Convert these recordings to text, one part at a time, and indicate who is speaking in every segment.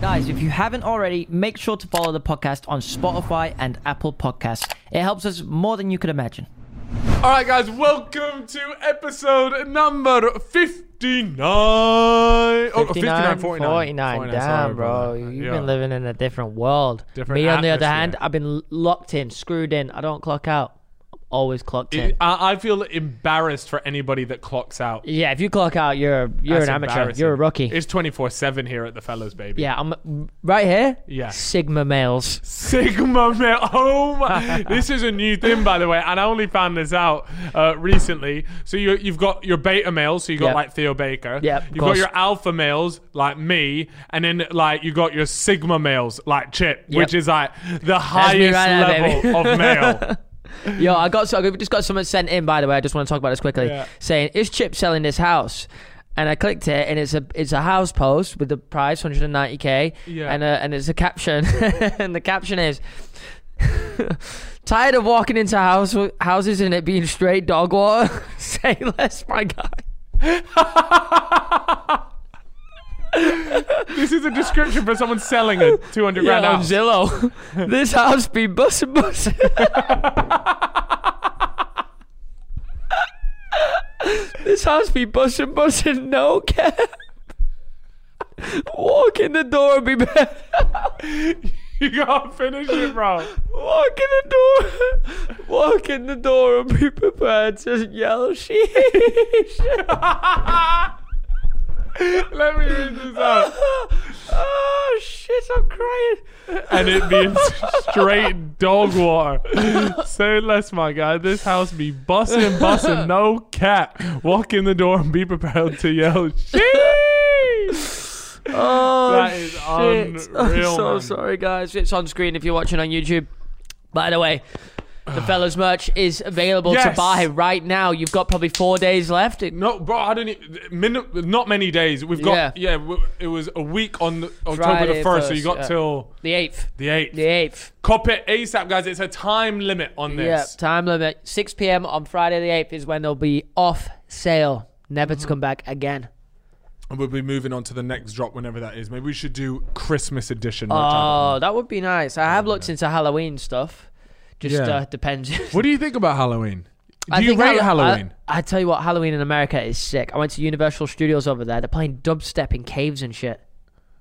Speaker 1: Guys, if you haven't already, make sure to follow the podcast on Spotify and Apple Podcasts. It helps us more than you could imagine.
Speaker 2: All right, guys, welcome to episode number 59. Oh,
Speaker 3: 59, 49,
Speaker 2: 59, 49.
Speaker 3: 49, damn, bro.
Speaker 2: sorry, brother. Uh,
Speaker 3: You've
Speaker 2: Yeah.
Speaker 3: been living in a different world.
Speaker 2: Different
Speaker 3: Me, on the other hand,
Speaker 2: atmosphere.
Speaker 3: I've been l- locked in, screwed in. I don't clock out. I'm always clocked in.
Speaker 2: It- I, I feel embarrassed for anybody that clocks out.
Speaker 3: yeah, if you clock out, you're you're
Speaker 2: That's
Speaker 3: an amateur.
Speaker 2: embarrassing.
Speaker 3: You're a rookie.
Speaker 2: It's 24 7 here at the Fellows, baby.
Speaker 3: yeah, I'm right here.
Speaker 2: Yeah.
Speaker 3: Sigma males.
Speaker 2: Sigma male. Oh my! this is a new thing, by the way, and I only found this out uh, recently. So you, you've got your beta males, so you got
Speaker 3: Yep.
Speaker 2: like Theo Baker.
Speaker 3: Yep, of
Speaker 2: You've got
Speaker 3: course.
Speaker 2: your alpha males, like me, and then like you got your sigma males, like Chip, which is like the highest
Speaker 3: right now,
Speaker 2: level
Speaker 3: baby.
Speaker 2: of male.
Speaker 3: Yo, I got so I just got someone sent in. By the way, I just want to talk about this quickly.
Speaker 2: Yeah.
Speaker 3: Saying is Chip selling this house? And I clicked it, and it's a it's a house post with the price 190k,
Speaker 2: Yeah.
Speaker 3: and a, and it's a caption, and the caption is. Tired of walking into house, houses and it being straight dog water. Say less, my guy.
Speaker 2: this is a description for someone selling a 200
Speaker 3: Yeah,
Speaker 2: grand
Speaker 3: on
Speaker 2: house.
Speaker 3: Zillow. this house be bussin' bussin'. this house be bussin' bussin', no cap. Walk in the door and be back.
Speaker 2: You gotta finish it, bro.
Speaker 3: Walk in the door. Walk in the door and be prepared to yell sheesh.
Speaker 2: Let me read this out.
Speaker 3: oh shit, I'm crying.
Speaker 2: and it being straight dog water. Say less, my guy. This house be bussin', bussin', no cap. Walk in the door and be prepared to yell, sheesh!
Speaker 3: Oh,
Speaker 2: That is
Speaker 3: shit.
Speaker 2: unreal,
Speaker 3: I'm so
Speaker 2: man.
Speaker 3: sorry, guys. It's on screen if you're watching on YouTube. By the way, the fellas merch is available to
Speaker 2: Yes.
Speaker 3: buy right now. You've got probably four days left. It-
Speaker 2: No, bro, I didn't. e, Min- not many days. We've got yeah. w- it was a week on the, October
Speaker 3: Friday
Speaker 2: the first, so you
Speaker 3: first,
Speaker 2: got
Speaker 3: yeah.
Speaker 2: till
Speaker 3: The eighth.
Speaker 2: the eighth.
Speaker 3: The eighth.
Speaker 2: Cop it ASAP, guys. It's a time limit on
Speaker 3: Yeah.
Speaker 2: this.
Speaker 3: Time limit. Six p.m. on Friday the eighth is when they'll be off sale, never
Speaker 2: Mm-hmm.
Speaker 3: to come back again.
Speaker 2: And we'll be moving on to the next drop whenever that is. Maybe we should do Christmas edition.
Speaker 3: Oh,
Speaker 2: which I don't know.
Speaker 3: that would be nice. I have looked into Halloween stuff. Just
Speaker 2: Yeah.
Speaker 3: uh, depends.
Speaker 2: What do you think about Halloween? Do
Speaker 3: I
Speaker 2: you
Speaker 3: think
Speaker 2: rate
Speaker 3: Hallo-
Speaker 2: Halloween?
Speaker 3: I, I tell you what, Halloween in America is sick. I went to Universal Studios over there. They're playing dubstep in caves and shit.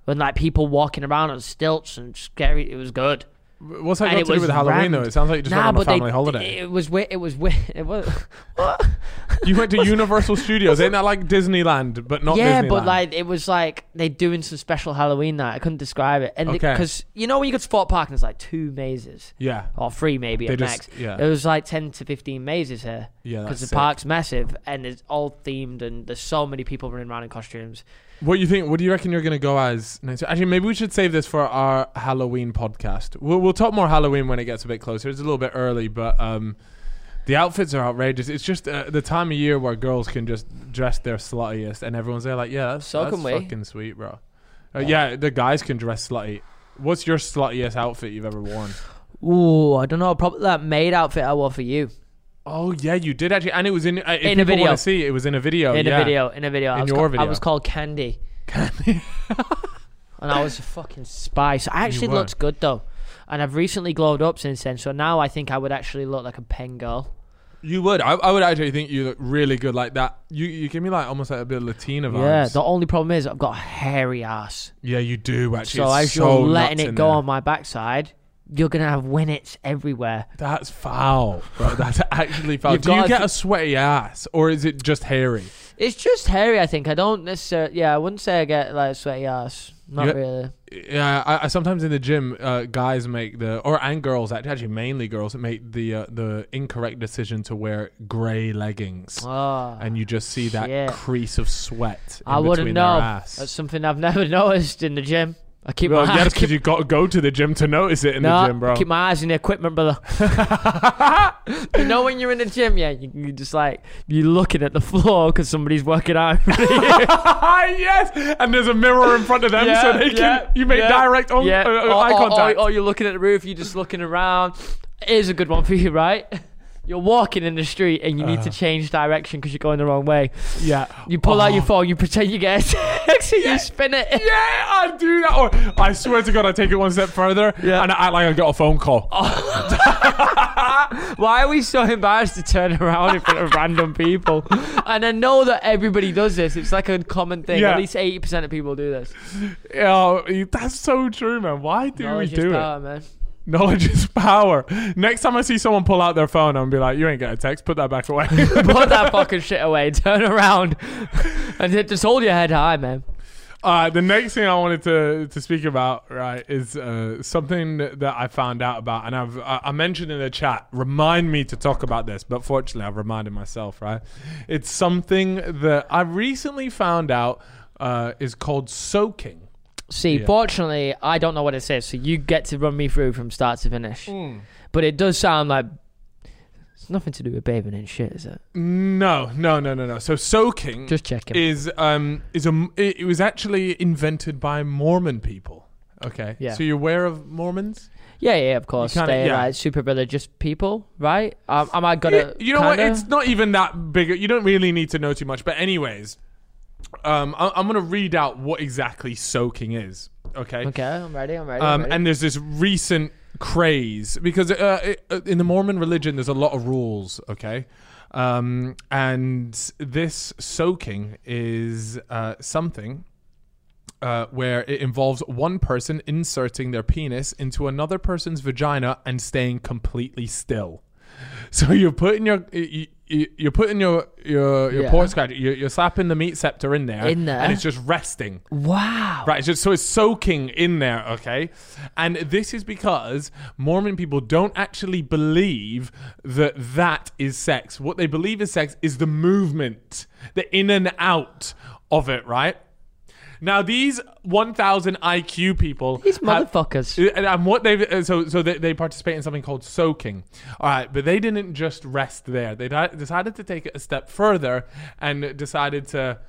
Speaker 3: When like people walking around on stilts and scary, it was good.
Speaker 2: What's that
Speaker 3: and
Speaker 2: got
Speaker 3: it
Speaker 2: to do
Speaker 3: was
Speaker 2: with Halloween
Speaker 3: rammed.
Speaker 2: though? It sounds like you just
Speaker 3: nah,
Speaker 2: went on a
Speaker 3: but they-
Speaker 2: family holiday.
Speaker 3: It was wi- it was wi- it was. what?
Speaker 2: you went to Universal Studios, ain't that like Disneyland, but not
Speaker 3: yeah,
Speaker 2: Disneyland?
Speaker 3: but like it was like they doing some special Halloween night. I couldn't describe it, and
Speaker 2: Okay.
Speaker 3: because you know when you go to Fort Park and there's like two mazes
Speaker 2: yeah,
Speaker 3: or three maybe
Speaker 2: They
Speaker 3: at
Speaker 2: just-
Speaker 3: max.
Speaker 2: yeah.
Speaker 3: It was like ten to fifteen mazes here.
Speaker 2: Yeah,
Speaker 3: because
Speaker 2: that's
Speaker 3: the
Speaker 2: sick.
Speaker 3: park's massive and it's all themed and there's so many people running around in costumes.
Speaker 2: What do you think? What do you reckon you're gonna go as? Next? Actually, maybe we should save this for our Halloween podcast. We'll, we'll talk more Halloween when it gets a bit closer. It's a little bit early, but um, the outfits are outrageous. It's just uh, the time of year where girls can just dress their sluttiest, and everyone's there like, yeah, that's,
Speaker 3: So
Speaker 2: that's
Speaker 3: can we.
Speaker 2: fucking sweet, bro. Uh, yeah, the guys can dress slutty. What's your sluttiest outfit you've ever worn?
Speaker 3: Ooh, I don't know. Probably that maid outfit I wore for you
Speaker 2: Oh yeah, you did actually, and it was in. Uh, if
Speaker 3: In a
Speaker 2: people
Speaker 3: video.
Speaker 2: wanna See, it was in a video.
Speaker 3: in
Speaker 2: Oh, yeah.
Speaker 3: a video. In a video,
Speaker 2: In
Speaker 3: I was
Speaker 2: your
Speaker 3: ca-
Speaker 2: video.
Speaker 3: I was called Candy. Candy. and I was a fucking spice. I actually
Speaker 2: were.
Speaker 3: looked good though, and I've recently glowed up since then. So now I think I would actually look like a pen girl.
Speaker 2: You would. I, I would actually think you look really good like that. You you give me like almost like a bit of Latina vibes.
Speaker 3: Yeah. The only problem is I've got a hairy ass.
Speaker 2: yeah, you do actually.
Speaker 3: So
Speaker 2: It's
Speaker 3: as you're
Speaker 2: so
Speaker 3: letting
Speaker 2: nuts
Speaker 3: it
Speaker 2: in
Speaker 3: go
Speaker 2: there.
Speaker 3: on my backside, you're gonna have winnets everywhere.
Speaker 2: That's foul, bro. That's actually foul.
Speaker 3: You've
Speaker 2: do you
Speaker 3: gotta
Speaker 2: get
Speaker 3: thi-
Speaker 2: a sweaty ass or is it just hairy?
Speaker 3: It's just hairy. I think I don't necessarily. Yeah, I wouldn't say I get like sweaty ass. Not
Speaker 2: You-
Speaker 3: really.
Speaker 2: Yeah, I, I sometimes in the gym, uh, guys make the or and girls actually, actually mainly girls make the uh, the incorrect decision to wear grey leggings,
Speaker 3: Oh.
Speaker 2: and you just see that
Speaker 3: shit.
Speaker 2: crease of sweat. In
Speaker 3: I wouldn't
Speaker 2: between their
Speaker 3: know.
Speaker 2: ass.
Speaker 3: That's something I've never noticed in the gym. I keep
Speaker 2: Well,
Speaker 3: my
Speaker 2: yeah,
Speaker 3: eyes,
Speaker 2: because
Speaker 3: keep,
Speaker 2: you got to go to the gym to notice it in
Speaker 3: no,
Speaker 2: the gym, bro.
Speaker 3: keep my eyes in the equipment, brother. you know when you're in the gym, yeah, you, you just like you're looking at the floor because somebody's working out.
Speaker 2: yes, and there's a mirror in front of them, so they can. you make
Speaker 3: yeah,
Speaker 2: direct on,
Speaker 3: yeah. Oh,
Speaker 2: uh, uh,
Speaker 3: or,
Speaker 2: eye
Speaker 3: or-
Speaker 2: contact.
Speaker 3: Or, or you're looking at the roof, you're just looking around. Here's a good one for you, right? You're walking in the street and you need
Speaker 2: Uh-huh.
Speaker 3: to change direction because you're going the wrong way.
Speaker 2: Yeah.
Speaker 3: You pull out your
Speaker 2: Oh.
Speaker 3: phone, you pretend you get a text, and you spin it.
Speaker 2: Yeah, I do that. Or I swear to God, I take it one step further
Speaker 3: Yeah. Oh.
Speaker 2: and I act like I got a phone call.
Speaker 3: Why are we so embarrassed to turn around in front of random people? And I know that everybody does this. It's like a common thing.
Speaker 2: Yeah.
Speaker 3: At least eighty percent of people do this.
Speaker 2: Yeah, Oh, that's so true, man. Why do
Speaker 3: Knowledge
Speaker 2: we
Speaker 3: is
Speaker 2: do it?
Speaker 3: power, man.
Speaker 2: Knowledge is power. Next time I see someone pull out their phone, I'm be like, "You ain't got a text. Put that back away."
Speaker 3: Put that fucking shit away. Turn around and then just hold your head high, man.
Speaker 2: uh, the next thing I wanted to to speak about, right, is uh, something that that I found out about, and I've I, I mentioned in the chat. Remind me to talk about this, but fortunately, I've reminded myself. Right, it's something that I recently found out uh, is called soaking.
Speaker 3: See,
Speaker 2: Yeah.
Speaker 3: fortunately, I don't know what it says, so you get to run me through from start to finish.
Speaker 2: Hmm.
Speaker 3: But it does sound like it's nothing to do with bathing and shit, is it?
Speaker 2: No, no, no, no, no. So soaking
Speaker 3: Just checking.
Speaker 2: is um is a m- it, it was actually invented by Mormon people. Okay.
Speaker 3: Yeah.
Speaker 2: So you're aware of Mormons?
Speaker 3: yeah, yeah, of course.
Speaker 2: kinda-
Speaker 3: They're
Speaker 2: yeah.
Speaker 3: like super religious people, right? Um, am I
Speaker 2: Yeah,
Speaker 3: gonna?
Speaker 2: you know what?
Speaker 3: kinda-
Speaker 2: It's not even that big. You don't really need to know too much. But anyways, um, I, I'm gonna read out what exactly soaking is. Okay.
Speaker 3: okay. I'm ready. I'm ready. I'm
Speaker 2: Um,
Speaker 3: ready.
Speaker 2: and there's this recent craze because uh, it, uh, in the Mormon religion, there's a lot of rules, okay? Um, and this soaking is uh, something uh, where it involves one person inserting their penis into another person's vagina and staying completely still. So you're putting your you, you- you're putting your your your
Speaker 3: Yeah.
Speaker 2: porn scratch you're, you're slapping the meat scepter in there,
Speaker 3: In there.
Speaker 2: and it's just resting.
Speaker 3: wow.
Speaker 2: Right, so, so it's soaking in there, okay? And this is because Mormon people don't actually believe that that is sex. What they believe is sex is the movement, the in and out of it, right? Now, these 1,000 IQ people.
Speaker 3: These
Speaker 2: have-
Speaker 3: motherfuckers.
Speaker 2: and, and what they've uh, so so they, they participate in something called soaking. All right, but they didn't just rest there. They di- decided to take it a step further and decided to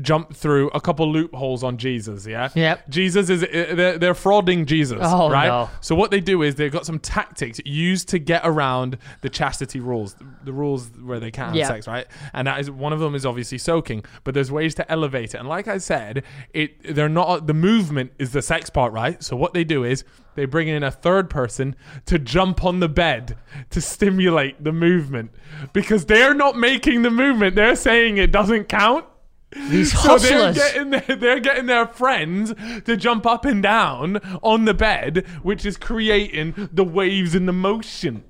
Speaker 2: jump through a couple loopholes on Jesus. Yeah.
Speaker 3: Yep.
Speaker 2: Jesus is uh, they're, they're frauding Jesus.
Speaker 3: Oh,
Speaker 2: right.
Speaker 3: no.
Speaker 2: So what they do is they've got some tactics used to get around the chastity rules, the rules where they can have
Speaker 3: Yeah.
Speaker 2: sex, right? And that is one of them is obviously soaking, but there's ways to elevate it. And like I said, it they're not the movement is the sex part, right? So what they do is they bring in a third person to jump on the bed to stimulate the movement because they're not making the movement. They're saying it doesn't count.
Speaker 3: These
Speaker 2: So they're
Speaker 3: hustlers.
Speaker 2: getting, their, they're getting their friends to jump up and down on the bed, which is creating the waves and the motion.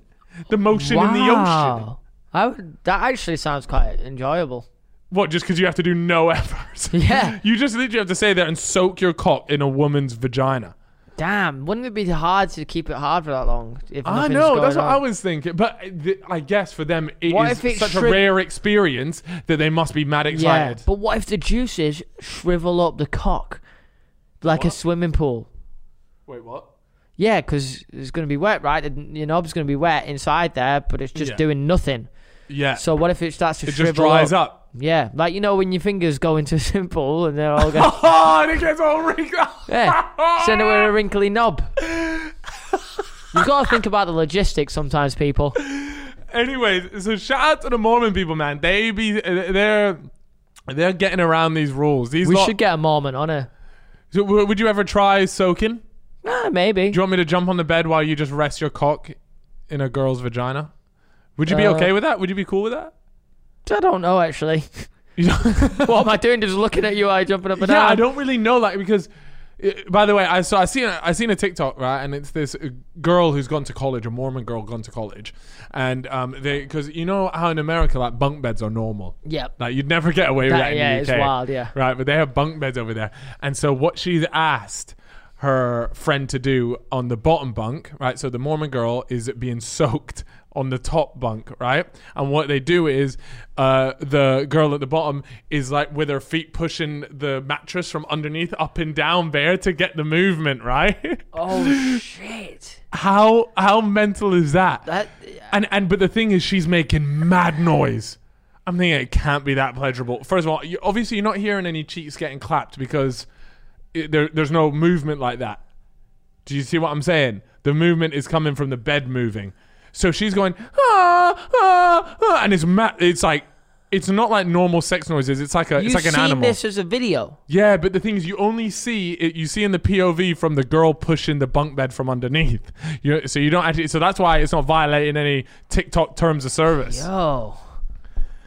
Speaker 2: The motion in the ocean.
Speaker 3: Wow. I would, that actually sounds quite enjoyable.
Speaker 2: What, just because you have to do no effort?
Speaker 3: Yeah.
Speaker 2: you just literally have to stay there and soak your cock in a woman's vagina.
Speaker 3: Damn, wouldn't it be hard to keep it hard for that long? If
Speaker 2: I
Speaker 3: nothing's
Speaker 2: know,
Speaker 3: going
Speaker 2: that's what
Speaker 3: on?
Speaker 2: I was thinking. But th- I guess for them, it is
Speaker 3: What if it
Speaker 2: such a
Speaker 3: shri-
Speaker 2: rare experience that they must be mad
Speaker 3: Yeah,
Speaker 2: excited.
Speaker 3: but what if the juices shrivel up the cock like a swimming pool?
Speaker 2: Wait, what?
Speaker 3: Yeah, because it's going to be wet, right? And Your knob's going to be wet inside there, but it's just
Speaker 2: Yeah.
Speaker 3: doing nothing.
Speaker 2: Yeah.
Speaker 3: So what if it starts to
Speaker 2: it
Speaker 3: shrivel
Speaker 2: just dries up.
Speaker 3: Yeah, like you know when your fingers go into a swimming pool and they're all going,
Speaker 2: Oh, and it gets all wrinkled.
Speaker 3: yeah, Eh, send it with a wrinkly knob. You've got to think about the logistics sometimes, people.
Speaker 2: Anyways, so shout out to the Mormon people, man. They be they're they're getting around these rules. These
Speaker 3: We
Speaker 2: lot-
Speaker 3: should get a Mormon on it.
Speaker 2: So w- would you ever try soaking? Do
Speaker 3: Nah, maybe.
Speaker 2: you want me to jump on the bed while you just rest your cock in a girl's vagina? Would you be
Speaker 3: Uh,
Speaker 2: okay with that? Would you be cool with that?
Speaker 3: I don't know actually.
Speaker 2: You don't-
Speaker 3: what am I doing? Just looking at you, I jumping up and
Speaker 2: yeah,
Speaker 3: down.
Speaker 2: I don't really know, like because. i- By the way, I saw I seen a, I seen a TikTok right, and it's this uh, girl who's gone to college, a Mormon girl gone to college, and um, they because you know how in America like bunk beds are normal,
Speaker 3: Yeah.
Speaker 2: like you'd never get away with
Speaker 3: That-
Speaker 2: that in
Speaker 3: yeah,
Speaker 2: the
Speaker 3: it's
Speaker 2: UK,
Speaker 3: wild, yeah.
Speaker 2: right? But they have bunk beds over there, and so what she's asked her friend to do on the bottom bunk, right? So the Mormon girl is being soaked on the top bunk, right? And what they do is uh, the girl at the bottom is like with her feet pushing the mattress from underneath up and down there to get the movement, right?
Speaker 3: Oh shit.
Speaker 2: how how mental is that?
Speaker 3: That-
Speaker 2: and and but the thing is, she's making mad noise. I'm thinking it can't be that pleasurable. First of all, you, obviously you're not hearing any cheeks getting clapped because it, there, there's no movement like that. Do you see what I'm saying? The movement is coming from the bed moving. So she's going ah, ah, ah and it's ma- it's like it's not like normal sex noises. It's like a
Speaker 1: You've
Speaker 2: it's like an
Speaker 1: seen
Speaker 2: animal.
Speaker 1: this as a video.
Speaker 2: Yeah, but the thing is, you only see it. You see in the POV from the girl pushing the bunk bed from underneath. You, so you don't actually. So that's why it's not violating any TikTok terms of service.
Speaker 3: Yo.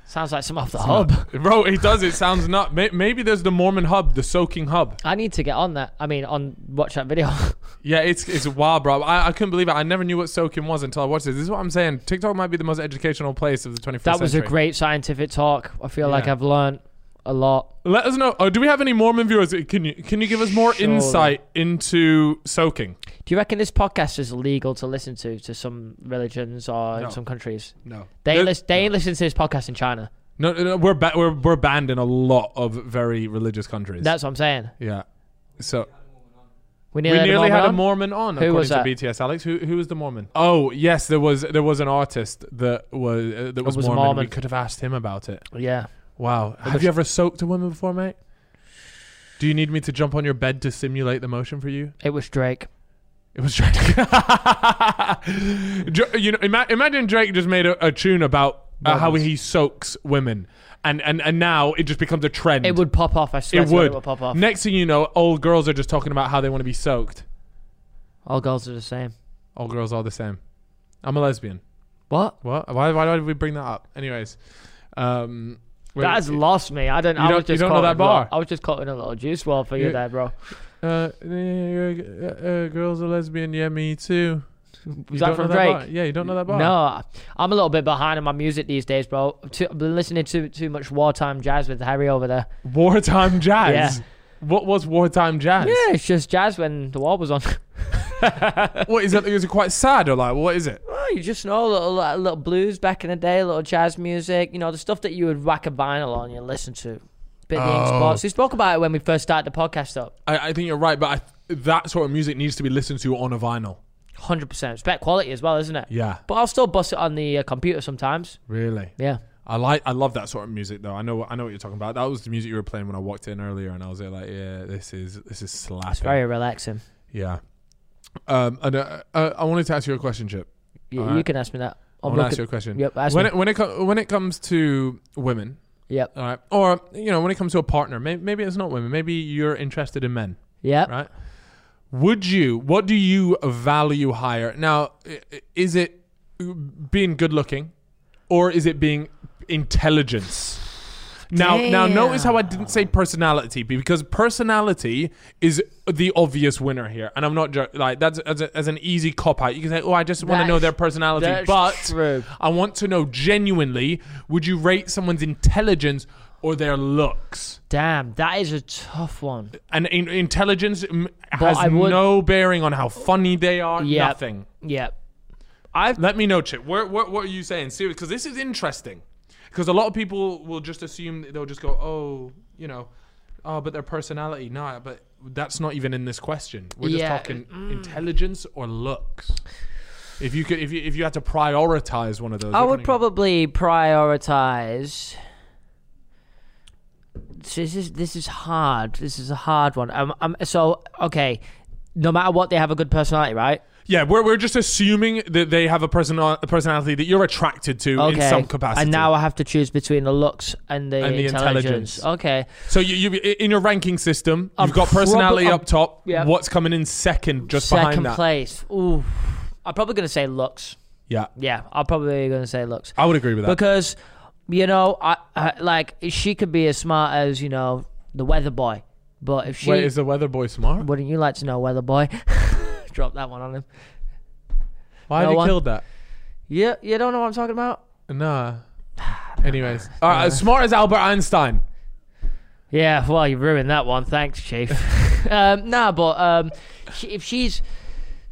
Speaker 3: Sounds like some off the
Speaker 2: Uh,
Speaker 3: hub.
Speaker 2: bro. It does. It sounds not. May, maybe there's the Mormon hub, the soaking hub.
Speaker 3: I need to get on that. I mean, on watch that video.
Speaker 2: Yeah, it's it's wild, bro. I, I couldn't believe it. I never knew what soaking was until I watched this. This is what I'm saying. TikTok might be the most educational place of the 21st.
Speaker 3: that was a
Speaker 2: century.
Speaker 3: great scientific talk. I feel like
Speaker 2: Yeah.
Speaker 3: I've learned a lot.
Speaker 2: Let us know. Oh, do we have any Mormon viewers? Can you can you give us more
Speaker 3: Surely.
Speaker 2: insight into soaking?
Speaker 3: Do you reckon this podcast is legal to listen to to some religions or
Speaker 2: No.
Speaker 3: in some countries?
Speaker 2: No,
Speaker 3: They ain't, lis- they ain't listen to this podcast in China.
Speaker 2: No, no, no, we're ba- we're we're banned in a lot of very religious countries.
Speaker 3: That's what I'm saying.
Speaker 2: yeah. So
Speaker 3: We
Speaker 2: we
Speaker 3: nearly,
Speaker 2: nearly had
Speaker 3: on.
Speaker 2: a Mormon on.
Speaker 3: Who
Speaker 2: according
Speaker 3: was
Speaker 2: to
Speaker 3: that?
Speaker 2: BTS Alex. Who who was the Mormon? Oh yes, there was there was an artist that was uh, that was,
Speaker 3: was a
Speaker 2: Mormon.
Speaker 3: Mormon.
Speaker 2: We could have asked him about it.
Speaker 3: Yeah.
Speaker 2: Wow. Have
Speaker 3: was-
Speaker 2: you ever soaked a woman before, mate? Do you need me to jump on your bed to simulate the motion for you?
Speaker 3: It was Drake.
Speaker 2: It was Drake. Dra- you know, ima- imagine Drake just made a, a tune about uh, how
Speaker 3: Mormons.
Speaker 2: he soaks women, and, and and now it just becomes a trend.
Speaker 3: It would pop off. I swear
Speaker 2: It
Speaker 3: to God,
Speaker 2: would.
Speaker 3: it would pop off.
Speaker 2: Next thing you know, old girls are just talking about how they want to be soaked.
Speaker 3: All girls are the same.
Speaker 2: All girls are the same. I'm a lesbian.
Speaker 3: What?
Speaker 2: What? Why? Why did we bring that up? Anyways, um, wait,
Speaker 3: that has lost me. I don't.
Speaker 2: You
Speaker 3: I
Speaker 2: don't-
Speaker 3: was
Speaker 2: you
Speaker 3: just
Speaker 2: don't know
Speaker 3: caught in
Speaker 2: that
Speaker 3: a little-
Speaker 2: bar?
Speaker 3: I was just caught in a little juice world for you
Speaker 2: You-
Speaker 3: there, bro.
Speaker 2: uh, uh, uh, girls are lesbian. Yeah, me too.
Speaker 3: Was
Speaker 2: You
Speaker 3: that
Speaker 2: don't know
Speaker 3: from Drake?
Speaker 2: bar? Yeah, you don't know that bar.
Speaker 3: No, I'm a little bit behind on my music these days, bro. Too, I've been listening to too much wartime jazz with Harry over there.
Speaker 2: Wartime jazz. What was wartime jazz?
Speaker 3: Yeah, it's just jazz when the war was on.
Speaker 2: What is that? Is it quite sad or like what is it?
Speaker 3: Oh, you just know little like, little blues back in the day, little jazz music. You know the stuff that you would whack a vinyl on and listen to. Bit of the ink
Speaker 2: Oh.
Speaker 3: spots. We spoke about it when we first started the podcast up.
Speaker 2: I, I think you're right, but I, that sort of music needs to be listened to on a vinyl.
Speaker 3: Hundred percent. It's better quality as well, isn't it?
Speaker 2: Yeah,
Speaker 3: But I'll still bust it on the uh, computer sometimes.
Speaker 2: really.
Speaker 3: Yeah.
Speaker 2: I like I love that sort of music though. I know I know what you're talking about. That was the music you were playing when I walked in earlier, and I was there like, yeah, this is this is slapping.
Speaker 3: It's very relaxing.
Speaker 2: yeah. Um, and uh, uh, I wanted to ask you a question, Chip.
Speaker 3: You,
Speaker 2: Alright.
Speaker 3: you can ask me that.
Speaker 2: I
Speaker 3: I'm
Speaker 2: want to ask
Speaker 3: looking-
Speaker 2: you a question.
Speaker 3: Yep, ask
Speaker 2: when
Speaker 3: me.
Speaker 2: it when it com- when it comes to women,
Speaker 3: Yep.
Speaker 2: all right, or you know when it comes to a partner, maybe, maybe it's not women. Maybe you're interested in men.
Speaker 3: Yep.
Speaker 2: right? Would you? What do you value higher? Now, i- i- is it being good looking, or is it being intelligence? Now, now, notice how I didn't say personality because personality is the obvious winner here, and I'm not jo- like that's as, a, as an easy cop out. You can say, "Oh, I just want to
Speaker 3: That's-
Speaker 2: know their personality,"
Speaker 3: that's
Speaker 2: but
Speaker 3: true.
Speaker 2: I want to know genuinely: Would you rate someone's intelligence or their looks?
Speaker 3: Damn, that is a tough one.
Speaker 2: and in- intelligence m-
Speaker 3: But
Speaker 2: has
Speaker 3: I would-
Speaker 2: no bearing on how funny they are.
Speaker 3: Yeah.
Speaker 2: Nothing.
Speaker 3: Yep.
Speaker 2: Let me know, Chip. Where, where, what are you saying? Seriously, because this is interesting. Because a lot of people will just assume that they'll just go, oh, you know, oh, but their personality. No, but that's not even in this question. We're just
Speaker 3: Yeah. Mm.
Speaker 2: talking intelligence or looks. If you could, if you if you had to prioritize one of those,
Speaker 3: I
Speaker 2: which one
Speaker 3: would
Speaker 2: are you-
Speaker 3: probably prioritize. So This is this is hard. This is a hard one. Um, um, so okay, no matter what, they have a good personality, right?
Speaker 2: Yeah, we're, we're just assuming that they have a, personal, a personality that you're attracted to
Speaker 3: Okay,
Speaker 2: in some capacity.
Speaker 3: and now I have to choose between the looks and the,
Speaker 2: And the
Speaker 3: intelligence.
Speaker 2: intelligence.
Speaker 3: Okay,
Speaker 2: So you, you in your ranking system,
Speaker 3: I'm
Speaker 2: you've got personality
Speaker 3: probab- I'm-
Speaker 2: up top.
Speaker 3: yeah.
Speaker 2: What's coming in second, just
Speaker 3: second
Speaker 2: behind that?
Speaker 3: place. Ooh, I'm probably gonna say looks.
Speaker 2: yeah,
Speaker 3: Yeah, I'm probably gonna say looks.
Speaker 2: I would agree with that.
Speaker 3: because you know, I, I like she could be as smart as you know the weather boy, but if she
Speaker 2: Wait, is the weather boy smart?
Speaker 3: wouldn't you like to know weather boy? Drop that one on him.
Speaker 2: Why
Speaker 3: no
Speaker 2: have you
Speaker 3: one-
Speaker 2: killed that?
Speaker 3: Yeah, you don't know what I'm talking about.
Speaker 2: Nah. Anyways, all right, as smart as Albert Einstein.
Speaker 3: Yeah, well, you ruined that one. Thanks, Chief. um, nah, but um, she, if she's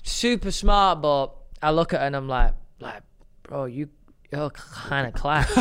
Speaker 3: super smart, but I look at her and I'm like, like, bro, you, you're kind of class.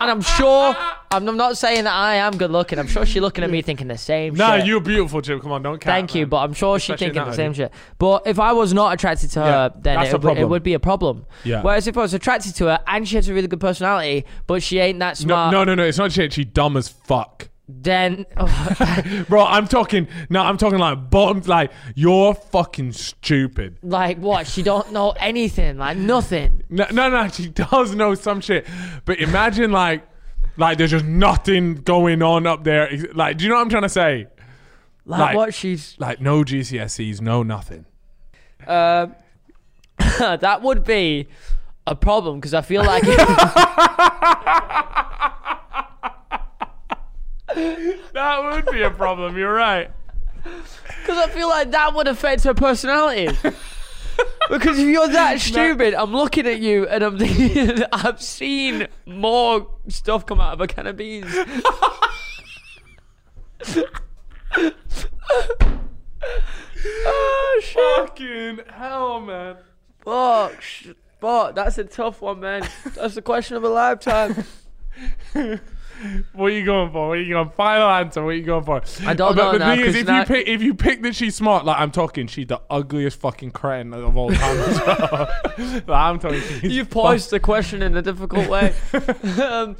Speaker 3: and I'm sure, I'm, I'm not saying that I am good looking. I'm sure she's looking at me thinking the same
Speaker 2: Nah,
Speaker 3: shit.
Speaker 2: you're beautiful, Jim. Come on, don't count.
Speaker 3: Thank you,
Speaker 2: man.
Speaker 3: but I'm sure she's
Speaker 2: Especially
Speaker 3: thinking the
Speaker 2: nowadays.
Speaker 3: same shit. But if I was not attracted to her,
Speaker 2: Yeah,
Speaker 3: then
Speaker 2: that's
Speaker 3: it,
Speaker 2: a
Speaker 3: would- it
Speaker 2: problem.
Speaker 3: would be a problem.
Speaker 2: Yeah.
Speaker 3: Whereas if I was attracted to her and she has a really good personality, but she ain't that
Speaker 2: no,
Speaker 3: smart,
Speaker 2: no, no, no. It's not shit. She dumb as fuck.
Speaker 3: then oh,
Speaker 2: Bro, I'm talking. No, I'm talking like bottom. Like you're fucking stupid.
Speaker 3: like what? She don't know anything, like nothing.
Speaker 2: No, no, no. She does know some shit, but imagine like, like there's just nothing going on up there. Like, do you know what I'm trying to say?
Speaker 3: Like,
Speaker 2: Like-
Speaker 3: what she's
Speaker 2: Like, no GCSEs, no nothing.
Speaker 3: uh, that would be a problem because I feel like
Speaker 2: That would be a problem. You're right.
Speaker 3: Because I feel like that would affect her personality. because if you're that stupid, I'm looking at you and I'm thinking, I've seen more stuff come out of a can of beans. oh, shit.
Speaker 2: Fucking hell, man.
Speaker 3: Fuck. sh- Fuck. That's a tough one, man. That's the question of a lifetime.
Speaker 2: What are you going for? What are you going? Final answer. What are you going for?
Speaker 3: I don't know
Speaker 2: but The
Speaker 3: now,
Speaker 2: thing is,
Speaker 3: 'cause
Speaker 2: if
Speaker 3: now-
Speaker 2: you pick, if you pick that she's smart, like I'm talking, she's the ugliest fucking cretin of all time. as well. like, I'm talking. she's
Speaker 3: You've posed the question in a difficult way. um,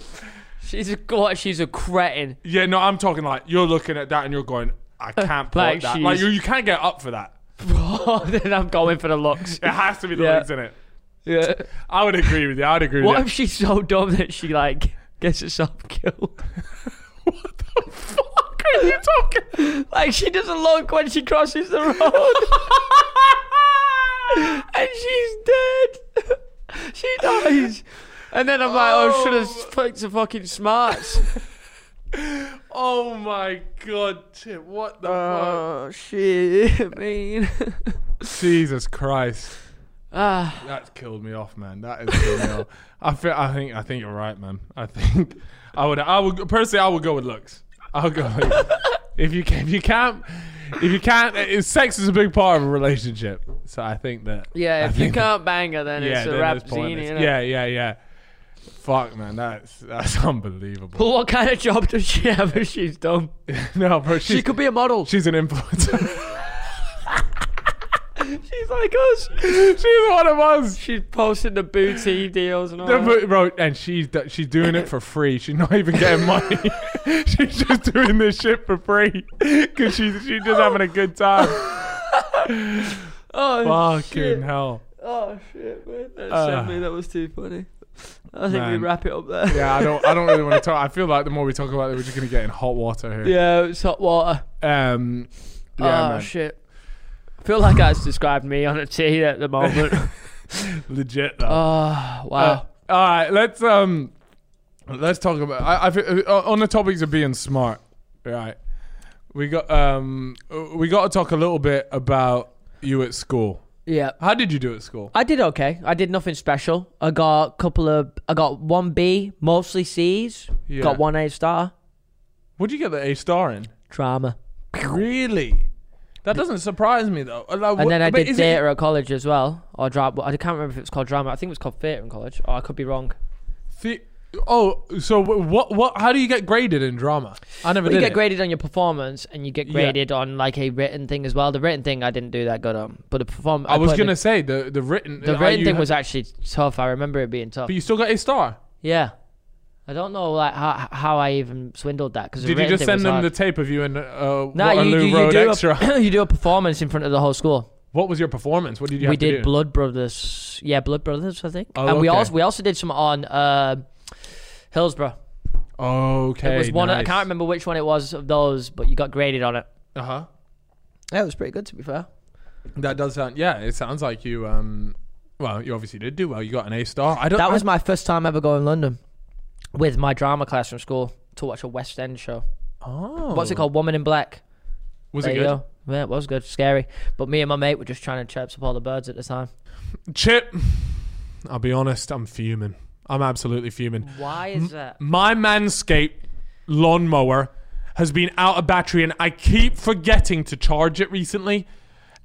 Speaker 3: she's a what? She's a cretin.
Speaker 2: Yeah, no, I'm talking like you're looking at that and you're going, I can't put
Speaker 3: Like
Speaker 2: that.
Speaker 3: she's-
Speaker 2: Like you, you can't get up for that.
Speaker 3: then I'm going for the looks.
Speaker 2: It has to be the
Speaker 3: Yeah.
Speaker 2: legs in it.
Speaker 3: Yeah.
Speaker 2: I would agree with you. I would agree
Speaker 3: What
Speaker 2: with
Speaker 3: if she's so dumb that she like gets herself killed? what the fuck are you talking? Like she doesn't look when she crosses the road, and she's dead. she dies, and then I'm like, oh, I should have picked the fucking smarts.
Speaker 2: you. Oh my god, Chip, what the
Speaker 3: oh shit, mean.
Speaker 2: fuck? Jesus Christ.
Speaker 3: ah,
Speaker 2: That's killed me off, man. That is killed me off. I feel I think I think you're right, man. I think I would I would personally I would go with looks. I'll go with if you can if you can't if you can't eh, sex is a big part of a relationship. So I think that
Speaker 3: yeah.
Speaker 2: I
Speaker 3: If you
Speaker 2: think-
Speaker 3: can't bang her, then it's a
Speaker 2: then
Speaker 3: rap
Speaker 2: it's pointless.
Speaker 3: zine,
Speaker 2: Yeah, yeah, yeah. Fuck, man, that's that's unbelievable.
Speaker 3: But what kind of job does she have if she's dumb?
Speaker 2: no, bro, she's,
Speaker 3: She could be a model.
Speaker 2: she's an influencer.
Speaker 3: She's like us.
Speaker 2: she's one of us.
Speaker 3: She's posting the booty deals and all
Speaker 2: No,
Speaker 3: that.
Speaker 2: but, bro, and she's do- she's doing it for free. She's not even getting money. she's just doing this shit for free because she's she's just having a good time.
Speaker 3: Oh,
Speaker 2: Fucking
Speaker 3: shit.
Speaker 2: hell.
Speaker 3: Oh, shit, man. That,
Speaker 2: Uh,
Speaker 3: sadly, that was too funny. I think we
Speaker 2: man.
Speaker 3: wrap it up there.
Speaker 2: Yeah, I don't I don't really want to talk. I feel like the more we talk about it, we're just gonna get in hot water here.
Speaker 3: Yeah, it's hot water.
Speaker 2: Um. Yeah,
Speaker 3: oh,
Speaker 2: man.
Speaker 3: shit. I feel like that's described me on a tee at the moment.
Speaker 2: Legit though.
Speaker 3: oh, wow.
Speaker 2: Uh, all right, let's um, let's talk about. I, I feel- uh, on the topics of being smart, right? We got um, uh, we got to talk a little bit about you at school.
Speaker 3: yeah.
Speaker 2: How did you do at school?
Speaker 3: I did okay. I did nothing special. I got a couple of, I got one B, mostly C's.
Speaker 2: Yeah.
Speaker 3: Got one A star.
Speaker 2: What did you get the A star in?
Speaker 3: Drama.
Speaker 2: Really? That doesn't surprise me though. Uh, Like,
Speaker 3: And
Speaker 2: what-
Speaker 3: then I
Speaker 2: but
Speaker 3: did
Speaker 2: is it-
Speaker 3: theatre at college as well, or drama. I can't remember if it was called drama. I think it was called theatre in college. Or I could be wrong.
Speaker 2: the- oh, so wh- what? What? How do you get graded in drama? I never
Speaker 3: But
Speaker 2: did.
Speaker 3: you get
Speaker 2: it.
Speaker 3: graded on your performance, and you get
Speaker 2: Yeah.
Speaker 3: graded on like a written thing as well. The written thing I didn't do that good on, but the perform.
Speaker 2: I was
Speaker 3: put in
Speaker 2: gonna say the the written.
Speaker 3: The, the
Speaker 2: uh,
Speaker 3: written
Speaker 2: you
Speaker 3: thing
Speaker 2: had-
Speaker 3: was actually tough. I remember it being tough.
Speaker 2: But you still got A star.
Speaker 3: yeah, I don't know like how, how I even swindled that because
Speaker 2: Did you just send them the tape of you in uh,
Speaker 3: no, you,
Speaker 2: Waterloo
Speaker 3: you, you
Speaker 2: Road
Speaker 3: do
Speaker 2: Extra?
Speaker 3: a, you do a performance in front of the whole school.
Speaker 2: What was your performance? What did you
Speaker 3: we
Speaker 2: have to
Speaker 3: did
Speaker 2: do?
Speaker 3: Blood Brothers, yeah, Blood Brothers, I think,
Speaker 2: Oh,
Speaker 3: and we
Speaker 2: okay.
Speaker 3: also we also did some on uh, Hillsborough.
Speaker 2: okay.
Speaker 3: it was one. I can't remember which one it was of those, but you got graded on it.
Speaker 2: Uh huh.
Speaker 3: Yeah, it was pretty good to be fair.
Speaker 2: That does sound. Yeah, it sounds like you. Um. Well, you obviously did do well. You got an A star. I don't.
Speaker 3: That was my first time ever going London with my drama class from school to watch a West End show.
Speaker 2: I- oh.
Speaker 3: What's it called? Woman in Black.
Speaker 2: Was
Speaker 3: there
Speaker 2: it
Speaker 3: you
Speaker 2: good?
Speaker 3: go. Yeah, it was good. Scary. But me and my mate were just trying to chirps up all the birds at the time.
Speaker 2: Chip. I'll be honest. I'm fuming. I'm absolutely fuming.
Speaker 3: Why is that?
Speaker 2: My Manscaped lawnmower has been out of battery, and I keep forgetting to charge it recently.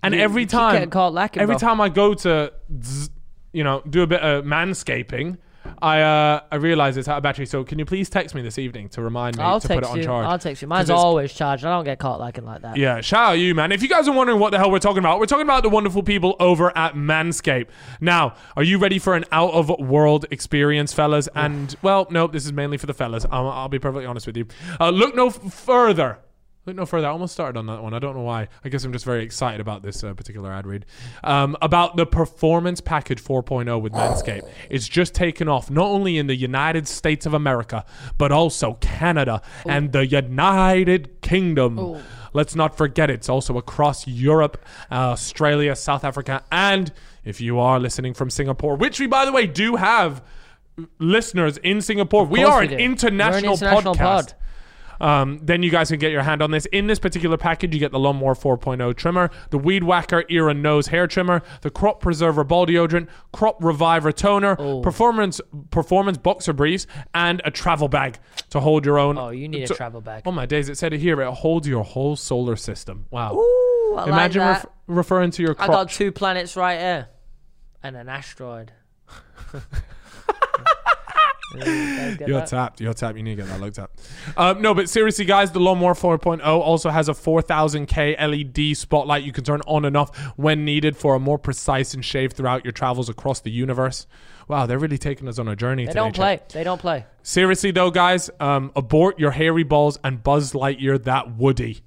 Speaker 2: And every
Speaker 3: You keep
Speaker 2: time,
Speaker 3: getting caught lacking,
Speaker 2: every
Speaker 3: bro.
Speaker 2: time I go to, zzz, you know, do a bit of manscaping, I uh, I realize it's out of battery. So can you please text me this evening to remind me
Speaker 3: I'll
Speaker 2: to put it
Speaker 3: text
Speaker 2: on
Speaker 3: you.
Speaker 2: charge?
Speaker 3: I'll text you.
Speaker 2: 'Cause
Speaker 3: Mine's
Speaker 2: it's-
Speaker 3: always charged. I don't get caught lacking like that.
Speaker 2: Yeah, shout out you, man. If you guys are wondering what the hell we're talking about, we're talking about the wonderful people over at Manscaped. Now, are you ready for an out of world experience, fellas? And, well, no, this is mainly for the fellas. I'll, I'll be perfectly honest with you. Uh, look no f- further. Look no further. I almost started on that one. I don't know why. I guess I'm just very excited about this uh, particular ad read. Um, about the Performance Package 4.0 with Manscaped. It's just taken off, not only in the United States of America, but also Canada and the United Kingdom. Let's not forget it's also across Europe, uh, Australia, South Africa, and if you are listening from Singapore, which we, by the way, do have listeners in Singapore, we
Speaker 3: course
Speaker 2: are
Speaker 3: we do.
Speaker 2: an international,
Speaker 3: We're an international
Speaker 2: podcast. Um, then you guys can get your hand on this. In this particular package, you get the Lawnmower 4.0 trimmer, the Weed Whacker ear and nose hair trimmer, the Crop Preserver ball deodorant, Crop Reviver toner,
Speaker 3: Oh.
Speaker 2: performance performance boxer briefs, and a travel bag to hold your own.
Speaker 3: Oh, you need
Speaker 2: to-
Speaker 3: a travel bag.
Speaker 2: Oh my days! It said it here. It holds your whole solar system. Wow.
Speaker 3: Ooh, I
Speaker 2: Imagine
Speaker 3: like that.
Speaker 2: ref- referring to your
Speaker 3: I
Speaker 2: crop.
Speaker 3: got two planets right here, and an asteroid. Yeah, you guys get
Speaker 2: You're
Speaker 3: that?
Speaker 2: tapped. You're tapped. You need to get that looked at. Um, no, but seriously, guys, the Lawnmower 4.0 also has a 4000K LED E spotlight you can turn on and off when needed for a more precise and shave throughout your travels across the universe. Wow, they're really taking us on a journey
Speaker 3: they
Speaker 2: today.
Speaker 3: don't
Speaker 2: Chet.
Speaker 3: play. They don't play.
Speaker 2: Seriously, though, guys, um, abort your hairy balls and Buzz Lightyear that Woody.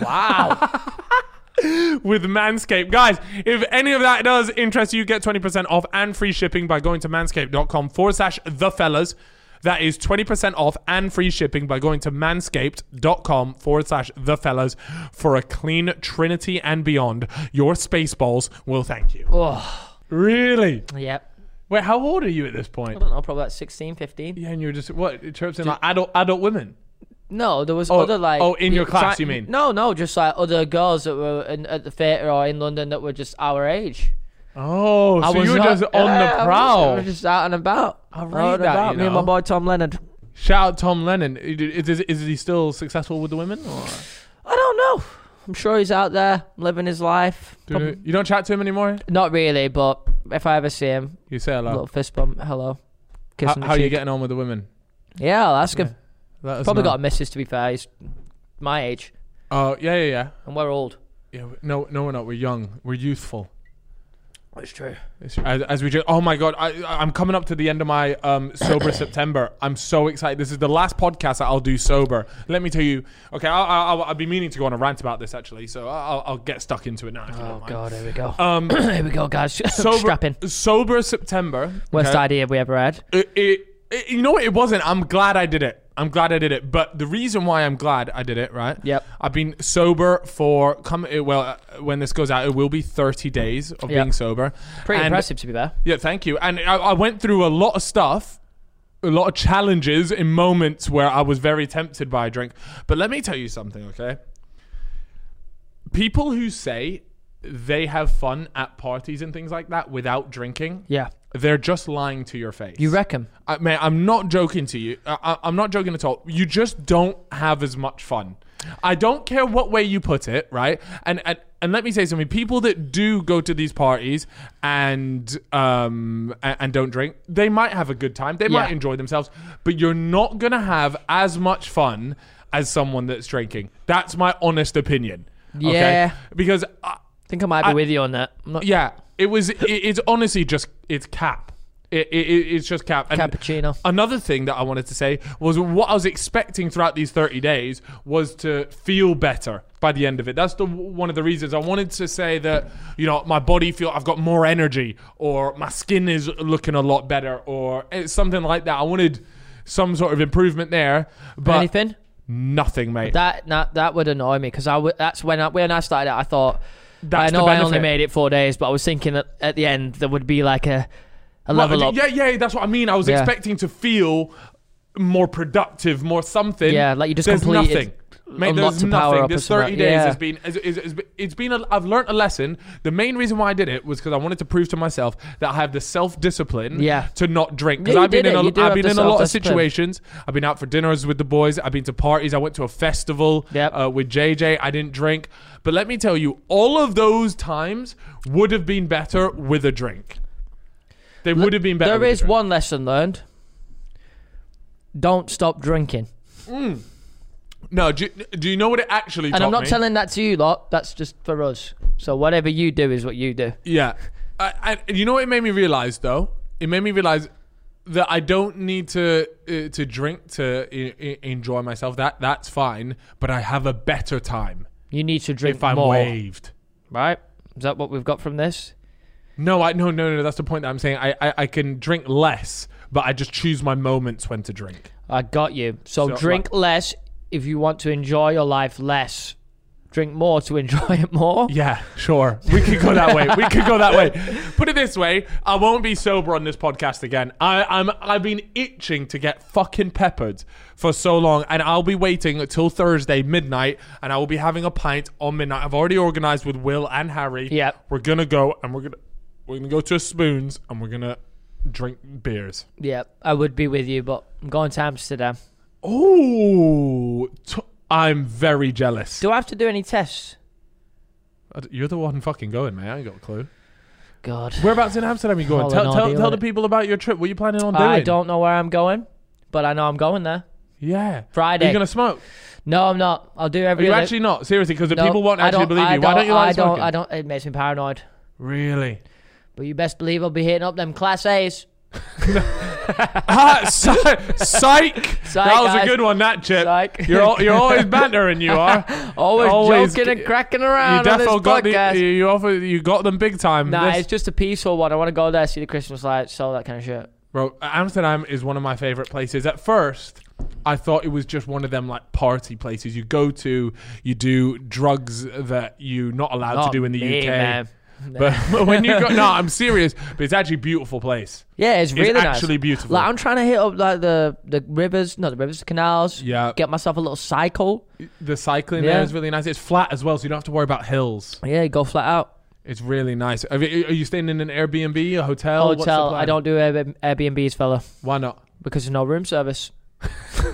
Speaker 3: Wow.
Speaker 2: with Manscaped. Guys, if any of that does interest you, get 20% off and free shipping by going to manscaped.com forward slash the fellas. That is 20% off and free shipping by going to manscaped.com forward slash the fellas for a clean trinity and beyond. Your space balls will thank you.
Speaker 3: oh,
Speaker 2: Really?
Speaker 3: yep.
Speaker 2: Wait, how old are you at this
Speaker 3: I
Speaker 2: point?
Speaker 3: don't know, probably about 16, 15.
Speaker 2: Yeah, and you were just, what? It chirps in like adult, adult women.
Speaker 3: No, there was
Speaker 2: Oh,
Speaker 3: other like.
Speaker 2: oh, in your class,
Speaker 3: Chi-
Speaker 2: you mean?
Speaker 3: No, no, just like other girls that were in, at the theatre or in London that were just our age.
Speaker 2: Oh, so you were
Speaker 3: not-
Speaker 2: just on
Speaker 3: Yeah, I
Speaker 2: the
Speaker 3: was- I
Speaker 2: prowl.
Speaker 3: was just out and about. I
Speaker 2: read that, you
Speaker 3: Me and my
Speaker 2: know.
Speaker 3: boy Tom Leonard.
Speaker 2: Shout out Tom Lennon. Is, is, is he still successful with the women? Or?
Speaker 3: I don't know. I'm sure he's out there living his life.
Speaker 2: Do you, you don't chat to him anymore?
Speaker 3: Not really, but if I ever see him,
Speaker 2: You say hello.
Speaker 3: little fist bump, hello. Kiss
Speaker 2: How,
Speaker 3: him
Speaker 2: Oh. how are you getting on with the women?
Speaker 3: Yeah, I'll ask him.
Speaker 2: Let us
Speaker 3: Probably
Speaker 2: know.
Speaker 3: got a missus, to be fair. He's my age,
Speaker 2: Oh yeah, yeah, yeah.
Speaker 3: and we're old.
Speaker 2: yeah we- no, no, we're not. We're young. We're youthful.
Speaker 3: That's true.
Speaker 2: It's- As, as we just, oh my god, I, I- I'm coming up to the end of my um, sober September. I'm so excited. This is the last podcast that I'll do sober. Let me tell you. Okay, I'll, I'll, I'll be meaning to go on a rant about this actually, so I'll, I'll get stuck into it now. If you
Speaker 3: Oh,
Speaker 2: don't mind.
Speaker 3: God, here we go.
Speaker 2: Um,
Speaker 3: here we go, guys.
Speaker 2: sober,
Speaker 3: Strapping.
Speaker 2: sober September.
Speaker 3: Worst
Speaker 2: okay?
Speaker 3: idea we ever had.
Speaker 2: it, it, it- you know what it wasn't i'm glad i did it i'm glad i did it but the reason why i'm glad i did it right
Speaker 3: Yep.
Speaker 2: i've been sober for come uh, well uh, when this goes out it will be 30 days of
Speaker 3: Yep.
Speaker 2: being sober
Speaker 3: Pretty
Speaker 2: And-
Speaker 3: impressive, to be fair.
Speaker 2: yeah thank you and I, I went through a lot of stuff a lot of challenges in moments where i was very tempted by a drink but let me tell you something okay people who say they have fun at parties and things like that without drinking
Speaker 3: Yeah.
Speaker 2: they're just lying to your face
Speaker 3: You reckon?
Speaker 2: I, man, I'm not joking to you. I, I, I'm not joking at all. You just don't have as much fun. I don't care what way you put it, right? And and, and let me say something. People that do go to these parties and um and, and don't drink, they might have a good time. They might
Speaker 3: Yeah.
Speaker 2: enjoy themselves, but you're not gonna have as much fun as someone that's drinking. That's my honest opinion.
Speaker 3: Yeah.
Speaker 2: Because uh, I,
Speaker 3: I think I might be
Speaker 2: I-
Speaker 3: with you on that. I'm not
Speaker 2: yeah, it was. It, it's honestly just it's cap. It, it, it- it's just cap. And
Speaker 3: Cappuccino.
Speaker 2: Another thing that I wanted to say was what I was expecting throughout these thirty days was to feel better by the end of it. That's the one of the reasons I wanted to say that you know my body feel I've got more energy or my skin is looking a lot better or it's something like that. I wanted some sort of improvement there, but
Speaker 3: anything.
Speaker 2: nothing, mate.
Speaker 3: That that that would annoy me because I would. That's when I when I started. out, I thought
Speaker 2: That's
Speaker 3: I know
Speaker 2: the
Speaker 3: I only
Speaker 2: benefit.
Speaker 3: made it four days, but I was thinking that at the end there would be like a a
Speaker 2: Well,
Speaker 3: level up.
Speaker 2: Yeah, yeah, that's what I mean. I was
Speaker 3: Yeah.
Speaker 2: expecting to feel more productive, more something.
Speaker 3: Yeah, like you just
Speaker 2: there's
Speaker 3: completed
Speaker 2: nothing.
Speaker 3: a
Speaker 2: Mate,
Speaker 3: lot
Speaker 2: there's
Speaker 3: to power
Speaker 2: nothing.
Speaker 3: up
Speaker 2: This
Speaker 3: or something.
Speaker 2: 30 days
Speaker 3: Yeah.
Speaker 2: has been, is, is, is, it's been, a, I've learned a lesson. The main reason why I did it was because I wanted to prove to myself that I have the self discipline
Speaker 3: Yeah.
Speaker 2: to not drink.
Speaker 3: Yeah,
Speaker 2: Because
Speaker 3: you
Speaker 2: I've been
Speaker 3: did
Speaker 2: in
Speaker 3: it. You do
Speaker 2: a, I've
Speaker 3: have
Speaker 2: been
Speaker 3: the
Speaker 2: in a lot of
Speaker 3: self-discipline.
Speaker 2: situations. I've been out for dinners with the boys. I've been to parties. I went to a festival
Speaker 3: Yep.
Speaker 2: uh, with JJ. I didn't drink. But let me tell you, all of those times would have been better with a drink. They would have been better.
Speaker 3: There
Speaker 2: with
Speaker 3: is
Speaker 2: the drink.
Speaker 3: one lesson learned. Don't stop drinking.
Speaker 2: No, do, do you know what it actually?
Speaker 3: And I'm
Speaker 2: taught
Speaker 3: not
Speaker 2: me?
Speaker 3: telling that to you lot. That's just for us. So whatever you do is what you do.
Speaker 2: Yeah. I, I, you know what it made me realize though? It made me realize that I don't need to uh, to drink to I- I- enjoy myself. That that's fine, but I have a better time
Speaker 3: You need to drink
Speaker 2: if I'm
Speaker 3: more.
Speaker 2: waved.
Speaker 3: Right? Is that what we've got from this?
Speaker 2: No, I no no no. That's the point that I'm saying. I, I I can drink less, but I just choose my moments when to drink.
Speaker 3: I got you. So,
Speaker 2: So,
Speaker 3: drink less if you want to enjoy your life less. Drink more to enjoy it more.
Speaker 2: Yeah, sure. We could go that way. We could go that way. Put it this way: I won't be sober on this podcast again. I, I'm. I've been itching to get fucking peppered for so long, and I'll be waiting till Thursday midnight, and I will be having a pint on midnight. I've already organised with Will and Harry.
Speaker 3: Yep.
Speaker 2: we're gonna go, and we're gonna we're gonna go to a spoons, and we're gonna drink beers.
Speaker 3: Yeah, I would be with you, but I'm going to Amsterdam.
Speaker 2: Oh, t- I'm very jealous.
Speaker 3: Do I have to do any tests?
Speaker 2: I d- You're the one fucking going, man. I ain't got a clue.
Speaker 3: God.
Speaker 2: Whereabouts in Amsterdam are you going?
Speaker 3: Hell,
Speaker 2: Tell,
Speaker 3: no
Speaker 2: tell,
Speaker 3: idea
Speaker 2: tell
Speaker 3: what
Speaker 2: the
Speaker 3: it-
Speaker 2: people about your trip. What are you planning on doing?
Speaker 3: I don't know where I'm going, but I know I'm going there.
Speaker 2: Yeah.
Speaker 3: Friday.
Speaker 2: Are you gonna smoke?
Speaker 3: No, I'm not. I'll do
Speaker 2: Are
Speaker 3: everything.
Speaker 2: you actually not? Seriously, because the
Speaker 3: No,
Speaker 2: people won't
Speaker 3: I
Speaker 2: actually
Speaker 3: don't-
Speaker 2: believe
Speaker 3: I
Speaker 2: you. Why don't you like
Speaker 3: I don't,
Speaker 2: smoking?
Speaker 3: I don't. It makes me paranoid.
Speaker 2: Really?
Speaker 3: But you best believe I'll be hitting up them class A's.
Speaker 2: ah, psy- psych. That was a
Speaker 3: guys.
Speaker 2: good one. That chip.
Speaker 3: Psych.
Speaker 2: You're al- you're always bantering. You are.
Speaker 3: Always,
Speaker 2: Always
Speaker 3: joking
Speaker 2: g-
Speaker 3: and cracking
Speaker 2: you
Speaker 3: around on this
Speaker 2: defo got
Speaker 3: podcast.
Speaker 2: the, you- you offer you got them big time.
Speaker 3: nah,
Speaker 2: This-
Speaker 3: it's just a peaceful one. I want to go there, see the Christmas lights, all that kind of shit.
Speaker 2: Bro, Amsterdam is one of my favorite places. At first, I thought it was just one of them like party places you go to, you do drugs that you're not allowed
Speaker 3: Not
Speaker 2: to do in the
Speaker 3: me,
Speaker 2: UK.
Speaker 3: man.
Speaker 2: But when you go, no, I'm serious. But it's actually a beautiful place.
Speaker 3: Yeah, it's
Speaker 2: It's
Speaker 3: really nice.
Speaker 2: actually beautiful.
Speaker 3: Like I'm trying to hit up like the the rivers, not the rivers, the canals.
Speaker 2: Yeah.
Speaker 3: Get myself a little cycle.
Speaker 2: The cycling
Speaker 3: Yeah.
Speaker 2: there is really nice. It's flat as well, so you don't have to worry about hills.
Speaker 3: Yeah, go flat out.
Speaker 2: It's really nice. Are you, are you staying in an Airbnb, a hotel? Oh, What's the
Speaker 3: Hotel. I
Speaker 2: plan?
Speaker 3: don't do Air- Airbnbs, fella,
Speaker 2: Why not?
Speaker 3: because there's no room service. This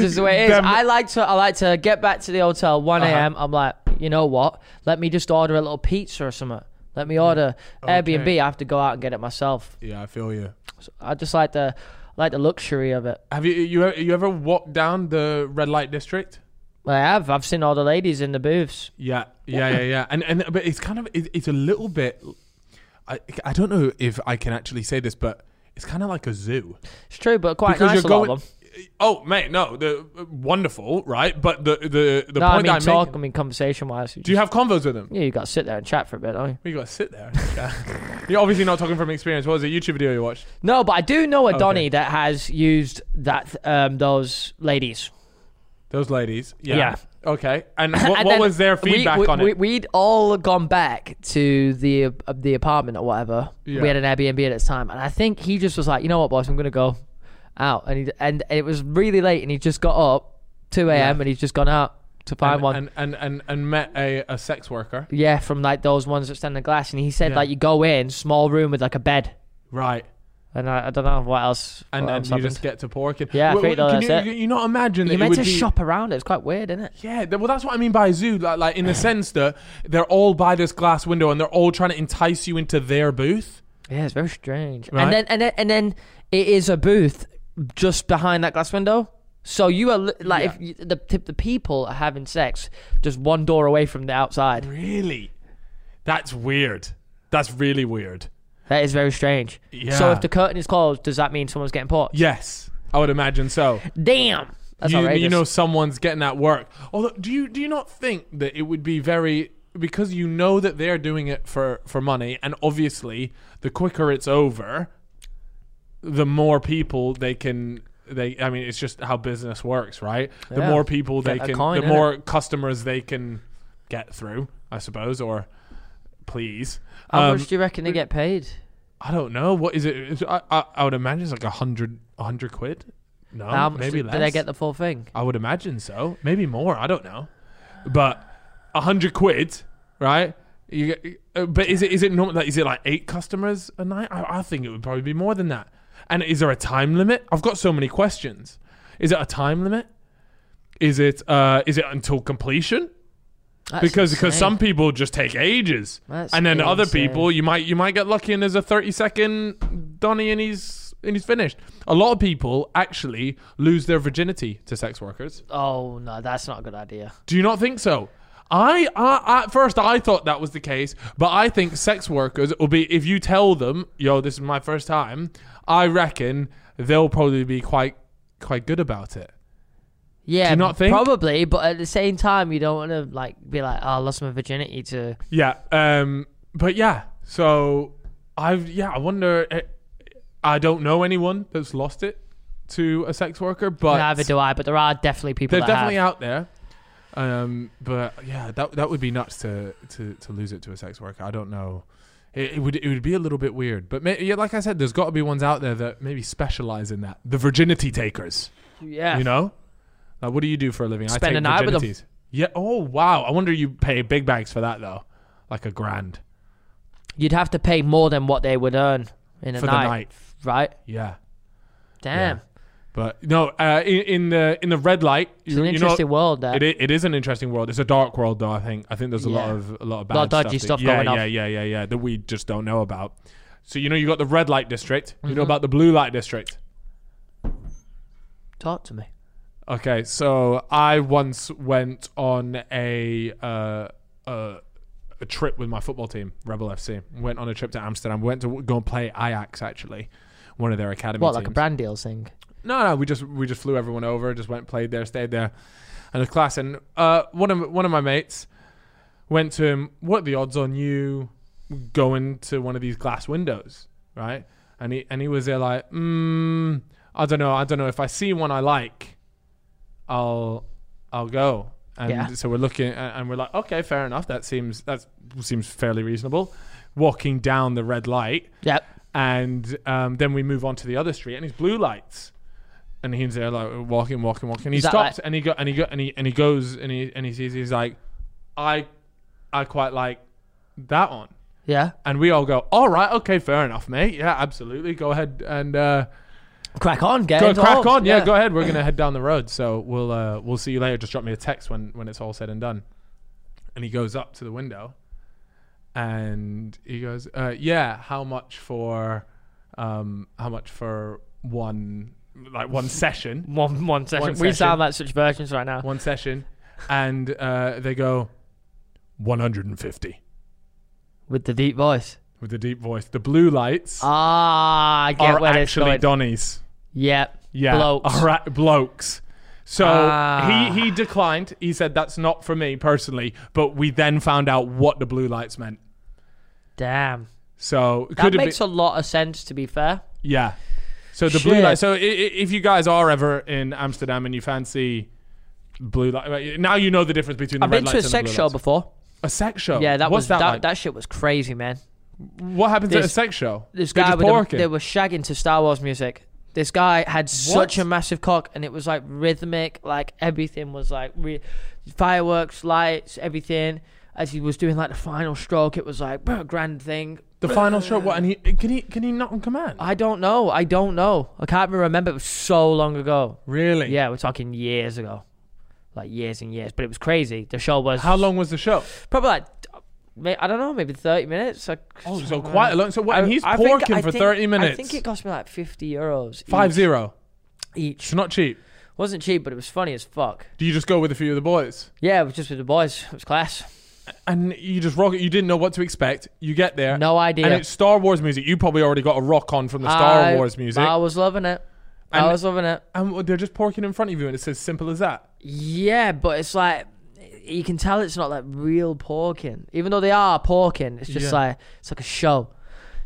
Speaker 3: is the way it is.
Speaker 2: Them-
Speaker 3: I like to I like to get back to the hotel 1
Speaker 2: Uh-huh.
Speaker 3: a.m. I'm like, you know what? Let me just order a little pizza or something. Let me order Airbnb. I have to go out and get it myself.
Speaker 2: yeah, I feel you.
Speaker 3: So I just like the like the luxury of it.
Speaker 2: Have you you you ever walked down the red light district?
Speaker 3: I have. I've seen all the ladies in the booths.
Speaker 2: Yeah, yeah, yeah, yeah. And and but it's kind of it, it's a little bit. I I don't know if I can actually say this, but it's kind of like a zoo
Speaker 3: It's true, but quite nice. a lot of them.
Speaker 2: Oh mate, no, the wonderful, right? But the the the
Speaker 3: No, I
Speaker 2: point
Speaker 3: mean
Speaker 2: that I'm
Speaker 3: talk.
Speaker 2: making,
Speaker 3: I mean conversation wise.
Speaker 2: do you have convos with them?
Speaker 3: yeah, you got to sit there and chat for a bit, don't you?
Speaker 2: We gotta sit there. Yeah. You're obviously not talking from experience. What was it? YouTube video you watched?
Speaker 3: No, but I do know a
Speaker 2: Okay.
Speaker 3: Donny that has used that um, those ladies.
Speaker 2: Those ladies. Yeah.
Speaker 3: Yeah.
Speaker 2: Okay. And what,
Speaker 3: And
Speaker 2: what
Speaker 3: then
Speaker 2: was their
Speaker 3: we-
Speaker 2: feedback
Speaker 3: we,
Speaker 2: on
Speaker 3: we,
Speaker 2: it?
Speaker 3: We'd all gone back to the uh, the apartment or whatever.
Speaker 2: Yeah.
Speaker 3: We had an Airbnb at its time, and I think he just was like, you know what, boss, I'm gonna go out, and he, and it was really late, and he just got up 2 a.m. and he's just gone out to find
Speaker 2: and,
Speaker 3: one.
Speaker 2: and, and and and met a, a sex worker.
Speaker 3: yeah, from like those ones that stand in the glass, and he said
Speaker 2: Yeah.
Speaker 3: like you go in small room with like a bed,
Speaker 2: Right.
Speaker 3: and I, I don't know what else.
Speaker 2: And
Speaker 3: what
Speaker 2: and
Speaker 3: else
Speaker 2: you
Speaker 3: happened.
Speaker 2: just get to pork. And,
Speaker 3: Yeah, I think
Speaker 2: can
Speaker 3: that's
Speaker 2: you,
Speaker 3: it.
Speaker 2: can you not imagine that
Speaker 3: You're
Speaker 2: it
Speaker 3: meant
Speaker 2: would
Speaker 3: to
Speaker 2: be-
Speaker 3: shop around it. It's quite weird, isn't it?
Speaker 2: Yeah, th- well, that's what I mean by zoo. Like, like in the sense that they're all by this glass window and they're all trying to entice you into their booth.
Speaker 3: Yeah, it's very strange.
Speaker 2: Right.
Speaker 3: And then and then and then it is a booth just behind that glass window. So you are li- like if you, the tip the people are having sex just one door away from the outside.
Speaker 2: Really, that's weird. That's really weird.
Speaker 3: That is very strange. So
Speaker 2: Yeah.
Speaker 3: if the curtain is closed, does that mean someone's getting caught?
Speaker 2: Yes, I would imagine so.
Speaker 3: Damn. That's
Speaker 2: you,
Speaker 3: outrageous.
Speaker 2: you know, someone's getting at work. Although, do you do you not think that it would be very because you know that they're doing it for for money, and obviously, the quicker it's over, the more people they can. They, I mean, it's just how business works, right? The
Speaker 3: Yeah.
Speaker 2: more people they
Speaker 3: Get a
Speaker 2: can,
Speaker 3: coin,
Speaker 2: the
Speaker 3: innit?
Speaker 2: more customers they can get through, I suppose, or please.
Speaker 3: How
Speaker 2: Um,
Speaker 3: much do you reckon they get paid?
Speaker 2: I don't know. What is it? Is- I, I, I would imagine it's like a hundred, a hundred quid. No,
Speaker 3: How much
Speaker 2: Oh, maybe
Speaker 3: do,
Speaker 2: less.
Speaker 3: do they get the full thing?
Speaker 2: I would imagine so. Maybe more. I don't know. But a hundred quid, right? You get, uh, but is it is it normal? Like, is it like eight customers a night? I, I think it would probably be more than that. And is there a time limit? I've got so many questions. Is it a time limit? Is it uh, is it until completion?
Speaker 3: That's
Speaker 2: because because
Speaker 3: insane.
Speaker 2: some people just take ages,
Speaker 3: That's
Speaker 2: and then other
Speaker 3: insane.
Speaker 2: people you might you might get lucky and there's a thirty second Donny and he's and he's finished. A lot of people actually lose their virginity to sex workers.
Speaker 3: Oh no, that's not a good idea.
Speaker 2: Do you not think so? I, I at first I thought that was the case, but I think sex workers will be if you tell them, yo, this is my first time. I reckon they'll probably be quite quite good about it.
Speaker 3: Yeah,
Speaker 2: you not think?
Speaker 3: probably, but at the same time, you don't want to like be like, oh, I lost my virginity to.
Speaker 2: Yeah. Um. But yeah. So I've yeah. I wonder. eh, I don't know anyone that's lost it to a sex worker, but
Speaker 3: Neither do I, but there are definitely people.
Speaker 2: they're
Speaker 3: that
Speaker 2: definitely
Speaker 3: have.
Speaker 2: out there. Um. But yeah, that that would be nuts to to to lose it to a sex worker. I don't know. It, it would it would be a little bit weird, but may, yeah, like I said, there's got to be ones out there that maybe specialize in that. The virginity takers,
Speaker 3: Yeah,
Speaker 2: you know. Like, what do you do for a living?
Speaker 3: Spend
Speaker 2: I take
Speaker 3: a night with 'em.
Speaker 2: virginities. Yeah. Oh wow. I wonder you pay big bags for that though, like a grand.
Speaker 3: you'd have to pay more than what they would earn in a
Speaker 2: For the
Speaker 3: night,
Speaker 2: night.
Speaker 3: right?
Speaker 2: Yeah.
Speaker 3: Damn,
Speaker 2: Yeah. But no, uh, in, in the in the red light,
Speaker 3: it's
Speaker 2: you,
Speaker 3: an
Speaker 2: you know,
Speaker 3: interesting world. There,
Speaker 2: it, i- it is an interesting world. It's a dark world, though. I think I think there's a lot
Speaker 3: Yeah.
Speaker 2: of a lot of bad
Speaker 3: Lot of dodgy stuff
Speaker 2: stuff, that- yeah,
Speaker 3: going on.
Speaker 2: yeah, yeah, yeah, yeah, that we just don't know about. So you know, you got the red light district. You
Speaker 3: Mm-hmm.
Speaker 2: know about the blue light district.
Speaker 3: Talk to me.
Speaker 2: Okay, so I once went on a uh, uh, a trip with my football team, Rebel FC. Went on a trip to Amsterdam. Went to go and play Ajax actually, one of their academy.
Speaker 3: What, like a
Speaker 2: teams.
Speaker 3: brand deal thing?
Speaker 2: No, no, we just we just flew everyone over, just went played there, stayed there, and a class. And uh, one of one of my mates went to him. What are the odds on you going to one of these glass windows, right? And he and he was there like, mm, I don't know, I don't know. If I see one I like, I'll I'll go. And
Speaker 3: Yeah.
Speaker 2: so we're looking, and and we're like, okay, fair enough. That seems that seems fairly reasonable. Walking down the red light,
Speaker 3: Yep.
Speaker 2: and um, then we move on to the other street, and it's blue lights. And he's there, like walking, walking, walking. And he
Speaker 3: Is that
Speaker 2: stops, and he go, and he go, and he and he goes, and he and he sees, he's like, I, I quite like that one.
Speaker 3: Yeah.
Speaker 2: And we all go, all right, okay, fair enough, mate. Yeah, absolutely. Go ahead and uh,
Speaker 3: Crack on, get
Speaker 2: go
Speaker 3: into
Speaker 2: crack
Speaker 3: all.
Speaker 2: on. Yeah, go ahead. We're gonna head down the road, so we'll uh, we'll see you later. Just drop me a text when when it's all said and done. And he goes up to the window, and he goes, uh, "Yeah, how much for, um, how much for one like one session,
Speaker 3: One one session.
Speaker 2: One
Speaker 3: We
Speaker 2: session.
Speaker 3: sound like such versions right now.
Speaker 2: one session?" And uh, they go, 150
Speaker 3: With the deep voice.
Speaker 2: with the deep voice. The blue lights
Speaker 3: Ah, I get
Speaker 2: are
Speaker 3: where this
Speaker 2: actually
Speaker 3: going.
Speaker 2: Donny's.
Speaker 3: Yep.
Speaker 2: Yeah,
Speaker 3: Blokes.
Speaker 2: all right, blokes. So
Speaker 3: Ah.
Speaker 2: he he declined. He said that's not for me personally. But we then found out what the blue lights meant.
Speaker 3: Damn.
Speaker 2: So
Speaker 3: That
Speaker 2: could have
Speaker 3: makes
Speaker 2: been
Speaker 3: a lot of sense, to be fair.
Speaker 2: yeah. So the blue
Speaker 3: Shit.
Speaker 2: light. So i- i- if you guys are ever in Amsterdam and you fancy blue light, uh, now you know the difference between the
Speaker 3: I've
Speaker 2: red
Speaker 3: been to a
Speaker 2: lights and
Speaker 3: sex
Speaker 2: the blue
Speaker 3: show
Speaker 2: lights.
Speaker 3: before.
Speaker 2: A sex show.
Speaker 3: Yeah, that
Speaker 2: What's
Speaker 3: was
Speaker 2: that.
Speaker 3: that, that,
Speaker 2: like?
Speaker 3: shit was crazy, man.
Speaker 2: what happens at a
Speaker 3: this-
Speaker 2: sex show?
Speaker 3: This
Speaker 2: They're
Speaker 3: guy
Speaker 2: just
Speaker 3: with a-
Speaker 2: porking.
Speaker 3: they were shagging to Star Wars music. This guy had such a massive cock, and it was like rhythmic, like everything was like re- fireworks, lights, everything. As he was doing like the final stroke, it was like a grand thing.
Speaker 2: the final show. What? And he can he can he not on command?
Speaker 3: I don't know. I don't know. I can't even remember. It was so long ago.
Speaker 2: really?
Speaker 3: Yeah, we're talking years ago, like years and years. But it was crazy. The show was
Speaker 2: How long was the show?
Speaker 3: Probably like ma- I don't know, maybe thirty minutes. I,
Speaker 2: Oh, so quite a long. So what? And he's
Speaker 3: I think-
Speaker 2: porking
Speaker 3: I
Speaker 2: for
Speaker 3: think-
Speaker 2: thirty minutes.
Speaker 3: I think it cost me like fifty euros.
Speaker 2: Five
Speaker 3: each,
Speaker 2: zero.
Speaker 3: each.
Speaker 2: Mm. It's not cheap.
Speaker 3: Wasn't cheap, but it was funny as fuck.
Speaker 2: Do you just go with a few of the boys?
Speaker 3: Yeah, it was just with the boys. It was class.
Speaker 2: And you just rock it. You didn't know what to expect. You get there.
Speaker 3: No idea.
Speaker 2: And it's Star Wars music. You probably already got a rock on from the Star
Speaker 3: I-
Speaker 2: Wars music.
Speaker 3: I was loving it. I
Speaker 2: And-
Speaker 3: was loving it.
Speaker 2: and they're just porking in front of you, and it's as simple as that.
Speaker 3: Yeah, but it's like you can tell it's not like real porking, even though they are porking. It's just
Speaker 2: Yeah.
Speaker 3: like it's like a show.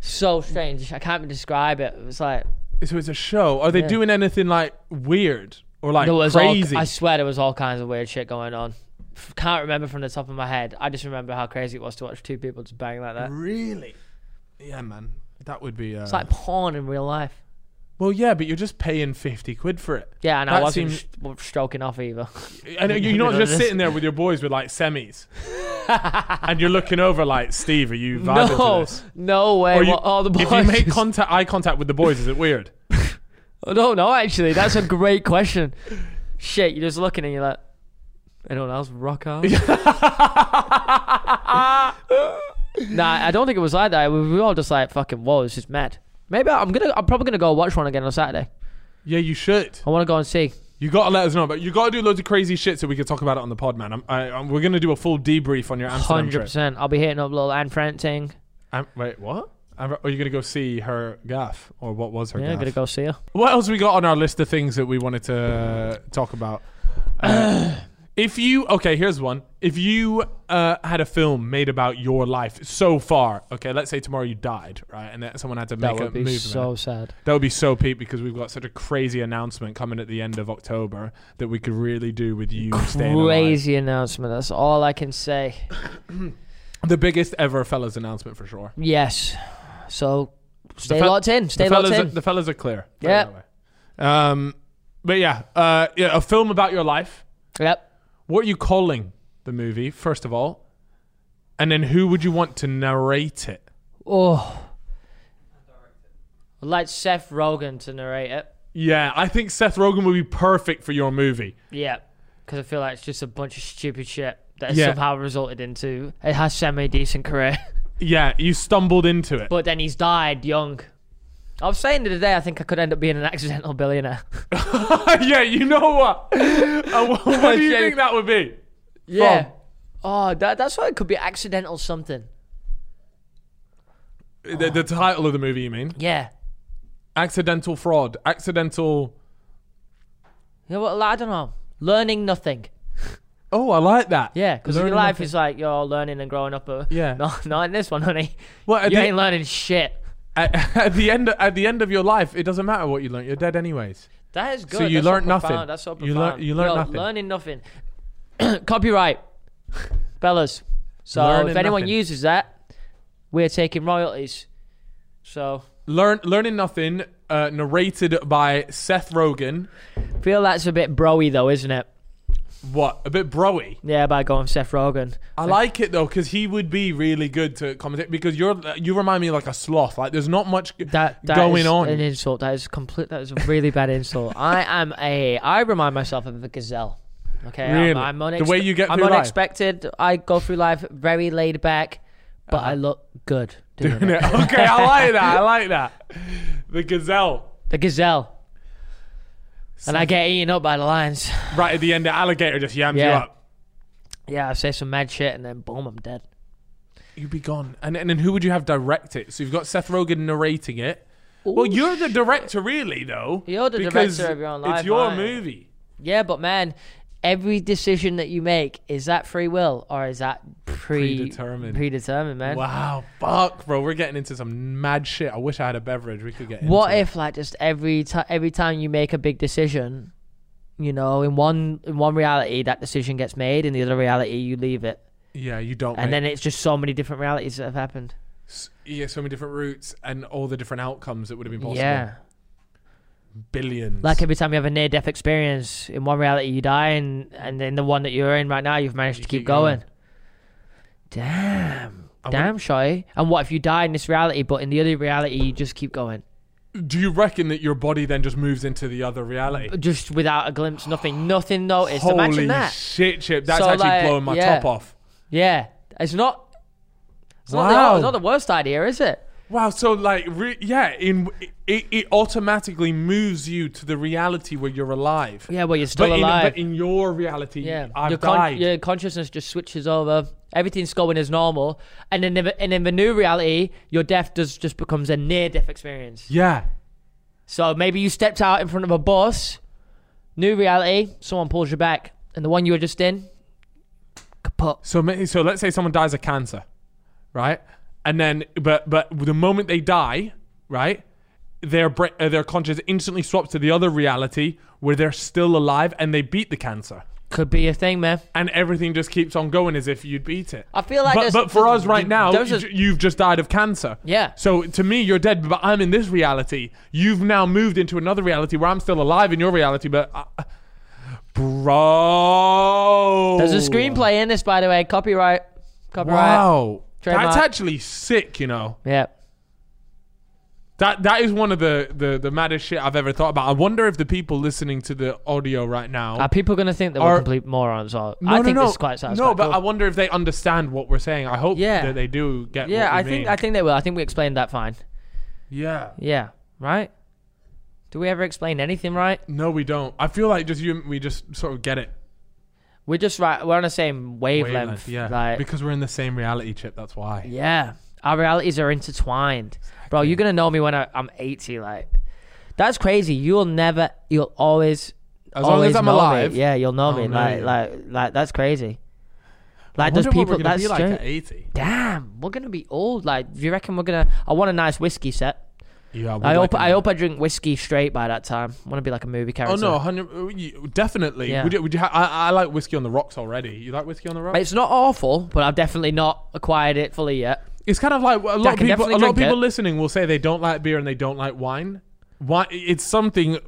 Speaker 3: So strange. I can't even describe it. It was like
Speaker 2: So it's a show. Are they
Speaker 3: Yeah.
Speaker 2: doing anything like weird or like
Speaker 3: There was all-
Speaker 2: crazy?
Speaker 3: I swear there was all kinds of weird shit going on. F- Can't remember from the top of my head. I just remember how crazy it was to watch two people just bang like that.
Speaker 2: really? Yeah, man. That would be. Uh,
Speaker 3: It's like porn in real life.
Speaker 2: well, yeah, but you're just paying fifty quid for it.
Speaker 3: Yeah, and I
Speaker 2: That
Speaker 3: wasn't
Speaker 2: seems-
Speaker 3: st- stroking off either.
Speaker 2: And you're not
Speaker 3: know
Speaker 2: just
Speaker 3: this.
Speaker 2: sitting there with your boys with like semis, and you're looking over like Steve. Are you vibing to
Speaker 3: No,
Speaker 2: this?
Speaker 3: no way.
Speaker 2: Or you-
Speaker 3: what, all the boys.
Speaker 2: If you make contact, eye contact with the boys, is it weird?
Speaker 3: I don't know. Actually, that's a great question. Shit, you're just looking and you're like, Anyone else rock hard? nah, I don't think it was like that. We were all just like, fucking, whoa, this is mad. Maybe I'm gonna, I'm probably gonna go watch one again on Saturday.
Speaker 2: Yeah, you should.
Speaker 3: I want to go and see.
Speaker 2: You gotta let us know, but you gotta do loads of crazy shit so we can talk about it on the pod, man. I'm, I, I'm, we're gonna do a full debrief on your Amsterdam
Speaker 3: Hundred
Speaker 2: trip.
Speaker 3: percent. I'll be hitting up little Anne Frank thing.
Speaker 2: Am- wait, what? Am- Are you gonna go see her gaff, or what was her
Speaker 3: Yeah, I'm
Speaker 2: gaff?
Speaker 3: gonna go see her.
Speaker 2: What else we got on our list of things that we wanted to uh, talk about? Uh, if you okay, here's one. If you uh, had a film made about your life so far, okay, let's say tomorrow you died, right, and that someone had to
Speaker 3: That
Speaker 2: make a
Speaker 3: would be
Speaker 2: movie.
Speaker 3: so sad.
Speaker 2: That would be so peak because we've got such a crazy announcement coming at the end of October that we could really do with you staying alive.
Speaker 3: Crazy announcement. That's all I can say.
Speaker 2: The biggest ever fellas announcement for sure.
Speaker 3: Yes. So stay
Speaker 2: fel-
Speaker 3: locked in. Stay
Speaker 2: the,
Speaker 3: locked
Speaker 2: fellas are,
Speaker 3: in.
Speaker 2: the fellas are clear. Put it
Speaker 3: Yeah.
Speaker 2: that way. Um, but yeah, uh, yeah, a film about your life.
Speaker 3: yep.
Speaker 2: What are you calling the movie, first of all? And then who would you want to narrate it?
Speaker 3: Oh. I'd like Seth Rogen to narrate it.
Speaker 2: Yeah, I think Seth Rogen would be perfect for your movie.
Speaker 3: Yeah. Because I feel like it's just a bunch of stupid shit that has
Speaker 2: Yeah.
Speaker 3: somehow resulted into a has semi decent career.
Speaker 2: Yeah, you stumbled into it.
Speaker 3: but then he's died young. I was saying the other day, I think I could end up being an accidental billionaire.
Speaker 2: yeah, you know what? Uh, what what do you think that would be?
Speaker 3: Yeah. Oh, that, that's why it could be accidental something.
Speaker 2: The, the title of the movie, you mean?
Speaker 3: Yeah.
Speaker 2: Accidental fraud. Accidental.
Speaker 3: You know what? like, I don't know. Learning nothing.
Speaker 2: Oh, I like that.
Speaker 3: Yeah, because your
Speaker 2: Learning
Speaker 3: life
Speaker 2: nothing.
Speaker 3: is like you're learning and growing up. But
Speaker 2: Yeah.
Speaker 3: no, not in this one, honey.
Speaker 2: Well, at
Speaker 3: you
Speaker 2: the-
Speaker 3: ain't learning shit.
Speaker 2: At, at the end, at the end of your life, it doesn't matter what you learn. You're dead anyways.
Speaker 3: That is good.
Speaker 2: you
Speaker 3: That's so
Speaker 2: learnt nothing.
Speaker 3: profound. That's so
Speaker 2: You lear-
Speaker 3: profound.
Speaker 2: you learnt
Speaker 3: Yo,
Speaker 2: nothing.
Speaker 3: Learning nothing. Copyright, fellas. So
Speaker 2: Learning
Speaker 3: if anyone
Speaker 2: nothing.
Speaker 3: uses that, we're taking royalties. So
Speaker 2: Learn, learning nothing. Uh, narrated by Seth Rogen.
Speaker 3: feel that's a bit broy though, isn't it?
Speaker 2: What? A bit broy.
Speaker 3: Yeah, by going Seth Rogen.
Speaker 2: I like it though because he would be really good to commentate because you're you remind me like a sloth. Like there's not much g-
Speaker 3: That, that
Speaker 2: going
Speaker 3: is
Speaker 2: on.
Speaker 3: an insult. That is complete. That is a really bad insult. I am a. I remind myself of a gazelle. Okay, I'm-
Speaker 2: Really?
Speaker 3: I'm,
Speaker 2: The
Speaker 3: unex-
Speaker 2: way you get
Speaker 3: I'm
Speaker 2: through life.
Speaker 3: unexpected. I go through life very laid back, but
Speaker 2: Uh-huh.
Speaker 3: I look good doing,
Speaker 2: okay,
Speaker 3: it.
Speaker 2: I like that. I like that. The gazelle
Speaker 3: The gazelle, and I get eaten up by the lions.
Speaker 2: right at the end. The alligator just yams you
Speaker 3: Yeah.
Speaker 2: up.
Speaker 3: Yeah, I say some mad shit, and then boom, I'm dead.
Speaker 2: You'd be gone. And and then who would you have direct it? So you've got Seth Rogen narrating it. well, you're the director, really, though.
Speaker 3: You're the
Speaker 2: because
Speaker 3: director of your own
Speaker 2: It's
Speaker 3: life,
Speaker 2: your
Speaker 3: aren't you?
Speaker 2: movie.
Speaker 3: Yeah, but man, every decision that you make is that free will or is that pre-
Speaker 2: Predetermined.
Speaker 3: Predetermined, man.
Speaker 2: Wow, fuck, bro. We're getting into some mad shit. I wish I had a beverage. We could get. Into
Speaker 3: What
Speaker 2: it.
Speaker 3: if like just every time every time you make a big decision, you know, in one in one reality that decision gets made, in the other reality you leave it,
Speaker 2: Yeah, you don't.
Speaker 3: and
Speaker 2: mate.
Speaker 3: then it's just so many different realities that have happened.
Speaker 2: S- yeah, so many different routes and all the different outcomes that would have been possible.
Speaker 3: Yeah,
Speaker 2: billions.
Speaker 3: like every time you have a near death experience, in one reality you die, and and in the one that you're in right now you've managed
Speaker 2: You
Speaker 3: to keep,
Speaker 2: keep going.
Speaker 3: going. Damn,
Speaker 2: I
Speaker 3: damn, shy. And what if you die in this reality, but in the other reality you just keep going,
Speaker 2: Do you reckon that your body then just moves into the other reality?
Speaker 3: just without a glimpse, nothing, nothing noticed.
Speaker 2: Holy
Speaker 3: Imagine that.
Speaker 2: shit, Chip. That's
Speaker 3: So,
Speaker 2: actually
Speaker 3: like,
Speaker 2: blowing my
Speaker 3: yeah.
Speaker 2: top off.
Speaker 3: Yeah, it's not. It's, not,
Speaker 2: Wow.
Speaker 3: the, it's not the worst idea, is it?
Speaker 2: Wow. So like, re- yeah, in it, it automatically moves you to the reality where you're alive.
Speaker 3: Yeah, well, you're still
Speaker 2: but
Speaker 3: alive.
Speaker 2: In, but in your reality,
Speaker 3: yeah,
Speaker 2: I've
Speaker 3: your, con-
Speaker 2: died.
Speaker 3: your consciousness just switches over. Everything's going as normal, and then the- and in the new reality, your death does just becomes a near death experience.
Speaker 2: yeah.
Speaker 3: So maybe you stepped out in front of a bus. New reality, someone pulls you back, and the one you were just in, kaput.
Speaker 2: So ma- so let's say someone dies of cancer, right? And then but but the moment they die, right? Their bra- uh, their conscience instantly swaps to the other reality where they're still alive and they beat the cancer.
Speaker 3: Could be a thing, man.
Speaker 2: And everything just keeps on going as if you'd beat it.
Speaker 3: I feel like
Speaker 2: but,
Speaker 3: there's-
Speaker 2: but for us right now,
Speaker 3: there's
Speaker 2: you,
Speaker 3: a-
Speaker 2: ju- you've just died of cancer.
Speaker 3: Yeah.
Speaker 2: So to me, you're dead, but I'm in this reality. You've now moved into another reality where I'm still alive in your reality, but. uh, I- bro.
Speaker 3: There's a screenplay in this, by the way. Copyright, copyright.
Speaker 2: Wow.
Speaker 3: Trademark.
Speaker 2: That's actually sick, you know.
Speaker 3: Yeah.
Speaker 2: That that is one of the, the the maddest shit I've ever thought about. I wonder if the people listening to the audio right now
Speaker 3: Are people going to think that
Speaker 2: Are-
Speaker 3: we're complete morons? Or I think this is quite satisfactory.
Speaker 2: No, but I wonder if they understand what we're saying. I hope
Speaker 3: Yeah.
Speaker 2: that they do get.
Speaker 3: yeah,
Speaker 2: what we
Speaker 3: I think
Speaker 2: mean.
Speaker 3: I think they will. I think we explained that fine.
Speaker 2: Yeah.
Speaker 3: Yeah, right. Do we ever explain anything right?
Speaker 2: No, we don't. I feel like just you. We just sort of get it.
Speaker 3: We're just right. We're on the same wavelength.
Speaker 2: Wavelength, yeah.
Speaker 3: Like,
Speaker 2: because we're in the same reality chip. That's why.
Speaker 3: yeah, our realities are intertwined, bro. You're gonna know me when I, I'm 80. Like, that's crazy. You'll never. You'll always.
Speaker 2: As long
Speaker 3: always
Speaker 2: as I'm
Speaker 3: know me.
Speaker 2: alive.
Speaker 3: Yeah, you'll know
Speaker 2: I'll
Speaker 3: me.
Speaker 2: know
Speaker 3: like,
Speaker 2: you.
Speaker 3: like, like, that's crazy. Like,
Speaker 2: I
Speaker 3: those
Speaker 2: wonder what
Speaker 3: people.
Speaker 2: we're gonna
Speaker 3: That's
Speaker 2: be like
Speaker 3: true.
Speaker 2: at eighty.
Speaker 3: Damn, we're gonna be old. Like, do you reckon we're gonna? I want a nice whiskey set.
Speaker 2: Yeah. would
Speaker 3: I hope.
Speaker 2: like
Speaker 3: I
Speaker 2: a-
Speaker 3: hope I drink whiskey straight by that time. want to be like a movie character.
Speaker 2: Oh no, hundred. uh, you- Definitely.
Speaker 3: Yeah.
Speaker 2: Would you? Would you ha- I, I like whiskey on the rocks already. You like whiskey on the rocks?
Speaker 3: It's not awful, but I've definitely not acquired it fully yet.
Speaker 2: It's kind of like a lot
Speaker 3: I
Speaker 2: of
Speaker 3: can
Speaker 2: people. A
Speaker 3: definitely
Speaker 2: lot of
Speaker 3: drink
Speaker 2: people
Speaker 3: it.
Speaker 2: listening will say they don't like beer and they don't like wine. Why? It's something.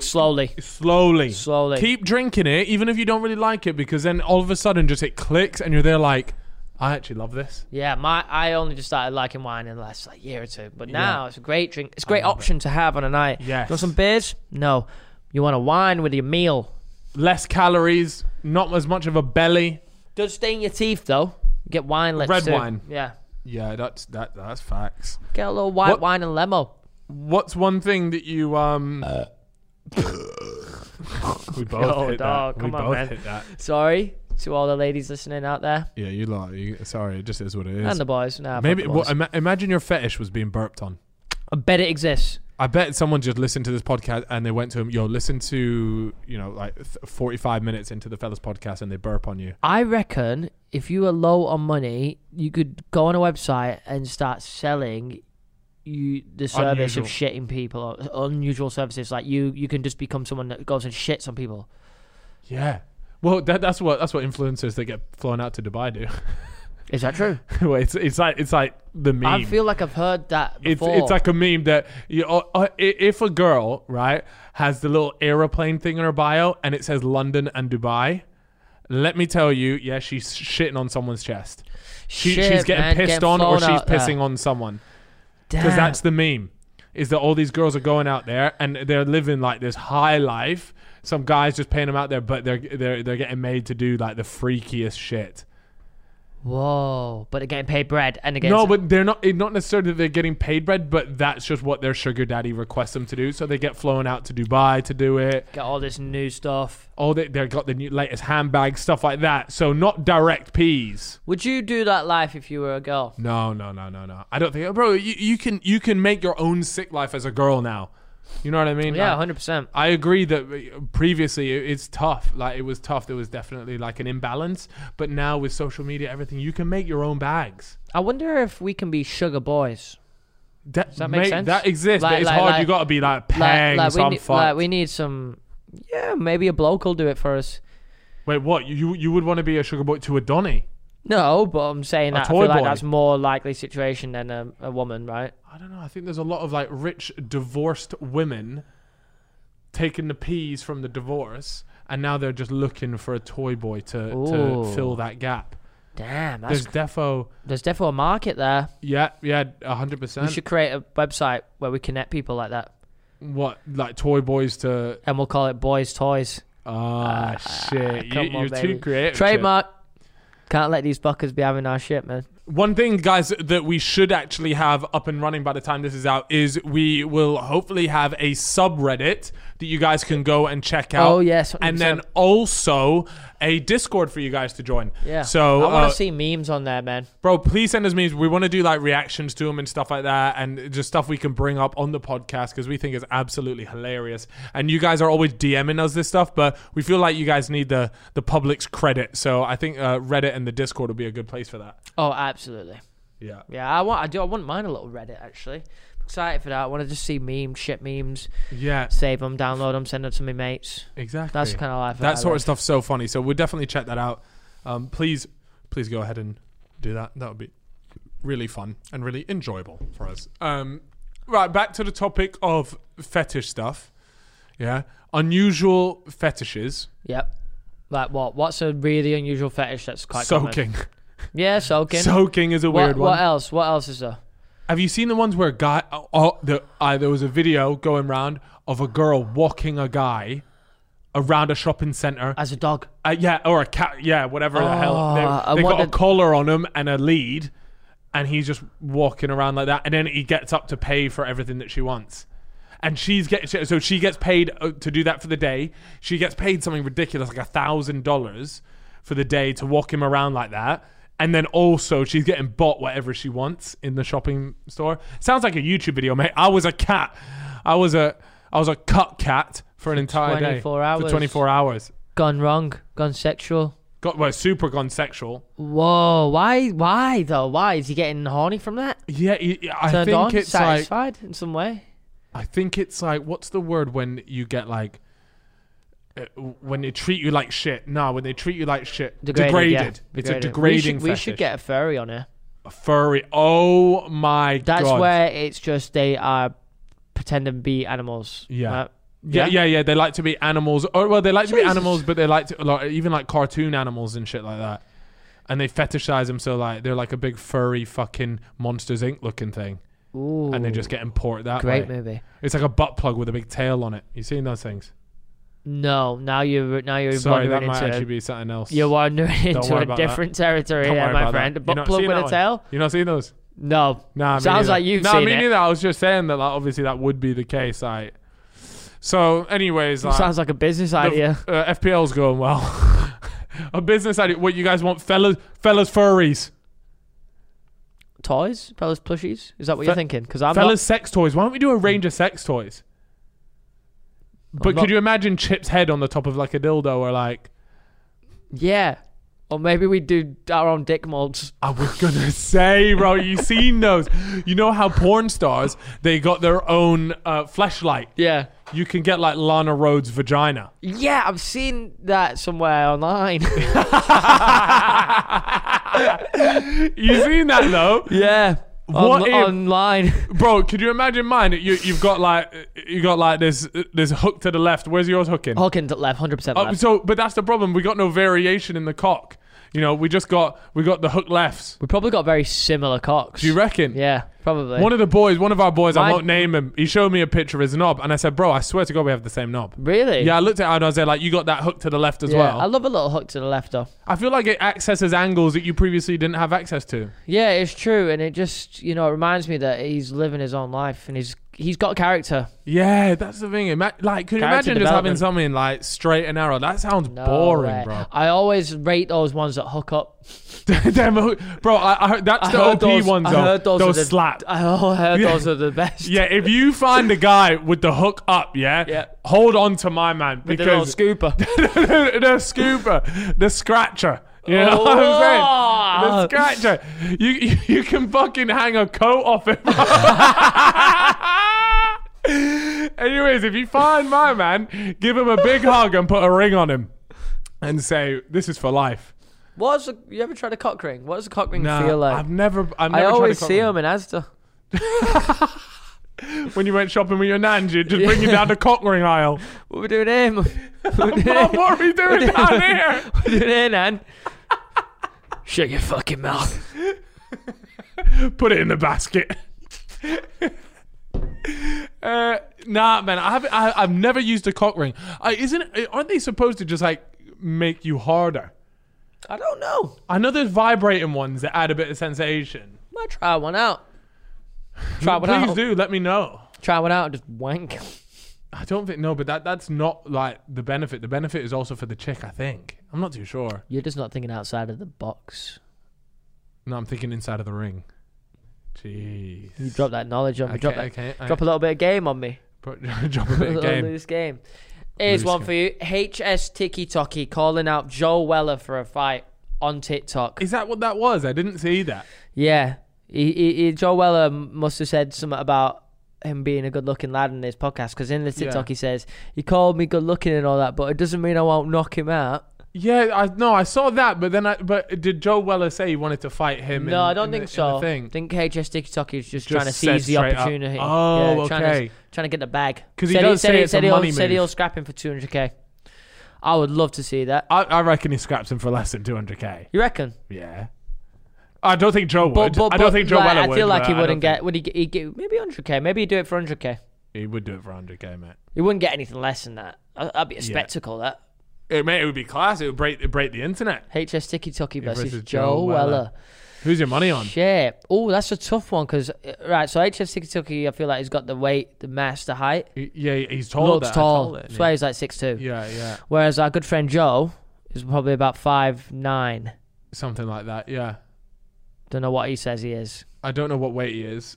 Speaker 3: Slowly.
Speaker 2: slowly
Speaker 3: Slowly.
Speaker 2: keep drinking it even if you don't really like it because then all of a sudden just it clicks and you're there like i actually love this
Speaker 3: Yeah, my I only just started liking wine in the last like year or two, but now it's a great drink. It's a great option to have on a night.
Speaker 2: Yes.
Speaker 3: You want some beers? No. You want a wine with your meal.
Speaker 2: less calories not as much of a belly
Speaker 3: Does stain your teeth though. Get wine. Let's
Speaker 2: Red
Speaker 3: do.
Speaker 2: wine.
Speaker 3: Yeah.
Speaker 2: yeah that's that that's facts
Speaker 3: Get a little white
Speaker 2: What-
Speaker 3: wine and lemo.
Speaker 2: what's one thing that you um we both
Speaker 3: Yo,
Speaker 2: hit
Speaker 3: dog,
Speaker 2: that
Speaker 3: come
Speaker 2: we
Speaker 3: on,
Speaker 2: both
Speaker 3: man.
Speaker 2: hit that
Speaker 3: Sorry to all the ladies listening out there
Speaker 2: yeah you lot you, sorry it just is what it
Speaker 3: and
Speaker 2: is
Speaker 3: the boys. Nah, fuck
Speaker 2: maybe
Speaker 3: the
Speaker 2: well,
Speaker 3: boys.
Speaker 2: ima- imagine your fetish was being burped on
Speaker 3: I bet it exists.
Speaker 2: I bet someone just listened to this podcast and they went to him, yo, listen to, you know, like th- 45 minutes into the fella's podcast and they burp on you.
Speaker 3: I reckon if you were low on money, you could go on a website and start selling you the service
Speaker 2: Unusual.
Speaker 3: of shitting people, or unusual services. Like you, you can just become someone that goes and shits on people.
Speaker 2: Yeah. Well, that, that's what that's what influencers that get flown out to Dubai do.
Speaker 3: Is that true?
Speaker 2: Well, it's it's like it's like the meme.
Speaker 3: I feel like I've heard that
Speaker 2: it's
Speaker 3: before.
Speaker 2: it's like a meme that you know, uh, i- if a girl right has the little aeroplane thing in her bio and it says London and Dubai, let me tell you, yeah, she's shitting on someone's chest. She,
Speaker 3: Shit,
Speaker 2: she's getting
Speaker 3: man,
Speaker 2: pissed on or she's
Speaker 3: flown out there.
Speaker 2: pissing on someone.
Speaker 3: Damn.
Speaker 2: because that's the meme is that all these girls are going out there and they're living like this high life some guys just paying them out there but they're they're, they're getting made to do like the freakiest shit
Speaker 3: Whoa! But they're getting paid bread and again.
Speaker 2: no but they're not it not necessarily that they're getting paid bread but that's just what their sugar daddy requests them to do so they get flown out to dubai to do it
Speaker 3: get all this new stuff.
Speaker 2: oh they, they've got the new latest handbag stuff like that so not direct peas
Speaker 3: Would you do that life if you were a girl?
Speaker 2: no no no no no i don't think bro you, you can you can make your own sick life as a girl now you know what i mean
Speaker 3: Yeah,
Speaker 2: Like,
Speaker 3: hundred percent.
Speaker 2: I agree that uh, previously it- it's tough. Like it was tough. There was definitely like an imbalance. But now with social media, everything you can make your own bags.
Speaker 3: I wonder if we can be sugar boys.
Speaker 2: That,
Speaker 3: that make
Speaker 2: mate,
Speaker 3: sense?
Speaker 2: That exists,
Speaker 3: Like-
Speaker 2: but it's
Speaker 3: like-
Speaker 2: hard.
Speaker 3: like-
Speaker 2: you got to be like
Speaker 3: like,
Speaker 2: pang.
Speaker 3: like,
Speaker 2: so
Speaker 3: we
Speaker 2: I'm
Speaker 3: need,
Speaker 2: fucked.
Speaker 3: like we need some yeah maybe a bloke will do it for us
Speaker 2: Wait, what? You you would want to be a sugar boy to a Donny?
Speaker 3: no but i'm saying
Speaker 2: A
Speaker 3: that i
Speaker 2: toy
Speaker 3: feel like
Speaker 2: boy.
Speaker 3: that's more likely situation than a, a woman right
Speaker 2: I don't know. I think there's a lot of like rich divorced women taking the peas from the divorce, and now they're just looking for a toy boy to
Speaker 3: Ooh.
Speaker 2: to fill that gap.
Speaker 3: damn that's,
Speaker 2: there's defo.
Speaker 3: there's definitely a market there
Speaker 2: Yeah, yeah, hundred
Speaker 3: we
Speaker 2: percent.
Speaker 3: should create a website where we connect people like that
Speaker 2: What like toy boys to
Speaker 3: and we'll call it boys toys
Speaker 2: Ah, shit. You,
Speaker 3: come on,
Speaker 2: you're
Speaker 3: baby.
Speaker 2: too creative.
Speaker 3: trademark can't let these fuckers be having our shit man
Speaker 2: Chip. One thing, guys, that we should actually have up and running by the time this is out is we will hopefully have a subreddit that you guys can go and check out.
Speaker 3: Oh, yes,
Speaker 2: And
Speaker 3: 100%.
Speaker 2: then also a Discord for you guys to join.
Speaker 3: yeah
Speaker 2: So,
Speaker 3: i want
Speaker 2: uh,
Speaker 3: to see memes on there man
Speaker 2: bro, please send us memes. We want to do like reactions to them and stuff like that and just stuff we can bring up on the podcast because we think it's absolutely hilarious. And you guys are always DMing us this stuff, but we feel like you guys need the, the public's credit. So I think uh, Reddit and the Discord will be a good place for that.
Speaker 3: oh absolutely
Speaker 2: Yeah.
Speaker 3: yeah i want i do i wouldn't mind a little reddit actually I'm excited for that i want to just see memes shit memes
Speaker 2: Yeah,
Speaker 3: save them, download them, send them to my mates.
Speaker 2: exactly.
Speaker 3: That's the kind of life.
Speaker 2: that sort of stuff's so funny. So we'll definitely check that out. Um, please, please go ahead and do that. That would be really fun and really enjoyable for us. Um, right, back to the topic of fetish stuff. Yeah, unusual fetishes.
Speaker 3: Yep. Like what? What's a really unusual fetish that's quite common?
Speaker 2: soaking,
Speaker 3: Yeah, soaking.
Speaker 2: soaking is a
Speaker 3: what,
Speaker 2: weird
Speaker 3: what
Speaker 2: one.
Speaker 3: else? What else is there?
Speaker 2: Have you seen the ones where a guy? Oh, oh, the, uh, there was a video going round of a girl walking a guy around a shopping center.
Speaker 3: as a dog.
Speaker 2: Uh, yeah, or a cat. Yeah, whatever the hell.
Speaker 1: I
Speaker 2: They, they got
Speaker 1: wanted-
Speaker 2: a collar on him and a lead, and he's just walking around like that. And then he gets up to pay for everything that she wants. And she's get so she gets paid uh, to do that for the day. She gets paid something ridiculous, like a thousand dollars for the day to walk him around like that. And then also she's getting bought whatever she wants in the shopping store. Sounds like a YouTube video, mate. I was a cat. I was a I was a cut cat for an entire day
Speaker 3: 24
Speaker 2: for
Speaker 3: hours.
Speaker 2: twenty four hours.
Speaker 3: Gone wrong. Gone sexual.
Speaker 2: Got well, super gone sexual.
Speaker 3: Whoa. Why? Why though? Why is he getting horny from that?
Speaker 2: Yeah, y- y- I
Speaker 3: Turned
Speaker 2: think
Speaker 3: on?
Speaker 2: it's like
Speaker 3: satisfied in some way?
Speaker 2: I think it's like what's the word when you get like uh, when they treat you like shit? No, when they treat you like shit,
Speaker 3: Degraded. yeah.
Speaker 2: It's
Speaker 3: Degraded.
Speaker 2: a degrading.
Speaker 3: We should, we should
Speaker 2: fetish.
Speaker 3: get a furry on here.
Speaker 2: a furry. Oh my
Speaker 3: That's
Speaker 2: god!
Speaker 3: where it's just they are pretending to be animals.
Speaker 2: Yeah.
Speaker 3: right?
Speaker 2: yeah, yeah, yeah. They like to be animals, or well, they like to be
Speaker 3: Jesus.
Speaker 2: animals, but they like to like, even like cartoon animals and shit like that. And they fetishize them so like they're like a big furry fucking Monsters Inc. looking thing,
Speaker 3: Ooh.
Speaker 2: and they just get imported that way.
Speaker 3: great movie.
Speaker 2: It's like a butt plug with a big tail on it. You seen those things?
Speaker 3: No, now you're now you're
Speaker 2: Sorry, that
Speaker 3: wandering
Speaker 2: might
Speaker 3: into
Speaker 2: actually be something else.
Speaker 3: you're wandering into
Speaker 2: worry
Speaker 3: a
Speaker 2: about that.
Speaker 3: different territory
Speaker 2: Don't
Speaker 3: here,
Speaker 2: worry
Speaker 3: my
Speaker 2: about that.
Speaker 3: friend.
Speaker 2: You're
Speaker 3: Butt
Speaker 2: not
Speaker 3: plug
Speaker 2: seen
Speaker 3: with
Speaker 2: that
Speaker 3: a
Speaker 2: one.
Speaker 3: tail?
Speaker 2: You not seen those?
Speaker 3: No.
Speaker 2: Nah, me
Speaker 3: Sounds
Speaker 2: neither.
Speaker 3: like you've
Speaker 2: nah,
Speaker 3: seen
Speaker 2: me
Speaker 3: it.
Speaker 2: neither. I was just saying that. Like, obviously, that would be the case. Like, so, anyways, like,
Speaker 3: Sounds like a business
Speaker 2: the-
Speaker 3: idea.
Speaker 2: Uh, FPL's going well. a business idea. What you guys want, fellas? Fellas furries,
Speaker 3: Toys, fellas plushies. Is that what
Speaker 2: Fe-
Speaker 3: you're thinking? Because I'm
Speaker 2: fellas sex toys. Why don't we do a range of sex toys? But
Speaker 3: not-
Speaker 2: could you imagine Chip's head on the top of like a dildo or like?
Speaker 3: Not, yeah. Or maybe we do our own dick molds.
Speaker 2: I was gonna say, bro, you seen those? You know how porn stars they got their own uh, flashlight.
Speaker 3: Yeah.
Speaker 2: You can get like Lana Rhodes' vagina.
Speaker 3: Yeah, I've seen that somewhere online.
Speaker 2: You seen that though,
Speaker 3: yeah.
Speaker 2: What
Speaker 3: On-
Speaker 2: if-
Speaker 3: online.
Speaker 2: bro? Could you imagine mine? You, you've got like you got like this this hook to the left. Where's yours hooking?
Speaker 3: Hawking to left, 100%
Speaker 2: Oh,
Speaker 3: left.
Speaker 2: so, but that's the problem. We got no variation in the cock. You know, we just got we got the hook lefts.
Speaker 3: we probably got very similar cocks.
Speaker 2: Do you reckon?
Speaker 3: Yeah, probably.
Speaker 2: One of the boys, one of our boys, I
Speaker 3: Mine-
Speaker 2: won't name him. He showed me a picture of his knob, and I said, "Bro, I swear to God, we have the same knob."
Speaker 3: really?
Speaker 2: Yeah, I looked at it and I was there, like, "You got that hook to the left as
Speaker 3: Yeah,
Speaker 2: well."
Speaker 3: I love a little hook to the left, though.
Speaker 2: I feel like it accesses angles that you previously didn't have access to.
Speaker 3: Yeah, it's true, and it just you know it reminds me that he's living his own life and he's he's got character.
Speaker 2: Yeah, that's the thing. Ima- like, could you
Speaker 3: Character
Speaker 2: imagine just having
Speaker 3: development.
Speaker 2: something like straight and narrow? That sounds
Speaker 3: No
Speaker 2: boring,
Speaker 3: way.
Speaker 2: bro.
Speaker 3: I always rate those ones that hook up.
Speaker 2: Damn, who- bro, I, I heard that's
Speaker 3: I
Speaker 2: the
Speaker 3: heard
Speaker 2: OP
Speaker 3: those-
Speaker 2: ones
Speaker 3: I
Speaker 2: though.
Speaker 3: heard those
Speaker 2: those
Speaker 3: are the-
Speaker 2: slap.
Speaker 3: I all heard
Speaker 2: Yeah.
Speaker 3: those are the best.
Speaker 2: yeah, if you find a guy with the hook up, yeah,
Speaker 3: Yeah.
Speaker 2: hold on to my man
Speaker 3: with the little
Speaker 2: because
Speaker 3: scooper.
Speaker 2: the, scooper, the scratcher. You know what
Speaker 3: Oh.
Speaker 2: I'm saying? The scratcher. You, you you can fucking hang a coat off him. Anyways, if you find my man, give him a big hug and put a ring on him, and say this is for life.
Speaker 3: What's the, you ever tried a cock ring? What does a cock ring
Speaker 2: Nah,
Speaker 3: feel like?
Speaker 2: I've never. I've
Speaker 3: I
Speaker 2: never tried a
Speaker 3: always
Speaker 2: cock
Speaker 3: see
Speaker 2: ring.
Speaker 3: them in Asda.
Speaker 2: when you went shopping with your nan. You just bring you down the cock ring aisle.
Speaker 3: What we doing here? mum? what we doing here?
Speaker 2: Mom, what are we doing down here?
Speaker 3: What we doing here, Nan? Shut your fucking mouth.
Speaker 2: put it in the basket. uh, nah, man, I haven't. I, I've never used a cock ring. I, isn't? Aren't they supposed to just like make you harder?
Speaker 3: I don't know.
Speaker 2: I know there's vibrating ones that add a bit of sensation.
Speaker 3: Might try one out. Try one
Speaker 2: Please
Speaker 3: out.
Speaker 2: do let me know.
Speaker 3: Try one out and just wank.
Speaker 2: I don't think no, but that that's not like the benefit. The benefit is also for the chick. I think I'm not too sure.
Speaker 3: You're just not thinking outside of the box.
Speaker 2: No, I'm thinking inside of the ring. Jeez.
Speaker 3: You drop that knowledge on me.
Speaker 2: Okay,
Speaker 3: drop that.
Speaker 2: okay, I-
Speaker 3: Drop a little bit of game on me.
Speaker 2: Put- drop a bit of
Speaker 3: Little
Speaker 2: game.
Speaker 3: Loose game. Here's
Speaker 2: Loose
Speaker 3: one
Speaker 2: game.
Speaker 3: for you. HS Tiki Toki calling out Joe Weller for a fight on TikTok.
Speaker 2: Is that what that was? I didn't see that.
Speaker 3: Yeah. He, he, he, Joe Weller must have said something about him being a good looking lad in his podcast because in the TikTok he says, he called me good looking and all that, but it doesn't mean I won't knock him out.
Speaker 2: Yeah, I no, I saw that, but then I but did Joe Weller say he wanted to fight him? in-
Speaker 3: No, I don't
Speaker 2: in
Speaker 3: think
Speaker 2: the- in
Speaker 3: so.
Speaker 2: the
Speaker 3: I
Speaker 2: thing
Speaker 3: think HS Tiki Toki is just,
Speaker 2: Just
Speaker 3: trying to
Speaker 2: said
Speaker 3: seize the
Speaker 2: straight up.
Speaker 3: opportunity.
Speaker 2: Oh,
Speaker 3: trying to-
Speaker 2: okay.
Speaker 3: Trying to get the bag.
Speaker 2: 'Cause he
Speaker 3: Said
Speaker 2: does
Speaker 3: said
Speaker 2: say
Speaker 3: he-
Speaker 2: it's
Speaker 3: said
Speaker 2: a
Speaker 3: he'll-
Speaker 2: money
Speaker 3: Said
Speaker 2: move.
Speaker 3: he'll scrap him for 200k. I would love to see that.
Speaker 2: I, I reckon he scraps him for less than two hundred k.
Speaker 3: You reckon?
Speaker 2: Yeah, I don't think Joe would.
Speaker 3: But, but,
Speaker 2: I don't
Speaker 3: but,
Speaker 2: think Joe
Speaker 3: like,
Speaker 2: Weller
Speaker 3: I
Speaker 2: would.
Speaker 3: feel like
Speaker 2: but
Speaker 3: he
Speaker 2: I
Speaker 3: wouldn't
Speaker 2: don't
Speaker 3: get. Would he get? He'd get maybe 100k. Maybe he'd do it for 100k.
Speaker 2: think- He would do it for 100k, mate.
Speaker 3: He wouldn't get anything less than that. That- That'd be a spectacle. That
Speaker 2: It, mate, it would be class. It would break it'd break the internet.
Speaker 3: HS Tiki Toki versus,
Speaker 2: versus
Speaker 3: Joe,
Speaker 2: Joe
Speaker 3: Weller.
Speaker 2: Weller. Who's your money on?
Speaker 3: Shit. Oh, that's a tough one because right. So HS Tiki Toki, I feel like he's got the weight, the mass, the height.
Speaker 2: He- Yeah, he's tall.
Speaker 3: Looks
Speaker 2: that, I
Speaker 3: tall.
Speaker 2: told it,
Speaker 3: Swear he's like six two.
Speaker 2: Yeah, yeah,
Speaker 3: Whereas our good friend Joe is probably about five nine.
Speaker 2: something like that. Yeah,
Speaker 3: Don't know what he says he is.
Speaker 2: I don't know what weight he is,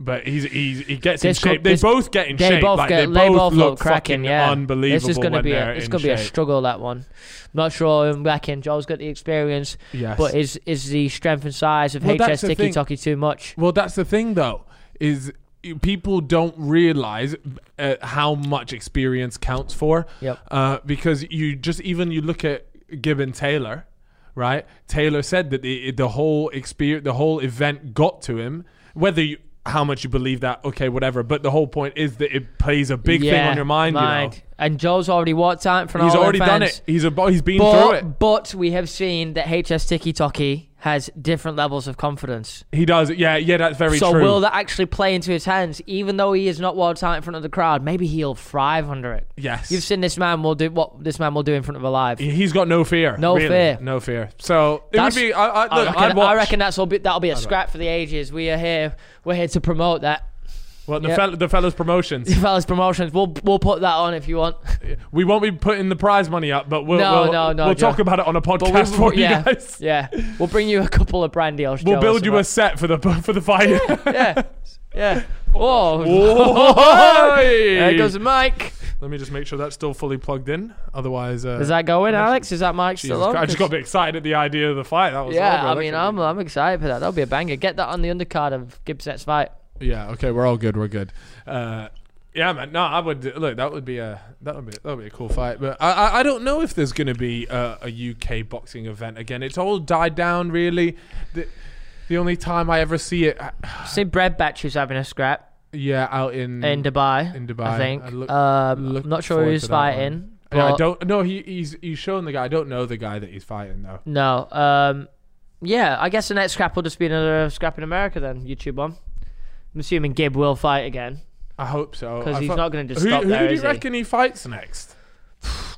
Speaker 2: but he's he's he gets
Speaker 3: This
Speaker 2: in shape.
Speaker 3: could-
Speaker 2: They
Speaker 3: this-
Speaker 2: both get in
Speaker 3: They
Speaker 2: shape.
Speaker 3: both
Speaker 2: like,
Speaker 3: get,
Speaker 2: they
Speaker 3: they both
Speaker 2: look,
Speaker 3: look cracking.
Speaker 2: fucking
Speaker 3: Yeah,
Speaker 2: unbelievable.
Speaker 3: This is gonna
Speaker 2: when
Speaker 3: be a,
Speaker 2: they're
Speaker 3: it's
Speaker 2: in
Speaker 3: gonna be a
Speaker 2: shape.
Speaker 3: struggle. That one. Not sure. I'm lacking. Joe's got the experience,
Speaker 2: Yes.
Speaker 3: but is is the strength and size of
Speaker 2: Well,
Speaker 3: HS
Speaker 2: that's the
Speaker 3: Tiki
Speaker 2: thing.
Speaker 3: Toki too much?
Speaker 2: Well, that's the thing, though, is people don't realize uh, how much experience counts for.
Speaker 3: Yep.
Speaker 2: Uh, because you just even you look at Gibbon Taylor, right? Taylor said that the the whole experience, the whole event got to him, whether you. How much you believe that? Okay, whatever. But the whole point is that it plays a big thing on your mind. You
Speaker 3: And Joe's already walked out in front
Speaker 2: know? He's
Speaker 3: of all
Speaker 2: already
Speaker 3: their
Speaker 2: done
Speaker 3: fans.
Speaker 2: it. He's a bo- he's been through it.
Speaker 3: But, but we have seen that HS Tiki Toki has different levels of confidence.
Speaker 2: He does. Yeah, yeah. That's very
Speaker 3: so
Speaker 2: true.
Speaker 3: will that actually play into his hands? Even though he is not walked out in front of the crowd, maybe he'll thrive under it.
Speaker 2: yes.
Speaker 3: You've seen this man will do what this man will do in front of a live.
Speaker 2: He's got no fear.
Speaker 3: No
Speaker 2: really.
Speaker 3: fear.
Speaker 2: No fear. So it
Speaker 3: That's-
Speaker 2: would be. I,
Speaker 3: I
Speaker 2: I, look, I'd
Speaker 3: reckon,
Speaker 2: watch.
Speaker 3: I reckon that's all. Be, that'll be a scrap for the ages. We are here. We're here to promote that.
Speaker 2: Well, the,
Speaker 3: yeah.
Speaker 2: fel- the fellas promotions.
Speaker 3: Fellas promotions. We'll we'll put that on if you want.
Speaker 2: we won't be putting the prize money up, but we'll
Speaker 3: No,
Speaker 2: we'll,
Speaker 3: no, no,
Speaker 2: we'll
Speaker 3: Joe.
Speaker 2: talk about it on a
Speaker 3: But
Speaker 2: podcast for you
Speaker 3: yeah,
Speaker 2: guys.
Speaker 3: yeah. We'll bring you a couple of brand deals.
Speaker 2: We'll
Speaker 3: Joe,
Speaker 2: build
Speaker 3: or
Speaker 2: you a set for the for the fire.
Speaker 3: something. yeah, yeah. Oh, there goes the mic.
Speaker 2: Let me just make sure that's still fully plugged in. Otherwise, uh,
Speaker 3: Is that going, Alex? Is that mic
Speaker 2: Jesus
Speaker 3: still on?
Speaker 2: Christ, I just got a bit excited at the idea of the fight. That was
Speaker 3: Yeah, I
Speaker 2: odd, bro. That
Speaker 3: mean,
Speaker 2: could
Speaker 3: I'm
Speaker 2: be-
Speaker 3: I'm excited for that. That'll be a banger. Get that on the undercard of Gibson's fight.
Speaker 2: yeah. Okay, we're all good. We're good. Uh, yeah, man. No, I would look. That would be a that would be that would be a cool fight. But I I, I don't know if there's going to be a, a UK boxing event again. It's all died down. Really, the the only time I ever see it,
Speaker 3: See, Bread Batch is having a scrap
Speaker 2: yeah, out in
Speaker 3: in Dubai.
Speaker 2: Mm. in Dubai.
Speaker 3: I think.
Speaker 2: I look-
Speaker 3: um,
Speaker 2: look
Speaker 3: I'm not sure
Speaker 2: forward
Speaker 3: who's
Speaker 2: to that one.
Speaker 3: fighting.
Speaker 2: Yeah, I
Speaker 3: but-
Speaker 2: don't. No, he, he's he's showing the guy. I don't know the guy that he's fighting though.
Speaker 3: No. Um, yeah, I guess the next scrap will just be another scrap in America then. YouTube one. I'm assuming Gib will fight again
Speaker 2: I hope so.
Speaker 3: because
Speaker 2: I
Speaker 3: he's
Speaker 2: thought-
Speaker 3: not going to just
Speaker 2: Who,
Speaker 3: stop
Speaker 2: who
Speaker 3: there,
Speaker 2: do you
Speaker 3: is he?
Speaker 2: reckon he fights next?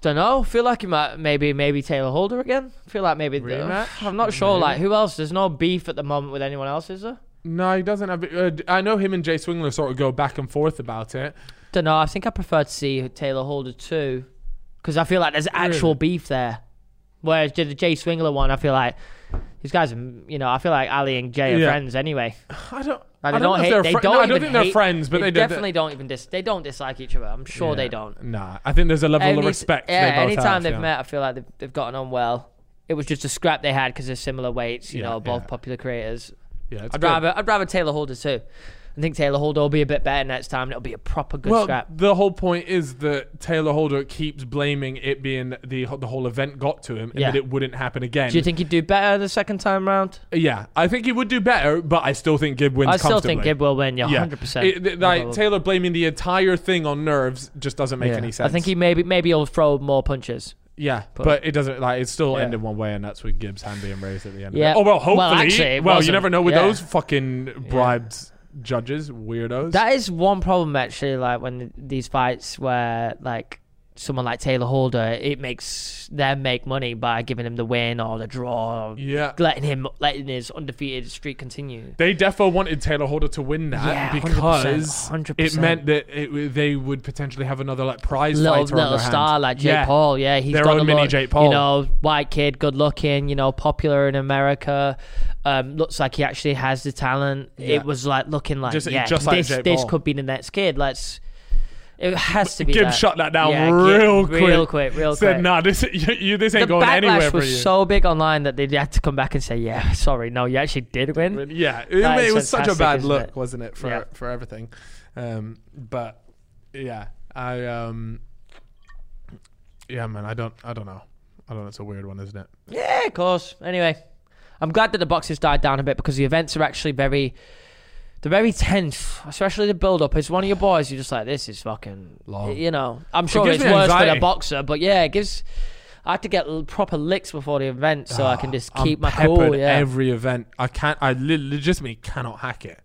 Speaker 3: Don't know. Feel like he might maybe maybe Taylor Holder again. Feel like maybe
Speaker 2: Rematch?
Speaker 3: I'm not sure.
Speaker 2: Maybe.
Speaker 3: Like who else? There's no beef at the moment with anyone else, is there?
Speaker 2: No, he doesn't have. Uh, I know him and Jay Swingler sort of go back and forth about it.
Speaker 3: Don't know. I think I prefer to see Taylor Holder too, because I feel like there's actual
Speaker 2: Really?
Speaker 3: beef there. Whereas the the Jay Swingler one, I feel like these guys, are, you know, I feel like Ali and Jay are
Speaker 2: Yeah.
Speaker 3: friends anyway.
Speaker 2: I don't.
Speaker 3: Like,
Speaker 2: I
Speaker 3: they
Speaker 2: don't know
Speaker 3: don't
Speaker 2: if
Speaker 3: hate.
Speaker 2: they're
Speaker 3: they
Speaker 2: fri-
Speaker 3: don't
Speaker 2: no, I
Speaker 3: even
Speaker 2: don't think they're
Speaker 3: hate-
Speaker 2: friends, but they, do-
Speaker 3: definitely don't even dis. They don't dislike each other. I'm sure they
Speaker 2: Yeah.
Speaker 3: don't.
Speaker 2: Nah, I think there's a level of
Speaker 3: Any-
Speaker 2: respect.
Speaker 3: Yeah,
Speaker 2: they both
Speaker 3: anytime
Speaker 2: have,
Speaker 3: they've
Speaker 2: yeah.
Speaker 3: met, I feel like they've, they've gotten on well. It was just a scrap they had because they're similar weights. You
Speaker 2: Yeah,
Speaker 3: know, both
Speaker 2: yeah.
Speaker 3: popular creators.
Speaker 2: yeah, it's
Speaker 3: I'd
Speaker 2: good.
Speaker 3: rather I'd rather Taylor Holder too. I think Taylor Holder will be a bit better next time. and It'll be a proper good
Speaker 2: well,
Speaker 3: scrap.
Speaker 2: the whole point is that Taylor Holder keeps blaming it being the the whole event got to him and
Speaker 3: Yeah.
Speaker 2: that it wouldn't happen again.
Speaker 3: Do you think he'd do better the second time round?
Speaker 2: Yeah, I think he would do better, but I still think Gibb wins.
Speaker 3: I still think
Speaker 2: comfortably.
Speaker 3: Gibb will win. Yeah,
Speaker 2: Yeah.
Speaker 3: hundred
Speaker 2: It- th-
Speaker 3: percent.
Speaker 2: like Taylor blaming the entire thing on nerves just doesn't make any sense.
Speaker 3: I think he maybe maybe he'll throw more punches.
Speaker 2: yeah,
Speaker 3: but-
Speaker 2: but, it doesn't like it's still
Speaker 3: Yeah.
Speaker 2: ended one way, and that's with Gibbs' hand being raised at the end. of
Speaker 3: Yeah.
Speaker 2: it. Oh well, hopefully.
Speaker 3: Well, actually, it
Speaker 2: well, you
Speaker 3: wasn't.
Speaker 2: never know with
Speaker 3: Yeah.
Speaker 2: those fucking bribed judges, weirdos.
Speaker 3: That is one problem actually. Like when these fights where like someone like Taylor Holder, it makes them make money by giving him the win or the draw, or
Speaker 2: yeah.
Speaker 3: letting him letting his undefeated streak continue.
Speaker 2: They defo wanted Taylor Holder to win that
Speaker 3: Yeah, 100%,
Speaker 2: because
Speaker 3: 100%.
Speaker 2: it meant that it, w- they would potentially have another like prize
Speaker 3: Little,
Speaker 2: fighter on
Speaker 3: little
Speaker 2: their
Speaker 3: star
Speaker 2: hands.
Speaker 3: like Jake
Speaker 2: Yeah.
Speaker 3: Paul, yeah, he's
Speaker 2: Their
Speaker 3: got
Speaker 2: own
Speaker 3: a
Speaker 2: mini
Speaker 3: look,
Speaker 2: Jake Paul.
Speaker 3: you know, white kid, good looking, you know, popular in America. Um, looks like he actually has the talent.
Speaker 2: Yeah.
Speaker 3: It was like looking like
Speaker 2: Just-
Speaker 3: yeah,
Speaker 2: just like
Speaker 3: this
Speaker 2: Jake
Speaker 3: this
Speaker 2: Paul.
Speaker 3: could be the next kid. Let's, it has to be.
Speaker 2: Gibbs
Speaker 3: that.
Speaker 2: shut that down
Speaker 3: Yeah, Gibbs-
Speaker 2: real quick.
Speaker 3: real quick, real
Speaker 2: Said,
Speaker 3: quick.
Speaker 2: "Nah, this you, you, this ain't
Speaker 3: the
Speaker 2: going anywhere
Speaker 3: backlash
Speaker 2: for
Speaker 3: was
Speaker 2: you."
Speaker 3: so big online that they had to come back and say, "Yeah, sorry, no, you actually did win."
Speaker 2: But yeah, it,
Speaker 3: That
Speaker 2: it
Speaker 3: is
Speaker 2: was such a
Speaker 3: fantastic,
Speaker 2: bad
Speaker 3: isn't
Speaker 2: look,
Speaker 3: it?
Speaker 2: wasn't it, for
Speaker 3: Yeah.
Speaker 2: for everything? Um, but yeah, I um, yeah, man, I don't, I don't know, I don't. know. It's a weird one, isn't it?
Speaker 3: Yeah, of course. Anyway, I'm glad that the boxes died down a bit because the events are actually very, they're very tense, especially the build-up. It's one of your boys. You're just like, this is fucking
Speaker 2: Long.
Speaker 3: You know, I'm sure
Speaker 2: Oh. gives
Speaker 3: it's
Speaker 2: me
Speaker 3: worse than a
Speaker 2: anxiety.
Speaker 3: boxer, but yeah, it gives. I had to get l- proper licks before the event so I can just
Speaker 2: Ah, I'm
Speaker 3: keep my
Speaker 2: peppered
Speaker 3: cool. Yeah.
Speaker 2: every event. I can't. I li- legitimately cannot hack it.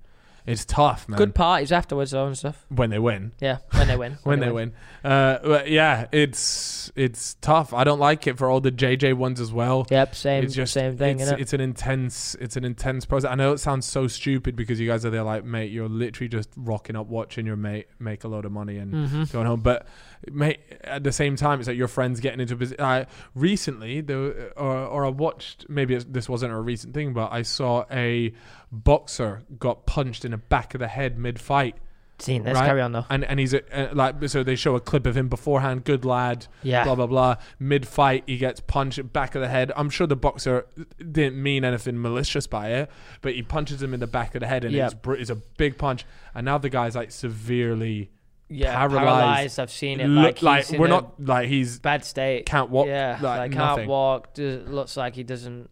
Speaker 2: It's tough, man.
Speaker 3: Good parties afterwards though and stuff.
Speaker 2: when they win.
Speaker 3: Yeah, when they win.
Speaker 2: When they win. Uh, but yeah, it's it's tough. I don't like it for all the JJ ones as well.
Speaker 3: Yep, same
Speaker 2: it's just
Speaker 3: same thing.
Speaker 2: It's,
Speaker 3: innit?
Speaker 2: it's an intense. It's an intense process. I know it sounds so stupid because you guys are there, like, mate, you're literally just rocking up, watching your mate make a load of money and
Speaker 3: Mm-hmm.
Speaker 2: going home. But mate, at the same time, it's like your friends getting into business. I recently, the or or I watched. Maybe it's, this wasn't a recent thing, but I saw a boxer got punched in the back of the head mid-fight.
Speaker 3: Seen this.
Speaker 2: right?
Speaker 3: Carry on though.
Speaker 2: And and he's a, uh, like so they show a clip of him beforehand, good lad,
Speaker 3: Yeah.
Speaker 2: blah blah blah. Mid fight, he gets punched back of the head. I'm sure the boxer didn't mean anything malicious by it, but he punches him in the back of the head, and
Speaker 3: Yeah.
Speaker 2: it's br- it's a big punch. And now the guy's like severely
Speaker 3: Yeah,
Speaker 2: paralyzed.
Speaker 3: I've seen it. Like,
Speaker 2: Look like,
Speaker 3: he's in
Speaker 2: we're
Speaker 3: a
Speaker 2: not like he's
Speaker 3: bad state.
Speaker 2: can't walk.
Speaker 3: yeah,
Speaker 2: like,
Speaker 3: like,
Speaker 2: nothing.
Speaker 3: can't walk. does- looks like he doesn't.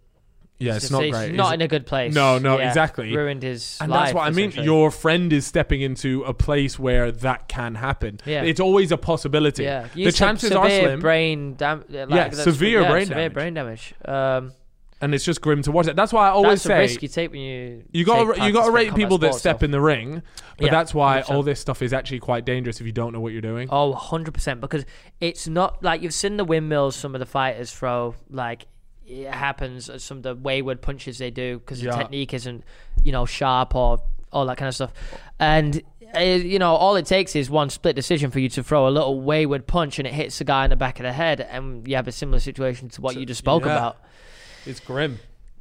Speaker 2: Yeah, it's not
Speaker 3: he's
Speaker 2: great.
Speaker 3: Not
Speaker 2: He's-
Speaker 3: in a good place.
Speaker 2: No, no,
Speaker 3: Yeah,
Speaker 2: exactly.
Speaker 3: Ruined his.
Speaker 2: and
Speaker 3: life,
Speaker 2: that's what I mean.
Speaker 3: essentially.
Speaker 2: Your friend is stepping into a place where that can happen.
Speaker 3: Yeah.
Speaker 2: It's always a possibility.
Speaker 3: yeah.
Speaker 2: The chances
Speaker 3: severe
Speaker 2: are slim.
Speaker 3: Brain dam- yeah, like,
Speaker 2: Yeah,
Speaker 3: that's-
Speaker 2: severe
Speaker 3: yeah,
Speaker 2: brain
Speaker 3: severe
Speaker 2: damage.
Speaker 3: brain damage. Um,
Speaker 2: and it's just grim to watch it. That's why I always
Speaker 3: that's a
Speaker 2: say
Speaker 3: risk you take when you.
Speaker 2: you got
Speaker 3: take
Speaker 2: to you got to
Speaker 3: participate
Speaker 2: rate
Speaker 3: in
Speaker 2: people
Speaker 3: combat
Speaker 2: that
Speaker 3: sports,
Speaker 2: step
Speaker 3: though.
Speaker 2: in the ring, but
Speaker 3: Yeah,
Speaker 2: that's why
Speaker 3: 100%.
Speaker 2: all this stuff is actually quite dangerous if you don't know what you're doing.
Speaker 3: Oh, 100%. Because it's not like you've seen the windmills some of the fighters throw. Like, it happens, uh, some of the wayward punches they do because
Speaker 2: Yeah.
Speaker 3: the technique isn't, you know, sharp or all that kind of stuff. And, uh, you know, all it takes is one split decision for you to throw a little wayward punch and it hits the guy in the back of the head. And you have a similar situation to what you just spoke
Speaker 2: yeah.
Speaker 3: about.
Speaker 2: It's grim.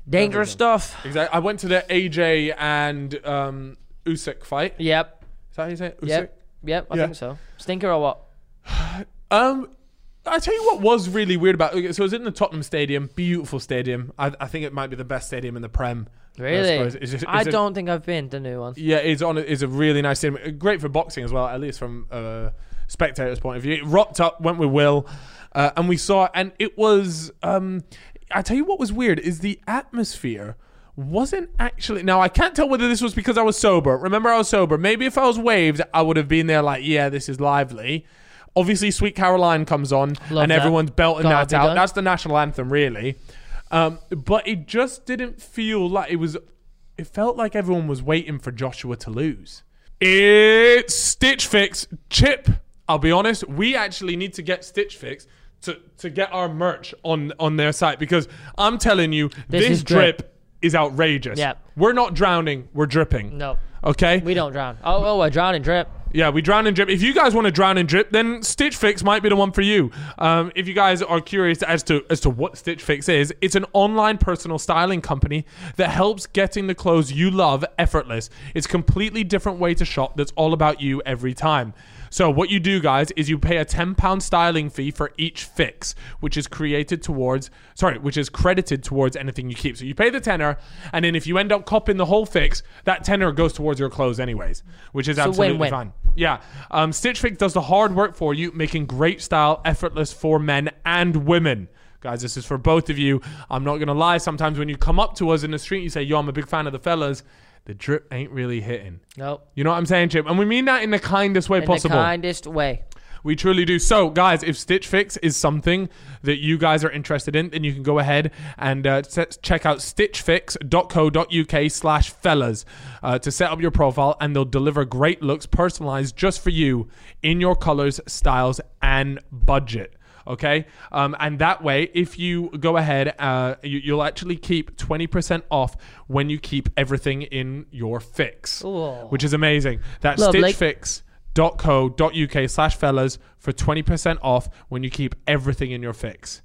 Speaker 3: Dangerous stuff.
Speaker 2: Exactly. I went to the AJ and um, Usyk fight. Is
Speaker 3: Yep.
Speaker 2: that how you say it? Usyk?
Speaker 3: Yep. Yep. I
Speaker 2: Yeah.
Speaker 3: think so. Stinker or what?
Speaker 2: Um, I tell you what was really weird about. Okay, so it was in the Tottenham Stadium, beautiful stadium. I, I think it might be the best stadium in the Prem. I
Speaker 3: Really?
Speaker 2: suppose. It's just-
Speaker 3: I
Speaker 2: it's a-
Speaker 3: don't think I've been the new one.
Speaker 2: Yeah, it's on. It's a really nice stadium. Great for boxing as well, at least from a spectator's point of view. It rocked up, went with Will, uh, and we saw. And it was. Um, I tell you what was weird is the atmosphere wasn't actually. Now I can't tell whether this was because I was sober. Remember, I was sober. Maybe if I was waved, I would have been there. Like, yeah, this is lively. Obviously, Sweet Caroline comes on,
Speaker 3: Love
Speaker 2: and
Speaker 3: that.
Speaker 2: everyone's belting
Speaker 3: Gotta
Speaker 2: that
Speaker 3: be
Speaker 2: out.
Speaker 3: done.
Speaker 2: That's the national anthem, really. Um, but it just didn't feel like it was. It felt like everyone was waiting for Joshua to lose. It's Stitch Fix Chip. I'll be honest. We actually need to get Stitch Fix to to get our merch on on their site because I'm telling you, this,
Speaker 3: is
Speaker 2: drip.
Speaker 3: drip.
Speaker 2: is outrageous.
Speaker 3: Yep.
Speaker 2: We're not drowning. We're dripping.
Speaker 3: No.
Speaker 2: Okay.
Speaker 3: We don't drown. Oh, oh, we're drowning drip.
Speaker 2: Yeah, we drown and drip. If you guys want to drown and drip, then Stitch Fix might be the one for you. Um, if you guys are curious as to as to what Stitch Fix is, it's an online personal styling company that helps getting the clothes you love effortless. It's a completely different way to shop that's all about you every time. So what you do, guys, is you pay a ten pound styling fee for each fix, which is created towards sorry, which is credited towards anything you keep. So you pay the tenner, and then if you end up copping the whole fix, that tenner goes towards your clothes anyways, which is absolutely
Speaker 3: win-win.
Speaker 2: fine. Yeah. Um, Stitch Fix does the hard work for you, making great style effortless for men and women. Guys, this is for both of you. I'm not going to lie. Sometimes when you come up to us in the street, you say, yo, I'm a big fan of the fellas. The drip ain't really hitting.
Speaker 3: Nope.
Speaker 2: You know what I'm saying, Chip? And we mean that in the kindest way
Speaker 3: In
Speaker 2: possible.
Speaker 3: the kindest way.
Speaker 2: We truly do. So, guys, if Stitch Fix is something that you guys are interested in, then you can go ahead and uh, se- check out stitchfix.co.uk slash fellas uh, to set up your profile, and they'll deliver great looks personalized just for you in your colors, styles, and budget. Okay, um, and that way, if you go ahead, uh, you, you'll actually keep twenty percent off when you keep everything in your fix,
Speaker 3: Ooh.
Speaker 2: which is amazing. That's
Speaker 3: Lovely.
Speaker 2: Stitch fix.co.uk slash fellas for 20% off when you keep everything in your fix.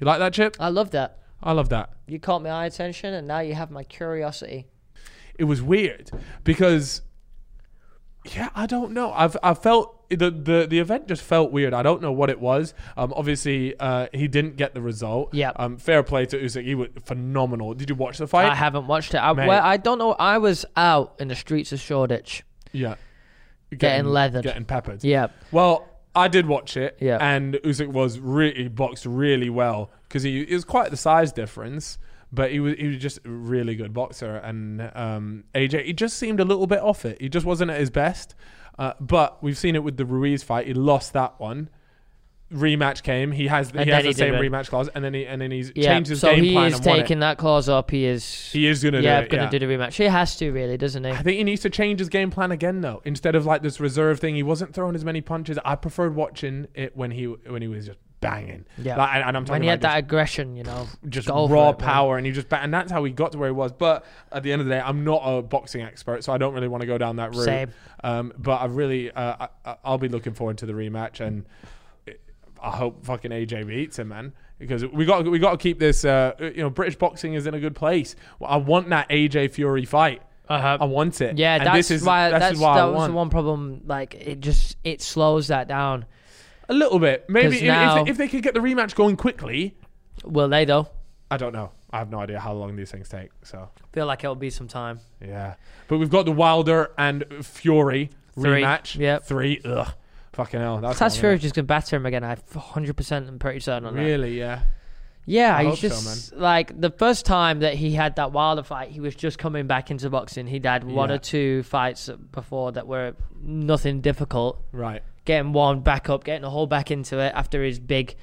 Speaker 2: You like that, Chip?
Speaker 3: I love that.
Speaker 2: I love that.
Speaker 3: You caught my eye attention, and now you have my curiosity.
Speaker 2: It was weird because, yeah, I don't know. I've I felt the, the the event just felt weird. I don't know what it was. Um, obviously, uh, he didn't get the result.
Speaker 3: Yep.
Speaker 2: Um, fair play to Usyk. He was phenomenal. Did you watch the fight?
Speaker 3: I haven't watched it. I,
Speaker 2: Mate.
Speaker 3: well, I don't know. I was out in the streets of Shoreditch.
Speaker 2: Yeah.
Speaker 3: Getting leathered.
Speaker 2: Getting peppered.
Speaker 3: Yeah.
Speaker 2: Well, I did watch it,
Speaker 3: Yeah.
Speaker 2: and Usyk was really he boxed really well because he it was quite the size difference, but he was he was just a really good boxer, and um, AJ he just seemed a little bit off it. He just wasn't at his best. Uh, but we've seen it with the Ruiz fight; he lost that one. rematch came, he has he
Speaker 3: And
Speaker 2: has
Speaker 3: then
Speaker 2: the
Speaker 3: he
Speaker 2: same
Speaker 3: didn't.
Speaker 2: rematch clause, and then he and then he's
Speaker 3: Yeah,
Speaker 2: changed his
Speaker 3: so
Speaker 2: game
Speaker 3: he
Speaker 2: plan
Speaker 3: is
Speaker 2: and won it.
Speaker 3: taking that clause up. He is.
Speaker 2: He is gonna
Speaker 3: yeah,
Speaker 2: do it.
Speaker 3: gonna
Speaker 2: yeah.
Speaker 3: do the rematch. He has to, really, doesn't he?
Speaker 2: I think he needs to change his game plan again, though. Instead of like this reserve thing, he wasn't throwing as many punches. I preferred watching it when he when he was just banging.
Speaker 3: Yeah.
Speaker 2: Like, and, and I'm
Speaker 3: When
Speaker 2: talking
Speaker 3: he had
Speaker 2: about
Speaker 3: that aggression, you know,
Speaker 2: just, just
Speaker 3: go for
Speaker 2: raw
Speaker 3: it, man.
Speaker 2: power, and he just bang, and that's how he got to where he was. But at the end of the day, I'm not a boxing expert, so I don't really want to go down that route.
Speaker 3: Same.
Speaker 2: Um, but I really, uh, I, I'll be looking forward to the rematch, and I hope fucking AJ beats him, man. Because we got we got to keep this. Uh, you know, British boxing is in a good place. I want that AJ Fury fight.
Speaker 3: Uh-huh.
Speaker 2: I want it.
Speaker 3: Yeah,
Speaker 2: And
Speaker 3: that's
Speaker 2: this is,
Speaker 3: why.
Speaker 2: This
Speaker 3: That's,
Speaker 2: is why
Speaker 3: that
Speaker 2: I
Speaker 3: was
Speaker 2: want.
Speaker 3: the one problem. Like it just it slows that down.
Speaker 2: A little bit, maybe
Speaker 3: 'Cause
Speaker 2: if,
Speaker 3: now-
Speaker 2: if, they, if they could get the rematch going quickly.
Speaker 3: Will they though?
Speaker 2: I don't know. I have no idea how long these things take. So
Speaker 3: Feel like it'll be some time.
Speaker 2: yeah, but we've got the Wilder and Fury
Speaker 3: Three.
Speaker 2: rematch.
Speaker 3: Yep.
Speaker 2: three. Ugh, fucking hell. That's
Speaker 3: That's
Speaker 2: long,
Speaker 3: Fury
Speaker 2: isn't
Speaker 3: just gonna batter him again. I 100 percent am pretty certain
Speaker 2: it?
Speaker 3: on that.
Speaker 2: Really, yeah.
Speaker 3: Yeah,
Speaker 2: I
Speaker 3: he's
Speaker 2: hope so,
Speaker 3: just like the first time that he had that Wilder fight, he was just coming back into boxing. He'd had one
Speaker 2: Yeah.
Speaker 3: or two fights before that were nothing difficult.
Speaker 2: Right.
Speaker 3: Getting warmed back up, getting the whole back into it after his big,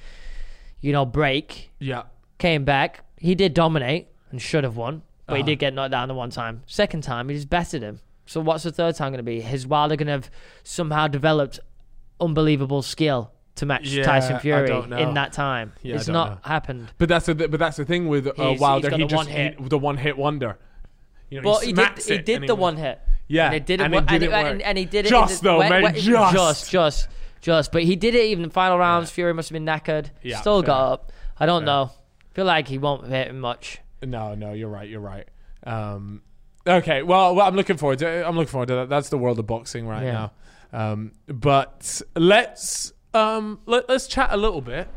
Speaker 3: you know, break.
Speaker 2: Yeah.
Speaker 3: Came back. He did dominate and should have won, but he
Speaker 2: Uh-huh.
Speaker 3: did get knocked down the one time. Second time, he just bettered him. So what's the third time going to be? His Wilder going to have somehow developed unbelievable skill to match
Speaker 2: Yeah,
Speaker 3: Tyson
Speaker 2: I
Speaker 3: Fury
Speaker 2: don't know.
Speaker 3: in that time.
Speaker 2: Yeah, I
Speaker 3: it's
Speaker 2: don't
Speaker 3: not
Speaker 2: know.
Speaker 3: happened.
Speaker 2: But that's the but that's the thing with
Speaker 3: He's-
Speaker 2: uh,
Speaker 3: he's
Speaker 2: Wilder.
Speaker 3: got
Speaker 2: he
Speaker 3: the
Speaker 2: just
Speaker 3: one hit.
Speaker 2: he- the one hit wonder. You know,
Speaker 3: Well,
Speaker 2: he,
Speaker 3: he did.
Speaker 2: smacks
Speaker 3: He
Speaker 2: it
Speaker 3: did
Speaker 2: and
Speaker 3: the
Speaker 2: wins.
Speaker 3: one hit.
Speaker 2: Yeah,
Speaker 3: and it didn't
Speaker 2: and it
Speaker 3: work. and,
Speaker 2: didn't
Speaker 3: it,
Speaker 2: work.
Speaker 3: And, and he did it.
Speaker 2: Just
Speaker 3: in the,
Speaker 2: though,
Speaker 3: when-
Speaker 2: mate,
Speaker 3: when-
Speaker 2: just.
Speaker 3: just, just, just. But he did it even final rounds. Fury must have been knackered.
Speaker 2: Yeah,
Speaker 3: Still
Speaker 2: fair.
Speaker 3: got up. I don't
Speaker 2: Fair.
Speaker 3: know. Feel like he won't hit him much.
Speaker 2: No, no, you're right. You're right. Um, okay. Well, well, I'm looking forward to. it. I'm looking forward to that. That's the world of boxing right
Speaker 3: Yeah.
Speaker 2: now. Um, but let's um, let, let's chat a little bit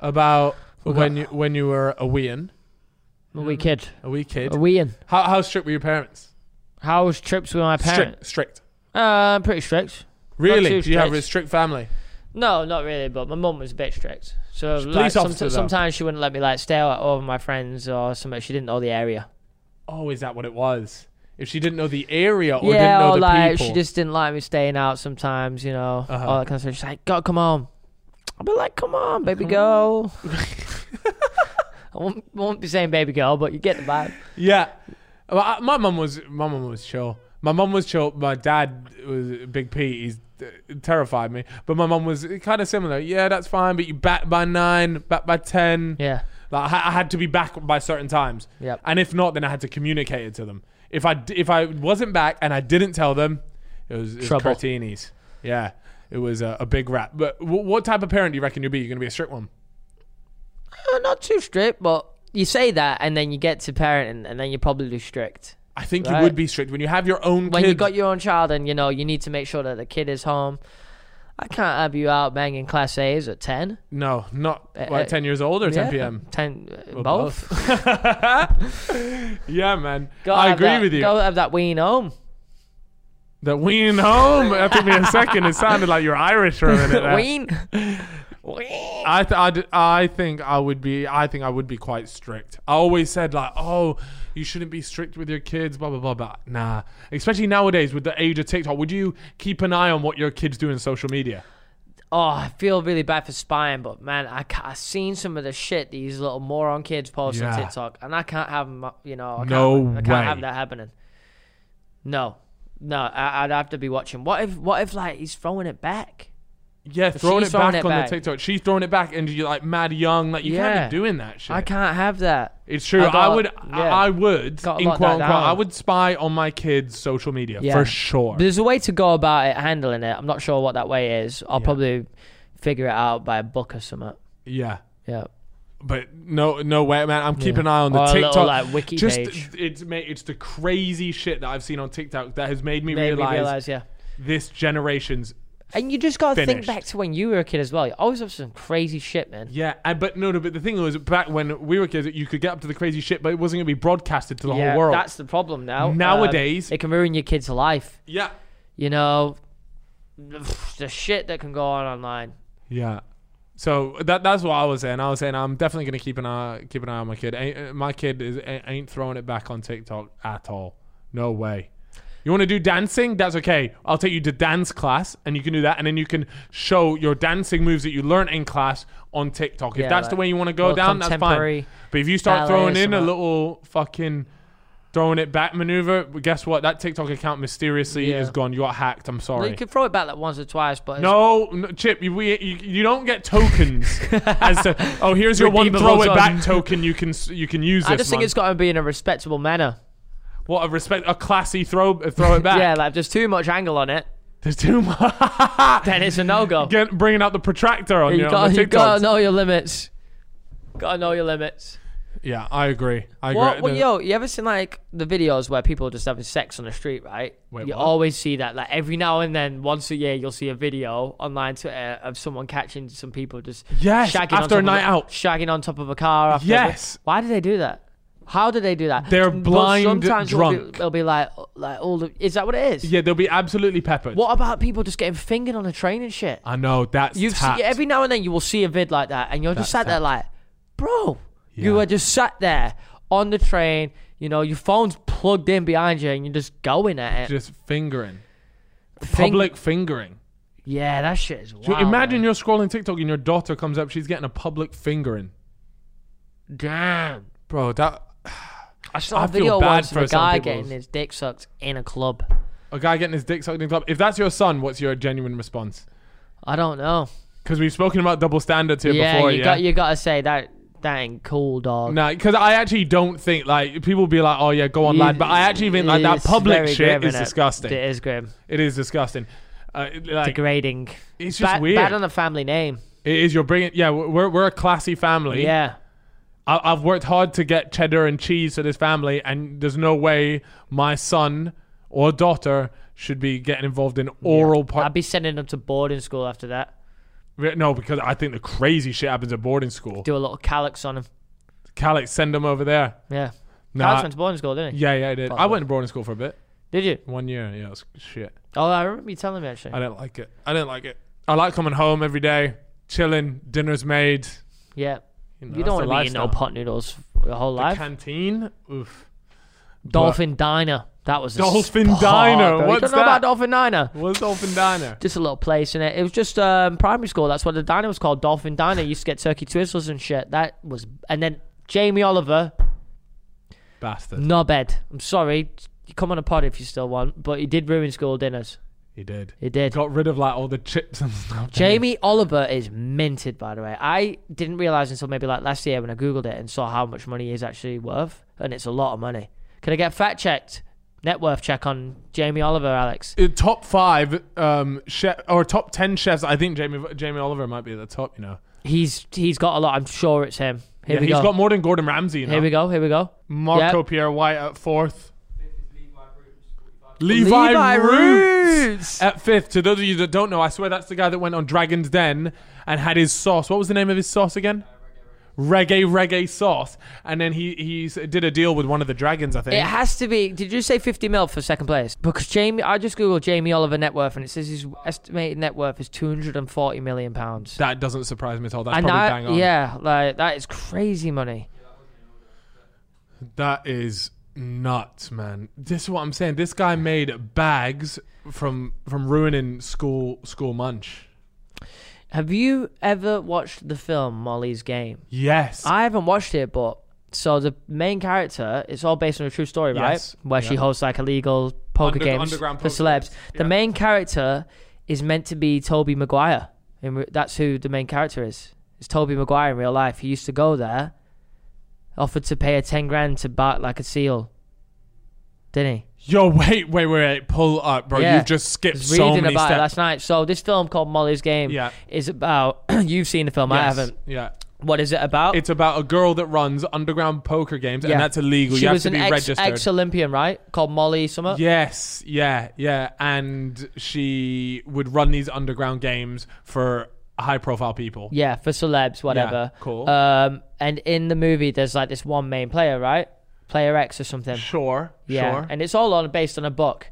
Speaker 2: about
Speaker 3: We've
Speaker 2: when you when you were a weean,
Speaker 3: Are
Speaker 2: Mm.
Speaker 3: we kid?
Speaker 2: a wee kid.
Speaker 3: Are we in?
Speaker 2: how how strict were your parents?
Speaker 3: How was trips with my parents?
Speaker 2: Strict. Strict.
Speaker 3: Uh, pretty strict.
Speaker 2: Really?
Speaker 3: too
Speaker 2: Do you have a
Speaker 3: strict.
Speaker 2: strict family?
Speaker 3: No, not really. But my mum was a bit strict. So
Speaker 2: She's a
Speaker 3: like,
Speaker 2: police
Speaker 3: somet-
Speaker 2: officer, though.
Speaker 3: sometimes she wouldn't let me like stay out over my friends or something. She didn't know the area.
Speaker 2: Oh, is that what it was? If she didn't know the area or
Speaker 3: yeah,
Speaker 2: didn't know
Speaker 3: or
Speaker 2: the
Speaker 3: like
Speaker 2: people,
Speaker 3: she just didn't like me staying out sometimes, you know,
Speaker 2: Uh-huh.
Speaker 3: all that kind of stuff. She's like, "God, come on." I'll be like, "Come on, baby girl." I won't, won't be saying baby girl, but you get the vibe.
Speaker 2: yeah. Well, I- My mum was my mum was chill. My mum was chill. My dad was Big P. He's uh, terrified me. But my mum was kind of similar. Yeah, that's fine. But you back by nine, back by ten.
Speaker 3: Yeah,
Speaker 2: Like I ha- I had to be back by certain times.
Speaker 3: Yep.
Speaker 2: And if not, then I had to communicate it to them. If I d- if I wasn't back and I didn't tell them, it was, it was
Speaker 3: Trouble.
Speaker 2: Curtinis. Yeah, it was a, a big rap. But w- what type of parent do you reckon you'll be? You're gonna be a strict one.
Speaker 3: Uh, not too strict, but you say that, and then you get to parenting, and then you're probably strict.
Speaker 2: I think you
Speaker 3: Right.
Speaker 2: would be strict when you have your own
Speaker 3: When
Speaker 2: kids.
Speaker 3: you got your own child, and you know you need to make sure that the kid is home. I can't have you out banging class A's at ten.
Speaker 2: no, not
Speaker 3: Uh,
Speaker 2: what,
Speaker 3: uh,
Speaker 2: ten years old or ten
Speaker 3: Yeah,
Speaker 2: p.m.
Speaker 3: Ten. uh,
Speaker 2: Well,
Speaker 3: both.
Speaker 2: yeah, man.
Speaker 3: Gotta
Speaker 2: I
Speaker 3: have
Speaker 2: agree
Speaker 3: that-
Speaker 2: with you.
Speaker 3: Gotta have that wean home.
Speaker 2: That wean home. That took me a second. It sounded like you're Irish for a minute. there.
Speaker 3: Ween. Ween.
Speaker 2: I, th- I, d- I think I would be I think I would be quite strict. I always said like, oh, you shouldn't be strict with your kids, blah blah blah. But nah, especially nowadays with the age of TikTok, would you keep an eye on what your kids do in social media?
Speaker 3: Oh, I feel really bad for spying, but man, I ca- I seen some of the shit these little moron kids post
Speaker 2: Yeah.
Speaker 3: on TikTok, and I can't have 'em, uh, you know, I can't,
Speaker 2: No
Speaker 3: I can't
Speaker 2: way.
Speaker 3: have that happening. No, no, I, I'd have to be watching. What if, what if like he's throwing it back?
Speaker 2: Yeah, throwing
Speaker 3: she's
Speaker 2: it
Speaker 3: throwing
Speaker 2: back
Speaker 3: it
Speaker 2: on
Speaker 3: back.
Speaker 2: the TikTok. She's throwing it back, and you're like mad young. Like you
Speaker 3: Yeah.
Speaker 2: can't be doing that shit.
Speaker 3: I can't have that.
Speaker 2: It's true.
Speaker 3: I
Speaker 2: I,
Speaker 3: got-
Speaker 2: would. I,
Speaker 3: yeah.
Speaker 2: I would. In
Speaker 3: Gotta
Speaker 2: quote
Speaker 3: lock that
Speaker 2: unquote,
Speaker 3: down.
Speaker 2: I would spy on my kids' social media
Speaker 3: Yeah.
Speaker 2: for sure.
Speaker 3: But there's a way to go about it, handling it. I'm not sure what that way is. I'll
Speaker 2: Yeah.
Speaker 3: probably figure it out by a book or something.
Speaker 2: yeah.
Speaker 3: Yeah.
Speaker 2: But no, no way, man. I'm keeping an eye on the
Speaker 3: Or a little,
Speaker 2: TikTok.
Speaker 3: like, wiki
Speaker 2: Just
Speaker 3: page.
Speaker 2: it's mate, it's the crazy shit that I've seen on TikTok that has made me,
Speaker 3: Made
Speaker 2: realize,
Speaker 3: me realize, yeah.
Speaker 2: this generation's.
Speaker 3: And you just gotta think
Speaker 2: Finished.
Speaker 3: back to when you were a kid as well. You always have some crazy shit, man.
Speaker 2: Yeah, and, but no, no. But the thing was, back when we were kids, you could get up to the crazy shit, but it wasn't gonna be broadcasted to the whole world.
Speaker 3: That's the problem now. Um,
Speaker 2: Nowadays-
Speaker 3: it can ruin your kid's life.
Speaker 2: yeah,
Speaker 3: You know, the shit that can go on online.
Speaker 2: yeah. So that that's what I was saying. I was saying I'm definitely gonna keep an eye keep an eye on my kid. Ain't, uh, my kid is ain't ain't throwing it back on TikTok at all. No way. You want to do dancing? That's okay. I'll take you to dance class, and you can do that, and then you can show your dancing moves that you learned in class on TikTok. If
Speaker 3: Yeah,
Speaker 2: that's
Speaker 3: like
Speaker 2: the way you want to go
Speaker 3: little
Speaker 2: down, that's fine.
Speaker 3: contemporary
Speaker 2: But if you start
Speaker 3: ballet or
Speaker 2: throwing in a
Speaker 3: something.
Speaker 2: little fucking throwing it back maneuver, guess what? That TikTok account mysteriously
Speaker 3: Yeah.
Speaker 2: is gone. You got hacked. I'm
Speaker 3: Well,
Speaker 2: sorry.
Speaker 3: you can throw it back like once or twice, but it's-
Speaker 2: No, no, Chip, you, we, you, you don't get tokens as to oh here's your one
Speaker 3: Redeemable
Speaker 2: throw it back
Speaker 3: token.
Speaker 2: token you can s- you can use
Speaker 3: I
Speaker 2: this
Speaker 3: just think
Speaker 2: month.
Speaker 3: it's got to be in a respectable manner.
Speaker 2: what a respect a classy throw uh, throw it back.
Speaker 3: Yeah, like if there's too much angle on it,
Speaker 2: There's too much
Speaker 3: then it's a no go.
Speaker 2: Get, bringing out the protractor on
Speaker 3: You
Speaker 2: your on
Speaker 3: got
Speaker 2: the
Speaker 3: you got to
Speaker 2: TikToks.
Speaker 3: know your limits. Got to know your limits.
Speaker 2: Yeah, I agree. I agree.
Speaker 3: What, what,
Speaker 2: The-
Speaker 3: yo, you ever seen like the videos where people are just having sex on the street, right?
Speaker 2: Wait,
Speaker 3: you
Speaker 2: what?
Speaker 3: always see that. Like every now and then, once a year, you'll see a video online Twitter of someone catching some people just
Speaker 2: Yes,
Speaker 3: shagging on
Speaker 2: after
Speaker 3: top
Speaker 2: a
Speaker 3: of
Speaker 2: night out.
Speaker 3: shagging on top of a car. After
Speaker 2: Yes.
Speaker 3: why do they do that? How do they do that?
Speaker 2: They're
Speaker 3: But
Speaker 2: blind
Speaker 3: sometimes it'll be- It'll
Speaker 2: drunk.
Speaker 3: be, like, like all the. Is that what it is?
Speaker 2: yeah, they'll be absolutely peppered.
Speaker 3: What about people just getting fingered on a train and shit?
Speaker 2: I know that's
Speaker 3: You've
Speaker 2: tapped.
Speaker 3: see, every now and then you will see a vid like that, and you're just sat
Speaker 2: That's
Speaker 3: there
Speaker 2: tapped.
Speaker 3: like, bro, you
Speaker 2: Yeah.
Speaker 3: are just sat there on the train. You know, your phone's plugged in behind you, and you're just going at it.
Speaker 2: just fingering.
Speaker 3: Fing-
Speaker 2: Public fingering.
Speaker 3: yeah, that shit is wild.
Speaker 2: So imagine
Speaker 3: man.
Speaker 2: you're scrolling TikTok and your daughter comes up, she's getting a public fingering.
Speaker 3: damn.
Speaker 2: Bro, that
Speaker 3: I saw a
Speaker 2: I feel
Speaker 3: video
Speaker 2: bad
Speaker 3: once
Speaker 2: for
Speaker 3: of a
Speaker 2: some
Speaker 3: guy
Speaker 2: people.
Speaker 3: getting his dick sucked in a club.
Speaker 2: a guy getting his dick sucked in a club. If that's your son, what's your genuine response?
Speaker 3: I don't know.
Speaker 2: Because we've spoken about double standards here
Speaker 3: yeah,
Speaker 2: before.
Speaker 3: you
Speaker 2: yeah,
Speaker 3: got you got to say that that ain't cool, dog.
Speaker 2: Nah, because I actually don't think like people be like, "Oh yeah, go on,
Speaker 3: You-
Speaker 2: lad," but I actually think like that
Speaker 3: it's
Speaker 2: public
Speaker 3: very
Speaker 2: shit
Speaker 3: grim,
Speaker 2: is
Speaker 3: innit?
Speaker 2: disgusting.
Speaker 3: It is grim,
Speaker 2: It is disgusting. Uh, it- like
Speaker 3: degrading.
Speaker 2: it's just
Speaker 3: bad,
Speaker 2: weird.
Speaker 3: Bad on the family name.
Speaker 2: it is. You're bringing. Yeah, we're we're a classy family.
Speaker 3: Yeah.
Speaker 2: I, I've worked hard to get cheddar and cheese for this family, and there's no way my son or daughter should be getting involved in oral par-
Speaker 3: I'd be sending them to boarding school after that.
Speaker 2: No, because I think the crazy shit happens at boarding school.
Speaker 3: Do a little calyx on them.
Speaker 2: Calix, send them over there.
Speaker 3: Yeah.
Speaker 2: Nah.
Speaker 3: Calyx went to boarding school, didn't he?
Speaker 2: Yeah, yeah, I did. I
Speaker 3: Possible.
Speaker 2: went to boarding school for a bit.
Speaker 3: Did you?
Speaker 2: One year. Yeah, it was shit.
Speaker 3: Oh, I remember you telling me actually.
Speaker 2: I didn't like it. I didn't like it. I like coming home every day, chilling, dinner's made.
Speaker 3: yeah. You
Speaker 2: know, that's
Speaker 3: don't want to
Speaker 2: the
Speaker 3: be eating no
Speaker 2: lifestyle.
Speaker 3: pot noodles your whole
Speaker 2: The
Speaker 3: life.
Speaker 2: canteen. Oof.
Speaker 3: Dolphin Diner. That was a
Speaker 2: Dolphin
Speaker 3: spot,
Speaker 2: Diner,
Speaker 3: bro.
Speaker 2: what's
Speaker 3: you don't know about
Speaker 2: that?
Speaker 3: Dolphin Diner?
Speaker 2: What's Dolphin Diner?
Speaker 3: Just a little place in it. It was just um, primary school. That's what the diner was called. Dolphin Diner. You used to get turkey twizzlers and shit. That was. And then Jamie Oliver,
Speaker 2: Bastard.
Speaker 3: knobhead. I'm sorry. You come on a pod if you still want, but he did ruin school dinners.
Speaker 2: He did.
Speaker 3: He did.
Speaker 2: Got rid of like all the chips and stuff.
Speaker 3: Jamie Oliver is minted, by the way. I didn't realize until maybe like last year when I googled it and saw how much money he is actually worth, and it's a lot of money. Can I get fact checked? Net worth check on Jamie Oliver, Alex.
Speaker 2: Uh, top five um, chef or top ten chefs. I think Jamie Jamie Oliver might be at the top. You know,
Speaker 3: He's he's got a lot. I'm sure it's him. Here
Speaker 2: yeah,
Speaker 3: we
Speaker 2: he's
Speaker 3: go.
Speaker 2: got more than Gordon Ramsay. You know?
Speaker 3: Here we go. Here we go.
Speaker 2: Marco
Speaker 3: Yep.
Speaker 2: Pierre White at fourth. Levi,
Speaker 3: Levi
Speaker 2: Roots.
Speaker 3: Roots.
Speaker 2: at fifth. To those of you that don't know, I swear that's the guy that went on Dragon's Den and had his sauce. What was the name of his sauce again? Reggae reggae sauce. And then he he s- did a deal with one of the dragons, I think.
Speaker 3: It has to be. Did you say 50 mil for second place? Because Jamie, I just googled Jamie Oliver net worth, and it says his estimated net worth is 240 million pounds.
Speaker 2: that doesn't surprise me at all. That's
Speaker 3: and
Speaker 2: probably
Speaker 3: that,
Speaker 2: bang on.
Speaker 3: yeah, like that is crazy money.
Speaker 2: That is nuts, man. This is what I'm saying. This guy made bags from from ruining school school munch.
Speaker 3: Have you ever watched the film Molly's Game?
Speaker 2: Yes.
Speaker 3: I haven't watched it, but so the main character, it's all based on a true story,
Speaker 2: Yes.
Speaker 3: right? Where she
Speaker 2: Yeah.
Speaker 3: hosts like illegal poker
Speaker 2: Under-
Speaker 3: games
Speaker 2: underground
Speaker 3: for
Speaker 2: poker
Speaker 3: celebs.
Speaker 2: games.
Speaker 3: The
Speaker 2: Yeah.
Speaker 3: main character is meant to be Toby Maguire. In re- that's who the main character is. It's Toby Maguire in real life. He used to go there, offered to pay her ten grand to bark like a seal. Didn't he?
Speaker 2: Yo, wait, wait, wait, pull up, bro.
Speaker 3: Yeah.
Speaker 2: You've just skipped
Speaker 3: was
Speaker 2: so
Speaker 3: reading
Speaker 2: many
Speaker 3: about it
Speaker 2: steps.
Speaker 3: last night. So this film called Molly's Game
Speaker 2: Yeah.
Speaker 3: is about. you've seen the film, I
Speaker 2: Yes.
Speaker 3: haven't.
Speaker 2: Yeah.
Speaker 3: What is it about?
Speaker 2: It's about a girl that runs underground poker games, and that's illegal.
Speaker 3: She
Speaker 2: you have
Speaker 3: was
Speaker 2: to
Speaker 3: an
Speaker 2: be
Speaker 3: ex,
Speaker 2: registered.
Speaker 3: Olympian, right? Called Molly Summer.
Speaker 2: yes, yeah, yeah. And she would run these underground games for high profile people.
Speaker 3: Yeah, for celebs, whatever.
Speaker 2: Yeah, cool.
Speaker 3: Um, and in the movie, there's like this one main player, right? Player X or something.
Speaker 2: Sure,
Speaker 3: Yeah,
Speaker 2: sure.
Speaker 3: and it's all on based on a book.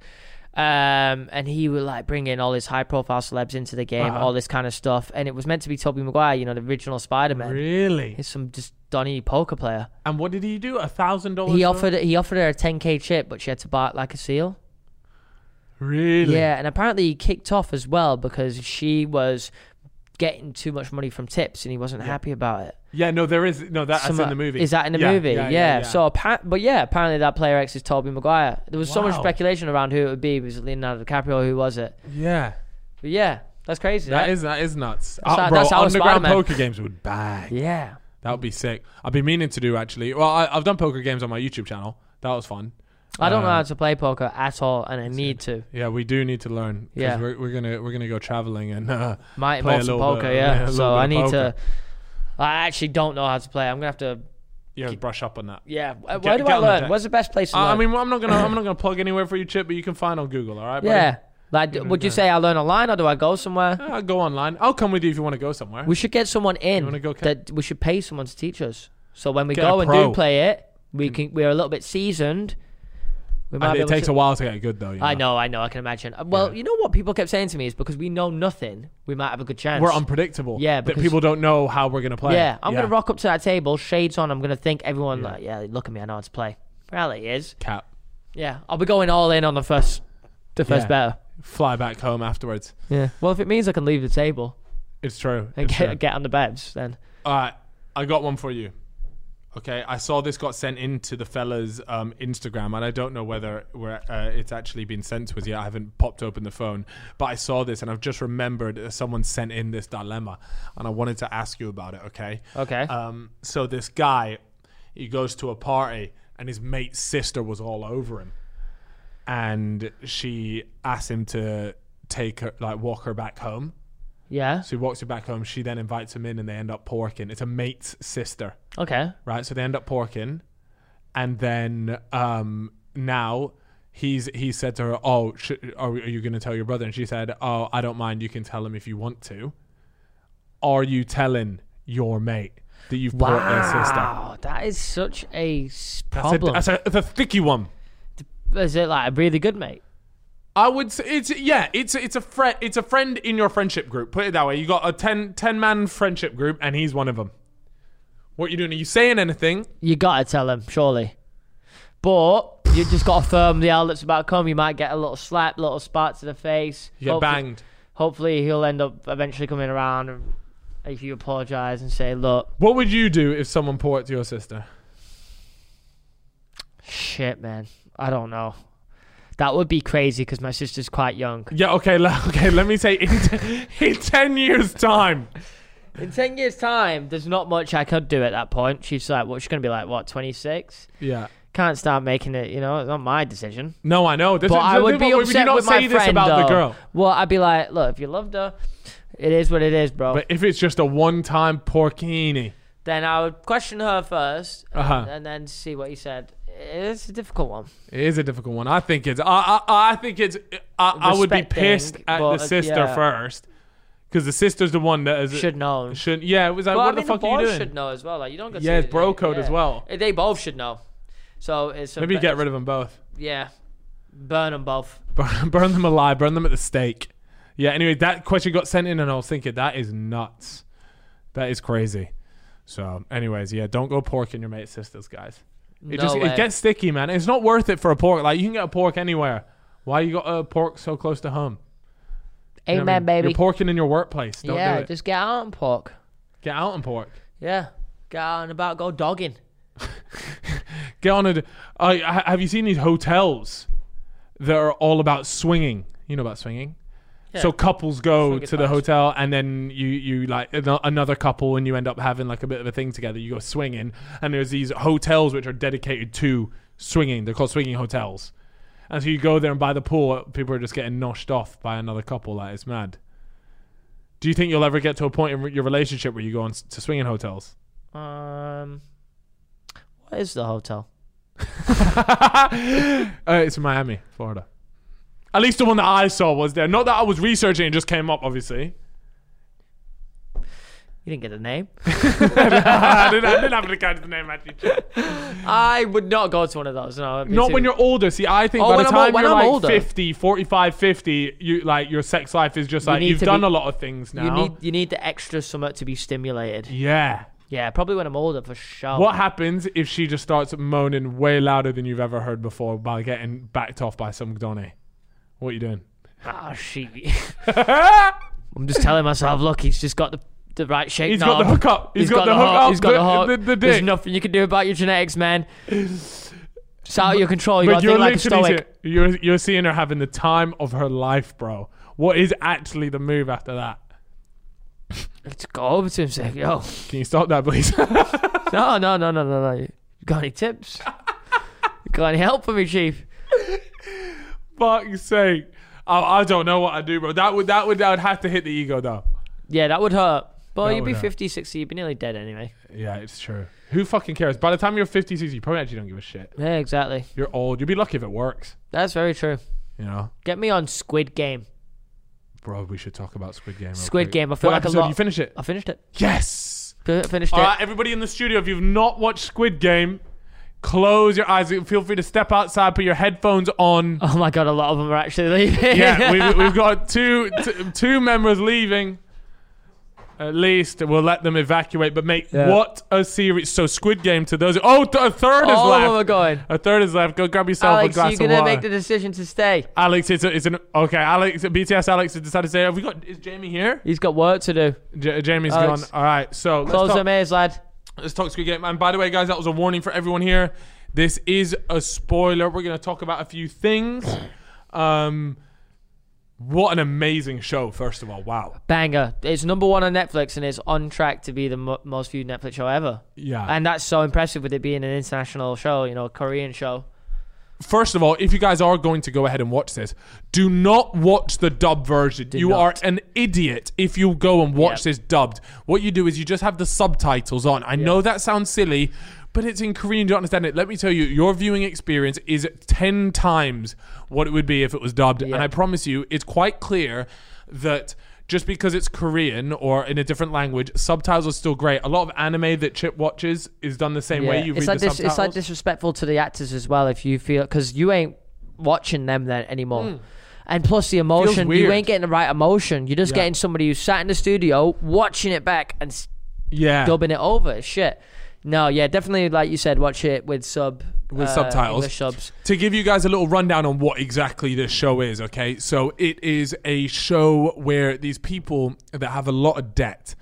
Speaker 3: Um, and he would like bring in all his high profile celebs into the game,
Speaker 2: Uh-huh.
Speaker 3: all this kind of stuff. And it was meant to be Toby Maguire, you know, the original Spider Man.
Speaker 2: really?
Speaker 3: He's some just Donny poker player.
Speaker 2: And what did he do? A thousand dollars?
Speaker 3: He
Speaker 2: for-
Speaker 3: offered he offered her a 10k chip, but she had to bark like a seal.
Speaker 2: Really?
Speaker 3: Yeah, and apparently he kicked off as well because she was getting too much money from tips and he wasn't happy about it.
Speaker 2: Yeah, no, there is. No, that, that's
Speaker 3: Some-
Speaker 2: in the movie.
Speaker 3: Is that in the
Speaker 2: Yeah,
Speaker 3: movie?
Speaker 2: yeah,
Speaker 3: Yeah.
Speaker 2: yeah, yeah.
Speaker 3: So, appa- but yeah, apparently that player X is Toby Maguire. There was so much
Speaker 2: Wow.
Speaker 3: speculation around who it would be. Was it Leonardo DiCaprio? Who was it?
Speaker 2: Yeah.
Speaker 3: But yeah, that's crazy. eh?
Speaker 2: That
Speaker 3: right?
Speaker 2: is that is nuts.
Speaker 3: That's
Speaker 2: Ah,
Speaker 3: how-
Speaker 2: bro,
Speaker 3: that's how
Speaker 2: underground
Speaker 3: Spider-Man-
Speaker 2: poker games would bang.
Speaker 3: Yeah.
Speaker 2: That would be sick. I've been meaning to do actually. Well, I, I've done poker games on my YouTube channel. That was fun.
Speaker 3: I don't know
Speaker 2: Uh,
Speaker 3: how to play poker at all, and I need to.
Speaker 2: Yeah, we do need to learn. 'cause
Speaker 3: Yeah.
Speaker 2: we're, we're gonna we're gonna go traveling and uh,
Speaker 3: Might
Speaker 2: play a
Speaker 3: involve some
Speaker 2: little
Speaker 3: poker,
Speaker 2: bit- yeah, a
Speaker 3: yeah.
Speaker 2: little
Speaker 3: So
Speaker 2: bit
Speaker 3: I
Speaker 2: of
Speaker 3: need
Speaker 2: poker.
Speaker 3: to. I actually don't know how to play. I'm gonna have to.
Speaker 2: yeah brush up on that.
Speaker 3: Yeah. Where
Speaker 2: Get-
Speaker 3: do
Speaker 2: get
Speaker 3: I
Speaker 2: on the
Speaker 3: learn?
Speaker 2: deck.
Speaker 3: Where's the best place to
Speaker 2: Uh,
Speaker 3: learn?
Speaker 2: I mean, I'm not gonna I'm not gonna plug anywhere for you, Chip, but you can find on Google. All right. buddy?
Speaker 3: yeah. Like, d- would you say I learn online or do I go somewhere?
Speaker 2: Uh, go online. I'll come with you if you want to go somewhere.
Speaker 3: We should get someone in
Speaker 2: wanna go, Kev?
Speaker 3: that we should pay someone to teach us. So when we
Speaker 2: Get a
Speaker 3: go and
Speaker 2: pro.
Speaker 3: do play it, we can. We're a little bit seasoned. We
Speaker 2: and
Speaker 3: be
Speaker 2: it
Speaker 3: able
Speaker 2: takes
Speaker 3: to-
Speaker 2: a while to get good though. You know?
Speaker 3: I know, I know, I can imagine. Uh, Well, you know what people kept saying to me is because we know nothing, we might have a good chance.
Speaker 2: We're unpredictable.
Speaker 3: Yeah,
Speaker 2: that
Speaker 3: because-
Speaker 2: people don't know how we're gonna play.
Speaker 3: Yeah, I'm gonna rock up to that table, shades on. I'm gonna think everyone like, yeah, look at me, I know how to play. Reality is,
Speaker 2: Cap.
Speaker 3: yeah, I'll be going all in on the first, the first
Speaker 2: Yeah.
Speaker 3: better.
Speaker 2: Fly back home afterwards.
Speaker 3: Yeah. Well, if it means I can leave the table
Speaker 2: It's true.
Speaker 3: and
Speaker 2: it's true.
Speaker 3: get, get on the beds, then
Speaker 2: All right, I got one for you. Okay, I saw this got sent into the fella's um, Instagram, and I don't know whether we're, uh, it's actually been sent to us yet. I haven't popped open the phone, but I saw this, and I've just remembered that someone sent in this dilemma, and I wanted to ask you about it. Okay.
Speaker 3: okay.
Speaker 2: Um, so this guy, he goes to a party, and his mate's sister was all over him, and she asked him to take her, like, walk her back home.
Speaker 3: yeah.
Speaker 2: So he walks her back home. She then invites him in, and they end up porking. It's a mate's sister,
Speaker 3: Okay.
Speaker 2: right? So they end up porking, and then um, now he's he said to her, "Oh, sh- are, are you going to tell your brother?" And she said, "Oh, I don't mind. You can tell him if you want to." Are you telling your mate that you've porked their sister?
Speaker 3: Wow, that is such a s-
Speaker 2: That's a,
Speaker 3: problem.
Speaker 2: that's, a, that's a sticky one.
Speaker 3: is it like a really good mate?
Speaker 2: I would say it's yeah, it's it's a friend it's a friend in your friendship group. Put it that way. You got a 10, 10 man friendship group and he's one of them. What you doing? Are you saying anything?
Speaker 3: You gotta tell him, surely. But you just gotta firm the outlets about come. You might get a little slap, little spot to the face.
Speaker 2: You get
Speaker 3: Hopefully-
Speaker 2: banged.
Speaker 3: Hopefully, he'll end up eventually coming around and if you apologize and say, look,
Speaker 2: What would you do if someone poured to your sister?
Speaker 3: shit, man, I don't know. That would be crazy because my sister's quite young.
Speaker 2: Yeah, okay, le- okay. Let me say in, t- in ten years' time.
Speaker 3: In 10 years' time, there's not much I could do at that point. She's like, what? She's gonna be like, what, 26?
Speaker 2: Yeah.
Speaker 3: Can't start making it, you know, it's not my decision.
Speaker 2: No, I know. This
Speaker 3: But
Speaker 2: is-
Speaker 3: I would
Speaker 2: this-
Speaker 3: be
Speaker 2: but
Speaker 3: upset
Speaker 2: we do not
Speaker 3: with
Speaker 2: say
Speaker 3: my
Speaker 2: this
Speaker 3: friend,
Speaker 2: about the
Speaker 3: though.
Speaker 2: girl.
Speaker 3: Well, I'd be like, look, if you loved her, it is what it is, bro.
Speaker 2: But if it's just a one-time porkini,
Speaker 3: then I would question her 1st
Speaker 2: Uh-huh.
Speaker 3: and then see what he said. It's a difficult one.
Speaker 2: it is a difficult one. I think it's. I I, I think it's. I, I would be
Speaker 3: Respecting,
Speaker 2: pissed at
Speaker 3: but,
Speaker 2: the sister
Speaker 3: yeah.
Speaker 2: first, because the sister's the one that is
Speaker 3: Should know.
Speaker 2: Shouldn't. Yeah, it was like,
Speaker 3: Well,
Speaker 2: what
Speaker 3: I mean,
Speaker 2: the fuck are you
Speaker 3: boys
Speaker 2: doing?
Speaker 3: should know as well. Like you don't. get
Speaker 2: Yeah,
Speaker 3: to-
Speaker 2: it's bro code as well.
Speaker 3: Eh, They both should know. So it's a
Speaker 2: Maybe
Speaker 3: bit-
Speaker 2: get rid of them both.
Speaker 3: Yeah, burn them both.
Speaker 2: Burn, burn them alive. Burn them at the stake. Yeah. Anyway, that question got sent in, and I was thinking that is nuts. That is crazy. So, anyways, yeah, don't go porking your mate's sisters, guys. It
Speaker 3: No
Speaker 2: just
Speaker 3: way.
Speaker 2: it gets sticky, man. It's not worth it for a pork. Like you can get a pork anywhere. Why you got a pork so close to home? You know
Speaker 3: Amen,
Speaker 2: what I mean?
Speaker 3: baby.
Speaker 2: You're porking in your workplace. Don't
Speaker 3: yeah,
Speaker 2: do it.
Speaker 3: just get out and pork.
Speaker 2: Get out and pork.
Speaker 3: Yeah, get out and about. Go dogging.
Speaker 2: Get on a. d- Uh, ha- have you seen these hotels that are all about swinging? You know about swinging. So couples go
Speaker 3: Swing is
Speaker 2: to the
Speaker 3: nice.
Speaker 2: hotel, and then you you like ano- another couple, and you end up having like a bit of a thing together. You go swinging, and there's these hotels which are dedicated to swinging. They're called swinging hotels, and so you go there and by the pool, people are just getting noshed off by another couple. Like it's mad. Do you think you'll ever get to a point in re- your relationship where you go on s- to swinging hotels?
Speaker 3: Um, what is the hotel?
Speaker 2: uh, it's Miami, Florida. At least the one that I saw was there. Not that I was researching; it just came up. Obviously,
Speaker 3: You didn't get the name.
Speaker 2: I, didn't, I didn't have to catch the name actually.
Speaker 3: I would not go to one of those. No, it'd be
Speaker 2: Not
Speaker 3: too-
Speaker 2: when you're older. See, I think
Speaker 3: Oh,
Speaker 2: by the
Speaker 3: when I'm ol-
Speaker 2: time
Speaker 3: when
Speaker 2: you're
Speaker 3: I'm
Speaker 2: like
Speaker 3: older.
Speaker 2: 50, 45, 50, you like your sex life is just like
Speaker 3: need
Speaker 2: you have
Speaker 3: to
Speaker 2: done
Speaker 3: be-
Speaker 2: a lot of things
Speaker 3: You
Speaker 2: now.
Speaker 3: need you need the extra summer to be stimulated.
Speaker 2: yeah.
Speaker 3: Yeah, probably when I'm older for sure.
Speaker 2: What happens if she just starts moaning way louder than you've ever heard before by getting backed off by some Donny? What are you doing?
Speaker 3: Ah, she. I'm just telling myself, look, he's just got the, the right shape.
Speaker 2: He's got the hook up.
Speaker 3: he's got, the hook.
Speaker 2: up.
Speaker 3: He's got the hook.
Speaker 2: The, the, the
Speaker 3: There's
Speaker 2: dick.
Speaker 3: nothing you can do about your genetics, man. It's out of your control. You got
Speaker 2: but
Speaker 3: to
Speaker 2: you're
Speaker 3: think like a
Speaker 2: literally
Speaker 3: stoic.
Speaker 2: se- you're you're seeing her having the time of her life, bro. What is actually the move after that?
Speaker 3: Let's go over to him and say, yo,
Speaker 2: Can you stop that, please?
Speaker 3: no, no, no, no, no, no. You got any tips? you got any help for me, chief?
Speaker 2: Fuck's sake! I, I don't know what I do, bro. That would that would I would have to hit the ego though.
Speaker 3: Yeah, that would hurt. But
Speaker 2: That
Speaker 3: you'd
Speaker 2: would
Speaker 3: be
Speaker 2: hurt.
Speaker 3: 50, 60, you'd be nearly dead anyway.
Speaker 2: Yeah, it's true. Who fucking cares? By the time you're 50, 60, you probably actually don't give a shit.
Speaker 3: Yeah, exactly.
Speaker 2: You're old. You'd be lucky if it works.
Speaker 3: That's very true.
Speaker 2: You know,
Speaker 3: Get me on Squid Game.
Speaker 2: bro. We should talk about Squid Game. real
Speaker 3: Squid
Speaker 2: quick.
Speaker 3: Game, I feel
Speaker 2: what
Speaker 3: like a
Speaker 2: episode
Speaker 3: lot- Oh.
Speaker 2: You finish it.
Speaker 3: I finished it.
Speaker 2: Yes.
Speaker 3: Fin- Finished it.
Speaker 2: All right, everybody in the studio, if you've not watched Squid Game, close your eyes. Feel free to step outside, put your headphones on.
Speaker 3: Oh my god, a lot of them are actually leaving.
Speaker 2: yeah, we've, we've got two t- two members leaving. At least we'll let them evacuate. But mate,
Speaker 3: Yeah.
Speaker 2: what a series! So Squid Game to those. Oh, th- a third is
Speaker 3: All of them are
Speaker 2: left.
Speaker 3: going.
Speaker 2: A third is left. Go grab yourself
Speaker 3: Alex,
Speaker 2: a glass
Speaker 3: you're
Speaker 2: of
Speaker 3: gonna
Speaker 2: water.
Speaker 3: make the decision to stay.
Speaker 2: Alex, it's, a, it's an okay. Alex, BTS. Alex has decided to say, "Have we got? Is Jamie here?
Speaker 3: He's got work to do.
Speaker 2: J- Jamie's
Speaker 3: Alex.
Speaker 2: gone. All right. So let's
Speaker 3: Close
Speaker 2: talk-
Speaker 3: them ears, lad.
Speaker 2: Let's talk Squid Game. And by the way, guys, that was a warning for everyone here. This is a spoiler. We're going to talk about a few things. Um, what an amazing show, first of all. Wow.
Speaker 3: Banger. It's number one on Netflix and it's on track to be the mo- most viewed Netflix show ever.
Speaker 2: Yeah.
Speaker 3: And that's so impressive with it being an international show, you know, a Korean show.
Speaker 2: first of all, if you guys are going to go ahead and watch this, do not watch the dub version. you
Speaker 3: not.
Speaker 2: are an idiot if you go and watch
Speaker 3: Yeah.
Speaker 2: this dubbed. What you do is you just have the subtitles on. I know that sounds silly, but it's in Korean. You don't understand it. Let me tell you, your viewing experience is 10 times what it would be if it was dubbed. And I promise you, it's quite clear that. Just because it's Korean or in a different language, subtitles are still great. A lot of anime that Chip watches is done the same way. You
Speaker 3: it's
Speaker 2: read
Speaker 3: like
Speaker 2: the
Speaker 3: dis-
Speaker 2: subtitles.
Speaker 3: it's like disrespectful to the actors as well if you feel because you ain't watching them then anymore. And plus the emotion, you
Speaker 2: Hmm. weird.
Speaker 3: ain't getting the right emotion. You're just
Speaker 2: Yeah.
Speaker 3: getting somebody who sat in the studio watching it back and s-
Speaker 2: yeah,
Speaker 3: dubbing it over. It's Shit. No, yeah, definitely like you said, watch it with sub
Speaker 2: With
Speaker 3: uh,
Speaker 2: subtitles.
Speaker 3: English subs.
Speaker 2: to give you guys a little rundown on what exactly this show is, okay? So it is a show where these people that have a lot of debt,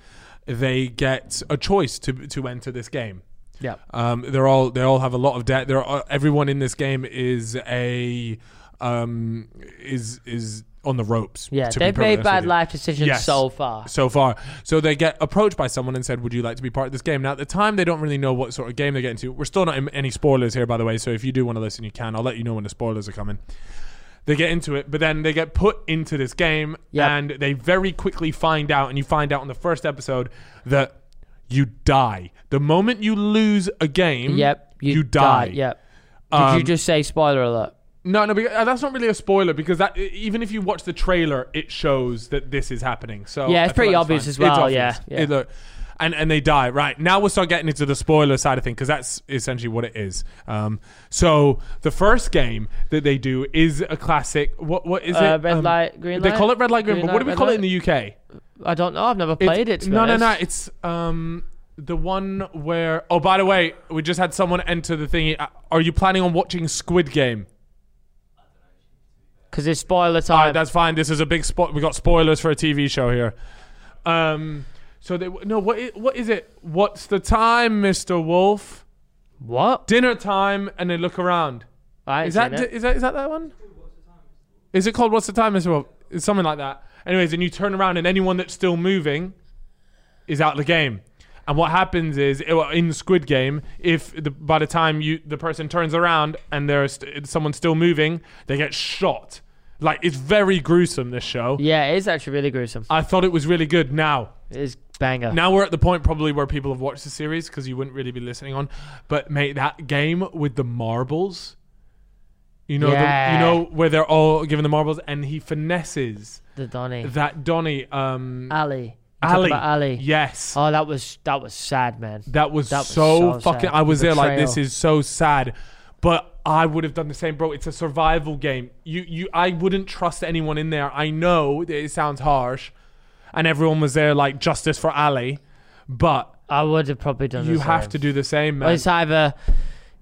Speaker 2: they get a choice to to enter this game.
Speaker 3: Yeah.
Speaker 2: Um, they're all they all have a lot of debt. They're all, everyone in this game is a um, is is on the ropes.
Speaker 3: Yeah,
Speaker 2: to be
Speaker 3: they've
Speaker 2: perfectly
Speaker 3: made
Speaker 2: honest with
Speaker 3: bad
Speaker 2: you.
Speaker 3: life decisions
Speaker 2: Yes.
Speaker 3: so far.
Speaker 2: So far. So they get approached by someone and said, Would you like to be part of this game? Now, at the time, they don't really know what sort of game they're getting to. We're still not in any spoilers here, by the way. So if you do want to listen, you can. I'll let you know when the spoilers are coming. They get into it, but then they get put into this game
Speaker 3: Yep.
Speaker 2: and they very quickly find out, and you find out on the first episode that you die. The moment you lose a game,
Speaker 3: Yep.
Speaker 2: you, die. Um,
Speaker 3: Yep. Did you just say spoiler alert?
Speaker 2: No, no, because, uh, that's not really a spoiler because that e- even if you watch the trailer, it shows that this is happening. So
Speaker 3: Yeah, it's
Speaker 2: I feel
Speaker 3: pretty
Speaker 2: like
Speaker 3: obvious
Speaker 2: fine.
Speaker 3: as well, yeah, yeah.
Speaker 2: It look- and and they die. Right now, we'll start getting into the spoiler side of thing because that's essentially what it is. Um, so the first game that they do is a classic. What what is
Speaker 3: Uh,
Speaker 2: it?
Speaker 3: red
Speaker 2: Um,
Speaker 3: light, green
Speaker 2: They
Speaker 3: light?
Speaker 2: call it red light green,
Speaker 3: Green
Speaker 2: but what
Speaker 3: light,
Speaker 2: do we
Speaker 3: red
Speaker 2: call
Speaker 3: light?
Speaker 2: it in the UK?
Speaker 3: I don't know. I've never played it. to be
Speaker 2: no, no, no.
Speaker 3: honest.
Speaker 2: It's um the one where. Oh, by the way, we just had someone enter the thingy. Uh, Are you planning on watching Squid Game?
Speaker 3: Because it's spoiler
Speaker 2: All
Speaker 3: time.
Speaker 2: right, that's fine. This is a big spot. We got spoilers for a TV show here. Um, so they no. What is, what is it? What's the time, Mister Wolf?
Speaker 3: what?
Speaker 2: Dinner time, and they look around.
Speaker 3: I ain't
Speaker 2: Is that
Speaker 3: seen it.
Speaker 2: is that is that that one? Is it called What's the time, Mister Wolf? It's something like that. Anyways, and you turn around, and anyone that's still moving is out of the game. And what happens is eh, well, in Squid Game, if the, by the time you the person turns around and there's st- someone still moving, they get shot. Like it's very gruesome. This show.
Speaker 3: Yeah, it is actually really gruesome.
Speaker 2: I thought it was really good. Now,
Speaker 3: It is banger.
Speaker 2: now we're at the point probably where people have watched the series because you wouldn't really be listening on. But mate, that game with the marbles, you know, the,
Speaker 3: Yeah.
Speaker 2: you know where they're all given the marbles, and he finesses
Speaker 3: The Donny.
Speaker 2: that Donny, um,
Speaker 3: Ali. You talk
Speaker 2: Ali,
Speaker 3: about Ali.
Speaker 2: yes.
Speaker 3: Oh, that was that was sad, man.
Speaker 2: That was,
Speaker 3: That was
Speaker 2: so,
Speaker 3: so
Speaker 2: fucking.
Speaker 3: sad.
Speaker 2: I was
Speaker 3: The
Speaker 2: there like
Speaker 3: betrayal.
Speaker 2: this is so sad, but I would have done the same, bro. It's a survival game. You, you, I wouldn't trust anyone in there. I know that it sounds harsh, and everyone was there like justice for Ali, but
Speaker 3: I would have probably done.
Speaker 2: you
Speaker 3: the
Speaker 2: have
Speaker 3: same.
Speaker 2: to do the same, man.
Speaker 3: Well, it's either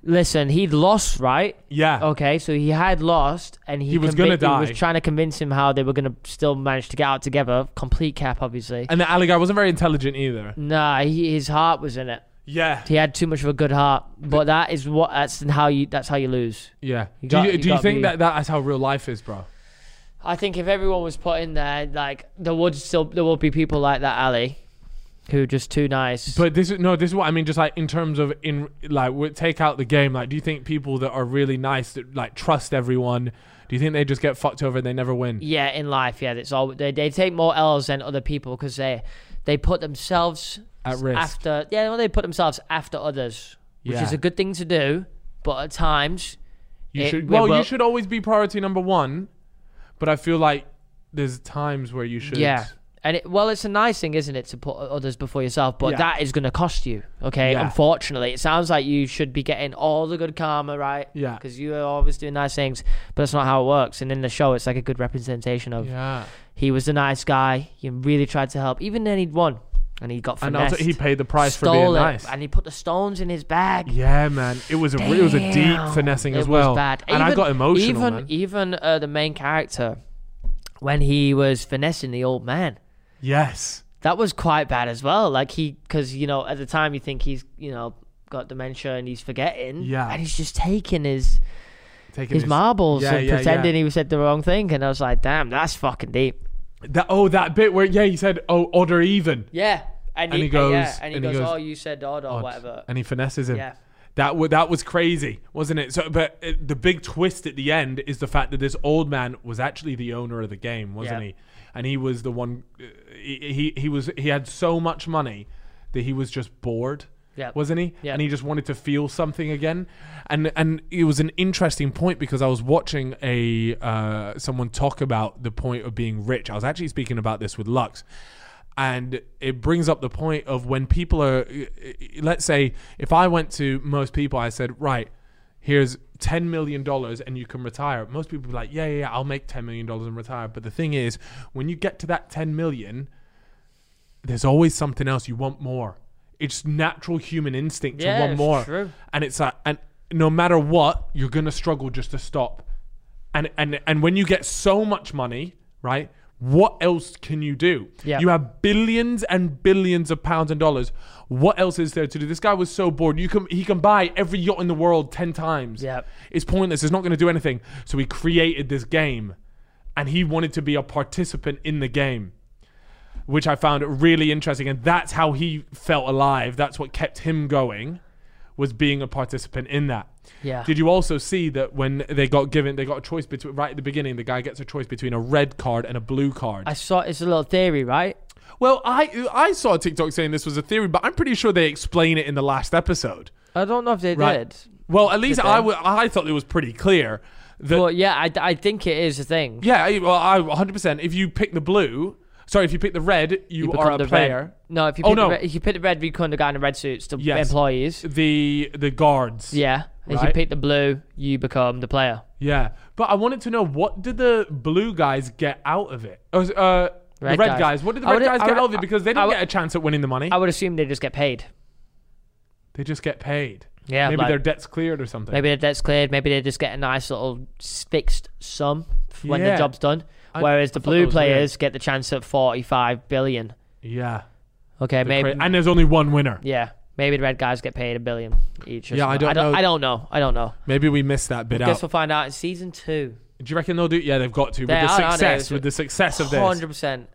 Speaker 3: listen, he'd lost, right?
Speaker 2: Yeah.
Speaker 3: Okay, so he had lost, and he,
Speaker 2: He was gonna
Speaker 3: convic- he
Speaker 2: die.
Speaker 3: was trying to convince him how they were gonna still manage to get out together. Complete cap, obviously.
Speaker 2: And the alley guy wasn't very intelligent either.
Speaker 3: Nah, he, his heart was in it.
Speaker 2: Yeah.
Speaker 3: He had too much of a good heart. But that is what that's how you that's how you lose.
Speaker 2: Yeah.
Speaker 3: You
Speaker 2: do
Speaker 3: got-
Speaker 2: you,
Speaker 3: you
Speaker 2: do you
Speaker 3: gotta
Speaker 2: think
Speaker 3: be-
Speaker 2: that that's how real life is, bro?
Speaker 3: I think if everyone was put in there, like there would still there would be people like that Ali, who are just too nice.
Speaker 2: But this is no, this is what I mean. Just like in terms of in like w- take out the game. Like, do you think people that are really nice that like trust everyone? Do you think they just get fucked over and they never win?
Speaker 3: yeah, in life, yeah, it's all they, they take more L's than other people because they they put themselves
Speaker 2: At risk.
Speaker 3: after yeah well, they put themselves after others, which
Speaker 2: Yeah.
Speaker 3: is a good thing to do, but at times
Speaker 2: You
Speaker 3: it-
Speaker 2: should.
Speaker 3: we-
Speaker 2: Well,
Speaker 3: well-
Speaker 2: you should always be priority number one. But I feel like there's times where you should.
Speaker 3: Yeah. And it, well, it's a nice thing, isn't it, to put others before yourself? But
Speaker 2: Yeah.
Speaker 3: that is going to cost you. Okay,
Speaker 2: Yeah.
Speaker 3: unfortunately, it sounds like you should be getting all the good karma, right?
Speaker 2: Yeah.
Speaker 3: Because you are always doing nice things, but that's not how it works. And in the show, it's like a good representation of
Speaker 2: Yeah.
Speaker 3: he was the nice guy. He really tried to help, even then he'd won, and he got
Speaker 2: And
Speaker 3: finessed.
Speaker 2: also, he paid the price
Speaker 3: stole
Speaker 2: for being
Speaker 3: it,
Speaker 2: nice.
Speaker 3: and he put the stones in his bag.
Speaker 2: Yeah, man, it was a it was a deep
Speaker 3: Damn.
Speaker 2: finessing
Speaker 3: It
Speaker 2: as well,
Speaker 3: Was bad.
Speaker 2: and I got emotional,
Speaker 3: Even
Speaker 2: man.
Speaker 3: even uh, the main character, when he was finessing the old man.
Speaker 2: yes,
Speaker 3: that was quite bad as well. Like he, because you know, at the time you think he's you know got dementia and he's forgetting,
Speaker 2: Yeah.
Speaker 3: and he's just taking his
Speaker 2: taking
Speaker 3: his
Speaker 2: this-
Speaker 3: marbles
Speaker 2: Yeah,
Speaker 3: and
Speaker 2: yeah,
Speaker 3: pretending
Speaker 2: yeah.
Speaker 3: he said the wrong thing. And I was like, damn, that's fucking deep.
Speaker 2: That, oh, that bit where yeah, he said oh odd or even,
Speaker 3: Yeah, and,
Speaker 2: he
Speaker 3: he, goes,
Speaker 2: goes-
Speaker 3: yeah, and he goes, oh, you said odd or
Speaker 2: Odd.
Speaker 3: whatever.
Speaker 2: and he finesses him.
Speaker 3: Yeah.
Speaker 2: That w- that was crazy, wasn't it? So, but uh, the big twist at the end is the fact that this old man was actually the owner of the game, wasn't
Speaker 3: Yeah.
Speaker 2: he? And he was the one. uh, He, he he was he had so much money that he was just bored.
Speaker 3: Yeah.
Speaker 2: wasn't he?
Speaker 3: Yeah.
Speaker 2: And he just wanted to feel something again, and and it was an interesting point because I was watching a uh, someone talk about the point of being rich. I was actually speaking about this with Lux, and it brings up the point of when people are, let's say, if I went to most people, I said, right, here's ten million dollars and you can retire. Most people would be like, yeah, yeah, yeah, I'll make ten million dollars and retire. But the thing is, when you get to that ten million there's always something else you want more it's natural human instinct
Speaker 3: Yeah,
Speaker 2: to want
Speaker 3: it's
Speaker 2: more
Speaker 3: true.
Speaker 2: and it's like and no matter what you're gonna struggle just to stop and and and when you get so much money right what else can you do
Speaker 3: Yeah.
Speaker 2: you have billions and billions of pounds and dollars what else is there to do this guy was so bored you can he can buy every yacht in the world 10 times
Speaker 3: Yeah.
Speaker 2: it's pointless it's not going to do anything so he created this game and he wanted to be a participant in the game which I found really interesting. And that's how he felt alive. That's what kept him going, was being a participant in that.
Speaker 3: Yeah.
Speaker 2: Did you also see that when they got given, they got a choice between, right at the beginning, the guy gets a choice between a red card and a blue card?
Speaker 3: I saw it's a little theory, right?
Speaker 2: well, I, I saw a TikTok saying this was a theory, but I'm pretty sure they explain it in the last episode.
Speaker 3: I don't know if they
Speaker 2: Right.
Speaker 3: did.
Speaker 2: Well, at least
Speaker 3: Did they?
Speaker 2: I, w- I thought it was pretty clear that
Speaker 3: But yeah, I, I think it is a thing.
Speaker 2: yeah, I- well, I 100%. If you pick the blue, sorry, if you pick the red, you,
Speaker 3: become
Speaker 2: are a
Speaker 3: the
Speaker 2: player.
Speaker 3: Red, no, if you
Speaker 2: Oh,
Speaker 3: pick
Speaker 2: no.
Speaker 3: the red, if you pick the red, you become the guy in the red suits, the
Speaker 2: Yes.
Speaker 3: employees.
Speaker 2: The the guards.
Speaker 3: Yeah. If you
Speaker 2: Right.
Speaker 3: pick the blue, you become the player.
Speaker 2: Yeah, but I wanted to know what did the blue guys get out of it? Uh, uh, the
Speaker 3: Red
Speaker 2: red guys.
Speaker 3: guys.
Speaker 2: What did the
Speaker 3: I
Speaker 2: red
Speaker 3: would-
Speaker 2: guys
Speaker 3: I
Speaker 2: get
Speaker 3: would-
Speaker 2: out of it? Because they
Speaker 3: I
Speaker 2: don't
Speaker 3: would-
Speaker 2: get a chance at winning the money.
Speaker 3: I would assume they just get paid.
Speaker 2: they just get paid.
Speaker 3: Yeah,
Speaker 2: maybe
Speaker 3: like-
Speaker 2: their debt's cleared or something.
Speaker 3: Maybe their debt's cleared. Maybe they just get a nice little s- fixed sum f- when
Speaker 2: Yeah.
Speaker 3: the job's done.
Speaker 2: I-
Speaker 3: Whereas the
Speaker 2: I thought that
Speaker 3: blue
Speaker 2: was weird.
Speaker 3: players get the chance at forty-five billion.
Speaker 2: Yeah,
Speaker 3: Okay,
Speaker 2: The
Speaker 3: maybe
Speaker 2: cra- and there's only one winner.
Speaker 3: yeah. Maybe the red guys get paid a billion each. or
Speaker 2: Yeah, I
Speaker 3: something.
Speaker 2: don't know.
Speaker 3: I don't know. I don't know.
Speaker 2: Maybe we missed that bit out.
Speaker 3: Guess we'll find out in season two.
Speaker 2: Do you reckon they'll do? Yeah, they've got to with
Speaker 3: They
Speaker 2: the
Speaker 3: are, aren't they?
Speaker 2: success
Speaker 3: It's-
Speaker 2: with the success of this.
Speaker 3: Hundred percent.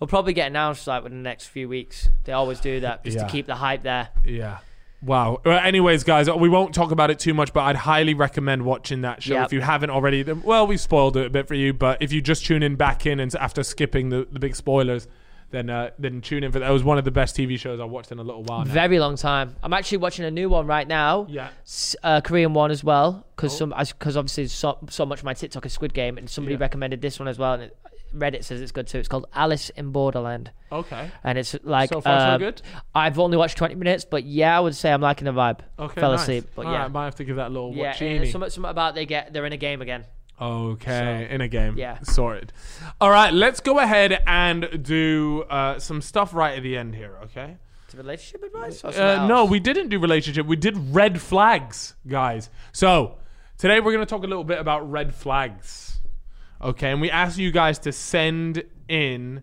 Speaker 3: We'll probably get announced like within the next few weeks. They always do that just
Speaker 2: Yeah.
Speaker 3: to keep the hype there.
Speaker 2: Yeah. Wow. Well, anyways, guys, we won't talk about it too much, but I'd highly recommend watching that show
Speaker 3: Yep.
Speaker 2: if you haven't already. Then, well, we spoiled it a bit for you, but if you just tune in back in and after skipping the, the big spoilers, then uh, then tune in for that. It was one of the best TV shows I watched in a little while. Now.
Speaker 3: Very long time. I'm actually watching a new one right now.
Speaker 2: yeah.
Speaker 3: s- uh, Korean one as well because some because obviously so, so much of my TikTok is Squid Game and somebody
Speaker 2: Yeah.
Speaker 3: recommended this one as well and it, Reddit says it's good too. It's called Alice in Borderland
Speaker 2: Okay.
Speaker 3: and it's like
Speaker 2: So far, so
Speaker 3: uh,
Speaker 2: good?
Speaker 3: I've only watched twenty minutes, but yeah, I would say I'm liking the vibe.
Speaker 2: Okay.
Speaker 3: fell
Speaker 2: nice.
Speaker 3: asleep, but
Speaker 2: All
Speaker 3: yeah.
Speaker 2: right, might have to give that a little
Speaker 3: Yeah,
Speaker 2: watchini.
Speaker 3: it's something, something about they get they're in a game again.
Speaker 2: Okay, in a game.
Speaker 3: yeah.
Speaker 2: Sorted. All right, let's go ahead and do uh, some stuff right at the end here, okay?
Speaker 3: to relationship advice? Or
Speaker 2: Uh,
Speaker 3: something
Speaker 2: no,
Speaker 3: else?
Speaker 2: we didn't do relationship. We did red flags, guys. So today we're going to talk a little bit about red flags. Okay, and we asked you guys to send in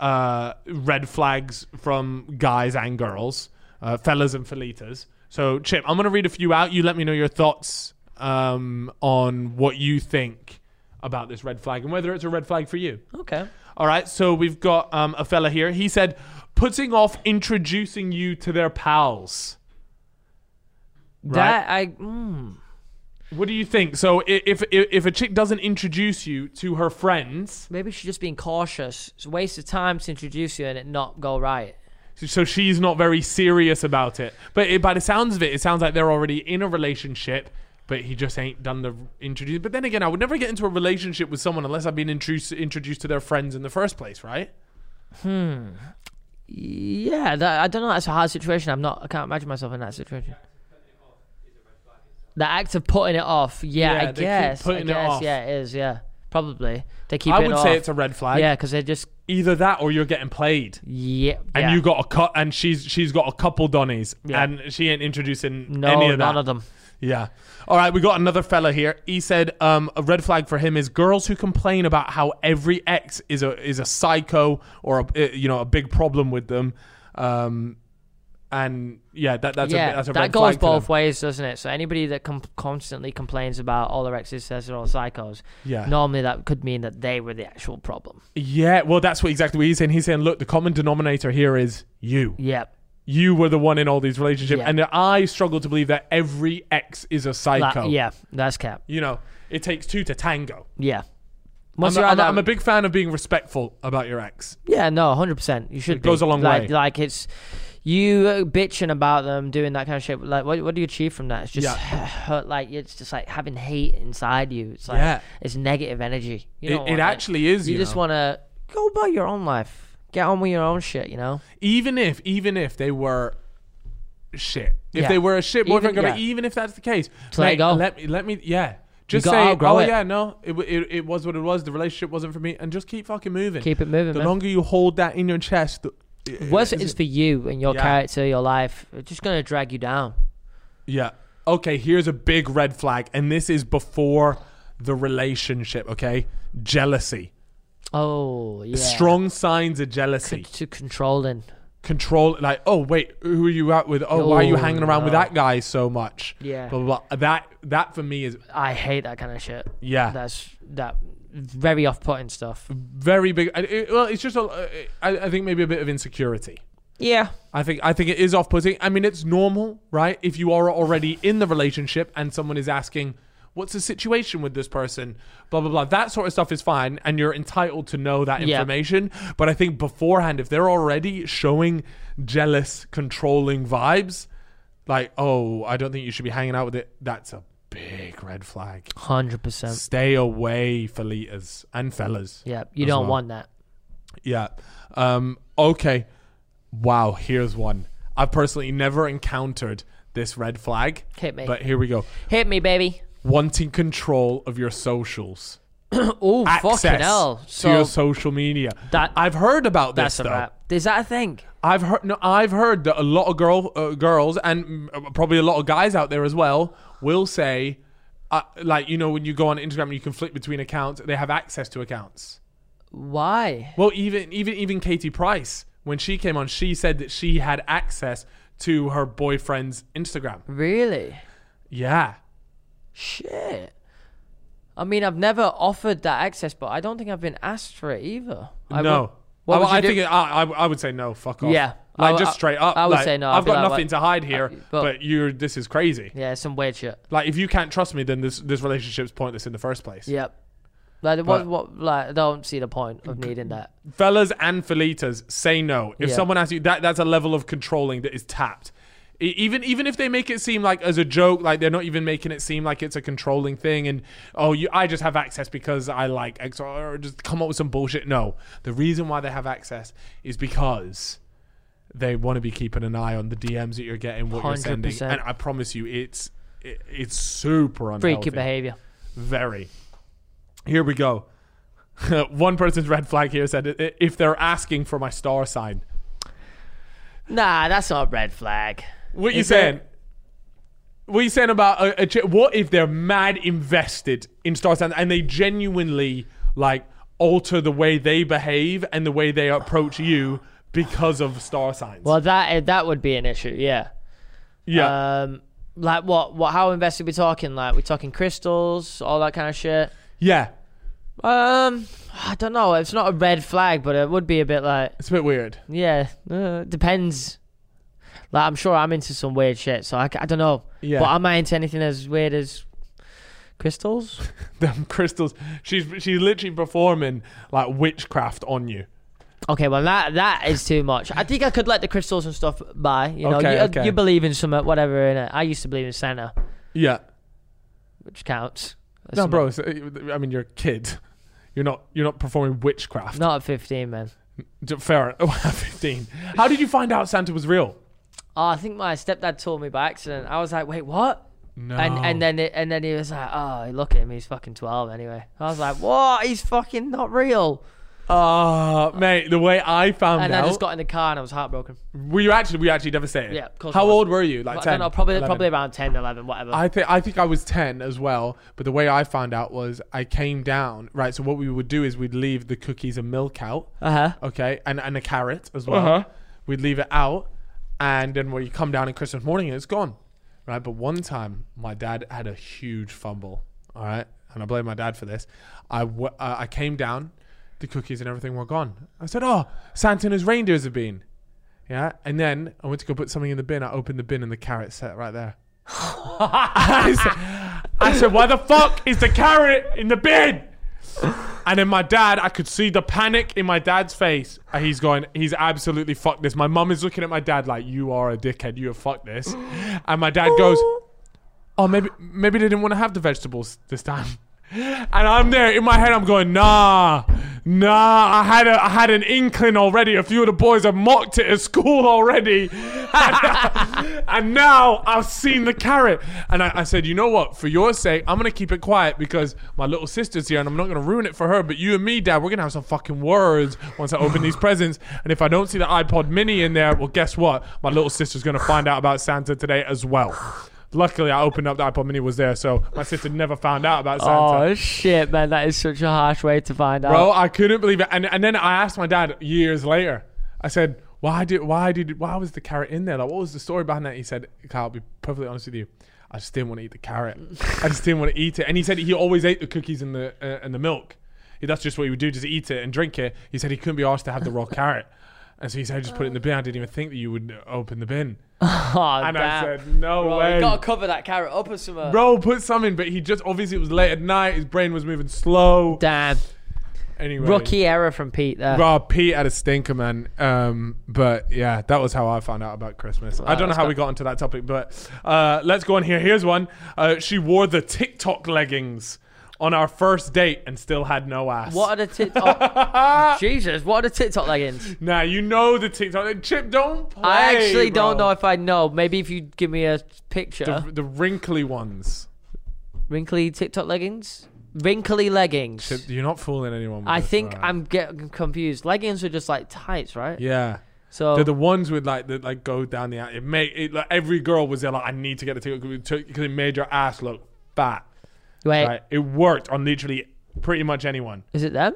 Speaker 2: uh, red flags from guys and girls, uh, fellas and felitas. So, Chip, I'm going to read a few out. You let me know your thoughts um, on what you think about this red flag and whether it's a red flag for you.
Speaker 1: Okay.
Speaker 2: All right, so we've got um, a fella here. He said, putting off introducing you to their pals.
Speaker 3: That I. Mm,
Speaker 2: What do you think? So i- if if, if a chick doesn't introduce you to her friends,
Speaker 3: Maybe she's just being cautious. It's a waste of time to introduce you and it not go right.
Speaker 2: so she's not very serious about it. But it, by the sounds of it, it sounds like they're already in a relationship. But he just ain't done the introduce. But then again, I would never get into a relationship with someone unless I've been introduced introduced to their friends in the first place, right?
Speaker 3: Yeah, that, I don't know. That's a hard situation. I'm not. I can't imagine myself in that situation. The act of putting it off. Yeah, I
Speaker 2: Yeah, they keep
Speaker 3: guess. I
Speaker 2: putting it
Speaker 3: guess.
Speaker 2: off.
Speaker 3: Yeah, it is. Yeah, probably. They keep.
Speaker 2: I
Speaker 3: it
Speaker 2: would
Speaker 3: off.
Speaker 2: say it's a red flag.
Speaker 3: yeah, because they're just.
Speaker 2: Either that or you're getting played.
Speaker 3: Yeah.
Speaker 2: and
Speaker 3: yeah.
Speaker 2: you got a cut and she's she's got a couple donnies
Speaker 3: Yeah.
Speaker 2: and she ain't introducing
Speaker 3: no,
Speaker 2: any of that
Speaker 3: none of them.
Speaker 2: yeah all right we got another fella here he said um, a red flag for him is girls who complain about how every ex is a is a psycho or a, eh, you know a big problem with them um and yeah that that's
Speaker 3: yeah,
Speaker 2: a that's a
Speaker 3: that
Speaker 2: red
Speaker 3: goes
Speaker 2: flag to them.
Speaker 3: both ways, doesn't it? So anybody that com- constantly complains about all their exes says they're all psychos.
Speaker 2: yeah
Speaker 3: Normally, that could mean that they were the actual problem.
Speaker 2: yeah well that's what exactly what he's saying he's saying look the common denominator here is you
Speaker 3: Yep.
Speaker 2: you were the one in all these relationships
Speaker 3: Yeah.
Speaker 2: and i struggle to believe that every ex is a
Speaker 3: That-
Speaker 2: psycho
Speaker 3: yeah, that's cap.
Speaker 2: you know, it takes two to tango.
Speaker 3: Yeah.
Speaker 2: I'm,
Speaker 3: Once
Speaker 2: a-
Speaker 3: you're
Speaker 2: I'm a-
Speaker 3: out
Speaker 2: I'm a
Speaker 3: there-
Speaker 2: big fan of being respectful about your ex.
Speaker 3: yeah, no, hundred percent. You should.
Speaker 2: It goes
Speaker 3: be.
Speaker 2: a long
Speaker 3: like,
Speaker 2: way.
Speaker 3: Like it's you uh, bitching about them doing that kind of shit. Like, what, what do you achieve from that? It's just hurt, like it's just like having hate inside you. It's like
Speaker 2: Yeah.
Speaker 3: it's negative energy. You
Speaker 2: It,
Speaker 3: don't
Speaker 2: it
Speaker 3: want
Speaker 2: actually is.
Speaker 3: You,
Speaker 2: You,
Speaker 3: just
Speaker 2: know.
Speaker 3: want to go about your own life. Get on with your own shit. You know.
Speaker 2: even if even if they were shit, if
Speaker 3: Yeah.
Speaker 2: they were a shit
Speaker 3: Even-
Speaker 2: boyfriend, girlfriend,
Speaker 3: yeah.
Speaker 2: even if that's the case,
Speaker 3: To let it
Speaker 2: mate,
Speaker 3: go.
Speaker 2: Let me let me yeah. Just
Speaker 3: gotta
Speaker 2: say,
Speaker 3: outgrow
Speaker 2: oh
Speaker 3: it.
Speaker 2: yeah, no, it, w- it it was what it was. The relationship wasn't for me, and just keep fucking moving.
Speaker 3: Keep it moving.
Speaker 2: the
Speaker 3: man.
Speaker 2: longer you hold that in your chest, the,
Speaker 3: Worse it is for you and your
Speaker 2: Yeah.
Speaker 3: character, your life. It's just gonna drag you down.
Speaker 2: Yeah. Okay, here's a big red flag, and this is before the relationship. Okay, jealousy.
Speaker 3: Oh yeah.
Speaker 2: Strong signs of jealousy.
Speaker 3: To controlling.
Speaker 2: control like oh wait who are you out with oh why are you
Speaker 3: Oh,
Speaker 2: hanging around with
Speaker 3: no.
Speaker 2: that guy so much
Speaker 3: Yeah.
Speaker 2: blah, blah, blah. that that for me is
Speaker 3: I hate that kind of shit.
Speaker 2: yeah
Speaker 3: That's that very off-putting stuff.
Speaker 2: very big I- it- well it's just a, uh, I, I think maybe a bit of insecurity
Speaker 3: Yeah.
Speaker 2: I think I think it is off-putting I mean it's normal right if you are already in the relationship and someone is asking what's the situation with this person blah blah blah that sort of stuff is fine and you're entitled to know that
Speaker 3: Yeah.
Speaker 2: information but I think beforehand if they're already showing jealous controlling vibes like, oh, I don't think you should be hanging out with it. That's a big red flag.
Speaker 3: Hundred percent.
Speaker 2: Stay away, felitas and fellas.
Speaker 3: Yeah, you
Speaker 2: as
Speaker 3: don't
Speaker 2: well.
Speaker 3: want that.
Speaker 2: Yeah. Um, okay. Wow. Here's one. I've personally never encountered this red flag.
Speaker 3: Hit me.
Speaker 2: But here we go.
Speaker 3: Hit me, baby.
Speaker 2: Wanting control of your socials.
Speaker 3: Oh,
Speaker 2: Access
Speaker 3: fucking hell.
Speaker 2: to
Speaker 3: So
Speaker 2: your social media.
Speaker 3: That-
Speaker 2: I've heard about
Speaker 3: that's
Speaker 2: this
Speaker 3: a
Speaker 2: though.
Speaker 3: wrap. Is that a thing?
Speaker 2: I've heard no, I've heard that a lot of girl uh, girls and mm, probably a lot of guys out there as well will say, uh, like you know when you go on Instagram and you can flip between accounts, they have access to accounts.
Speaker 3: Why?
Speaker 2: Well, even even even Katie Price when she came on, she said that she had access to her boyfriend's Instagram.
Speaker 3: Really?
Speaker 2: Yeah,
Speaker 3: Shit. I mean, I've never offered that access, but I don't think I've been asked for it either. I
Speaker 2: no.
Speaker 3: would- what
Speaker 2: I,
Speaker 3: would you
Speaker 2: I
Speaker 3: do?
Speaker 2: think it, I, I I would say no. Fuck off.
Speaker 3: Yeah.
Speaker 2: like
Speaker 3: I-
Speaker 2: just
Speaker 3: I-
Speaker 2: straight up.
Speaker 3: I would
Speaker 2: like,
Speaker 3: say no, I'd
Speaker 2: I've
Speaker 3: be
Speaker 2: got
Speaker 3: like,
Speaker 2: nothing
Speaker 3: what-
Speaker 2: to hide here,
Speaker 3: I- but-
Speaker 2: but, you're this is crazy.
Speaker 3: yeah, some weird shit.
Speaker 2: Like if you can't trust me, then this this relationship's pointless in the first place.
Speaker 3: Yep. Like,
Speaker 2: But-
Speaker 3: what, what, like, I don't see the point of needing that.
Speaker 2: fellas and felitas say no if
Speaker 3: Yeah.
Speaker 2: someone asks you that that's a level of controlling that is tapped E- even even if they make it seem like as a joke like they're not even making it seem like it's a controlling thing and oh you i just have access because i like x or just come up with some bullshit no the reason why they have access is because they want to be keeping an eye on the dms that you're getting what you're sending
Speaker 3: 100%.
Speaker 2: and i promise you it's it, it's super unhealthy
Speaker 3: Freaky behavior.
Speaker 2: very. Here we go. One person's red flag here said, "I- if they're asking for my star sign.
Speaker 3: Nah, that's not a red flag.
Speaker 2: What you
Speaker 3: Is there-
Speaker 2: saying? What you saying about a, a chi- what if they're mad invested in Star Citizen and they genuinely like alter the way they behave and the way they approach you because of star signs?
Speaker 3: Well, that eh, that would be an issue. Yeah.
Speaker 2: yeah,
Speaker 3: Um, like what? What? How invested we talking? Like we talking crystals, all that kind of shit.
Speaker 2: yeah,
Speaker 3: Um, I don't know. It's not a red flag, but it would be a bit like,
Speaker 2: it's a bit weird.
Speaker 3: yeah, uh, depends. Like I'm sure I'm into some weird shit, so I, c- I don't know.
Speaker 2: Yeah.
Speaker 3: But am I into anything as weird as crystals?
Speaker 2: Them crystals. She's she's literally performing like witchcraft on you.
Speaker 3: Okay, well that that is too much. I think I could let the crystals and stuff by. You know,
Speaker 2: Okay,
Speaker 3: you, uh,
Speaker 2: okay.
Speaker 3: you believe in some whatever in it. I used to believe in Santa,
Speaker 2: Yeah.
Speaker 3: which counts. That's
Speaker 2: No,
Speaker 3: some-
Speaker 2: bro. it's- I mean, you're a kid. You're not. You're not performing witchcraft.
Speaker 3: Not at 15, man.
Speaker 2: D- Fair. Oh, 15. How did you find out Santa was real?
Speaker 3: Oh, I think my stepdad told me by accident. I was like, wait, what?
Speaker 2: No.
Speaker 3: And and then it, and then he was like, oh, look at him, he's fucking twelve anyway. I was like, what? He's fucking not real.
Speaker 2: Ah, mate, the way I found
Speaker 3: And
Speaker 2: out.
Speaker 3: I just got in the car and I was heartbroken.
Speaker 2: were you actually? Were you actually devastated?
Speaker 3: Yeah, of course I
Speaker 2: How
Speaker 3: was.
Speaker 2: old were you? Like
Speaker 3: I
Speaker 2: 10,
Speaker 3: don't know, probably
Speaker 2: 11?
Speaker 3: probably around 10, 11, whatever.
Speaker 2: I think I think I was ten as well. But the way I found out was I came down. Right. So what we would do is we'd leave the cookies and milk out.
Speaker 3: uh huh.
Speaker 2: Okay, and and a carrot as well.
Speaker 3: Uh-huh.
Speaker 2: We'd leave it out, and then when you come down on Christmas morning, it's gone, right? But one time, my dad had a huge fumble. All right, and I blame my dad for this. I w- uh, I came down, the cookies and everything were gone. I said, "Oh, Santa and his reindeers have been." Yeah, and then I went to go put something in the bin. I opened the bin, and the carrot sat right there. I, said, I said, "Why the fuck is the carrot in the bin?" And then my dad, I could see the panic in my dad's face. And He's going, he's absolutely fucked this. My mum is looking at my dad like, you are a dickhead. You have fucked this. And my dad goes, oh, maybe maybe they didn't want to have the vegetables this time. And I'm there in my head, I'm going, nah, nah. I had a, I had an inkling already. A few of the boys have mocked it at school already, and, and now I've seen the carrot. And I, I said, you know what? For your sake, I'm gonna keep it quiet because my little sister's here, and I'm not gonna ruin it for her. But you and me, Dad, we're gonna have some fucking words once I open these presents. And if I don't see the iPod Mini in there, well, guess what? My little sister's gonna find out about Santa today as well. Luckily, I opened up the iPod Mini was there, so my sister never found out about Santa.
Speaker 3: Oh shit, man, that is such a harsh way to find
Speaker 2: Bro,
Speaker 3: out.
Speaker 2: I couldn't believe it. And and then I asked my dad years later. I said, "Why did why did why was the carrot in there? Like, what was the story behind that?" He said, "Kyle, I'll be perfectly honest with you." I just didn't want to eat the carrot. I just didn't want to eat it. And he said he always ate the cookies and the uh, and the milk. He- That's just what he would do, just eat it and drink it. He said he couldn't be asked to have the raw carrot. And so he said, I just put it in the bin. I didn't even think that you would uh, open the bin.
Speaker 3: Oh,
Speaker 2: And I
Speaker 3: damn.
Speaker 2: said, no
Speaker 3: Bro,
Speaker 2: way.
Speaker 3: you gotta cover that carrot up or something.
Speaker 2: Bro, put some in, but he just obviously it was late at night. His brain was moving slow.
Speaker 3: Damn,
Speaker 2: Anyway,
Speaker 3: rookie error from Pete there.
Speaker 2: Bro, Pete had a stinker, man. Um, but yeah, that was how I found out about Christmas. I don't know
Speaker 3: that's
Speaker 2: how we got onto that topic, but uh, let's go on here. Here's one. Uh, she wore the TikTok leggings on our first date and still had no ass.
Speaker 3: What are the TikTok? Jesus, what are the TikTok leggings?
Speaker 2: Nah, you know the TikTok. Chip, don't play.
Speaker 3: I actually don't know
Speaker 2: bro.
Speaker 3: if I know. Maybe if you give me a picture.
Speaker 2: the, the wrinkly ones.
Speaker 3: Wrinkly TikTok leggings? Wrinkly leggings.
Speaker 2: Chip, you're not fooling anyone. With
Speaker 3: I
Speaker 2: this,
Speaker 3: think
Speaker 2: man.
Speaker 3: I'm getting confused. Leggings are just like tights, right?
Speaker 2: Yeah.
Speaker 3: So
Speaker 2: They're the ones with like that like go down the it made it like every girl was there like I need to get a ticket because it made your ass look fat.
Speaker 3: wait,
Speaker 2: Right? It worked on literally pretty much anyone.
Speaker 3: is it them?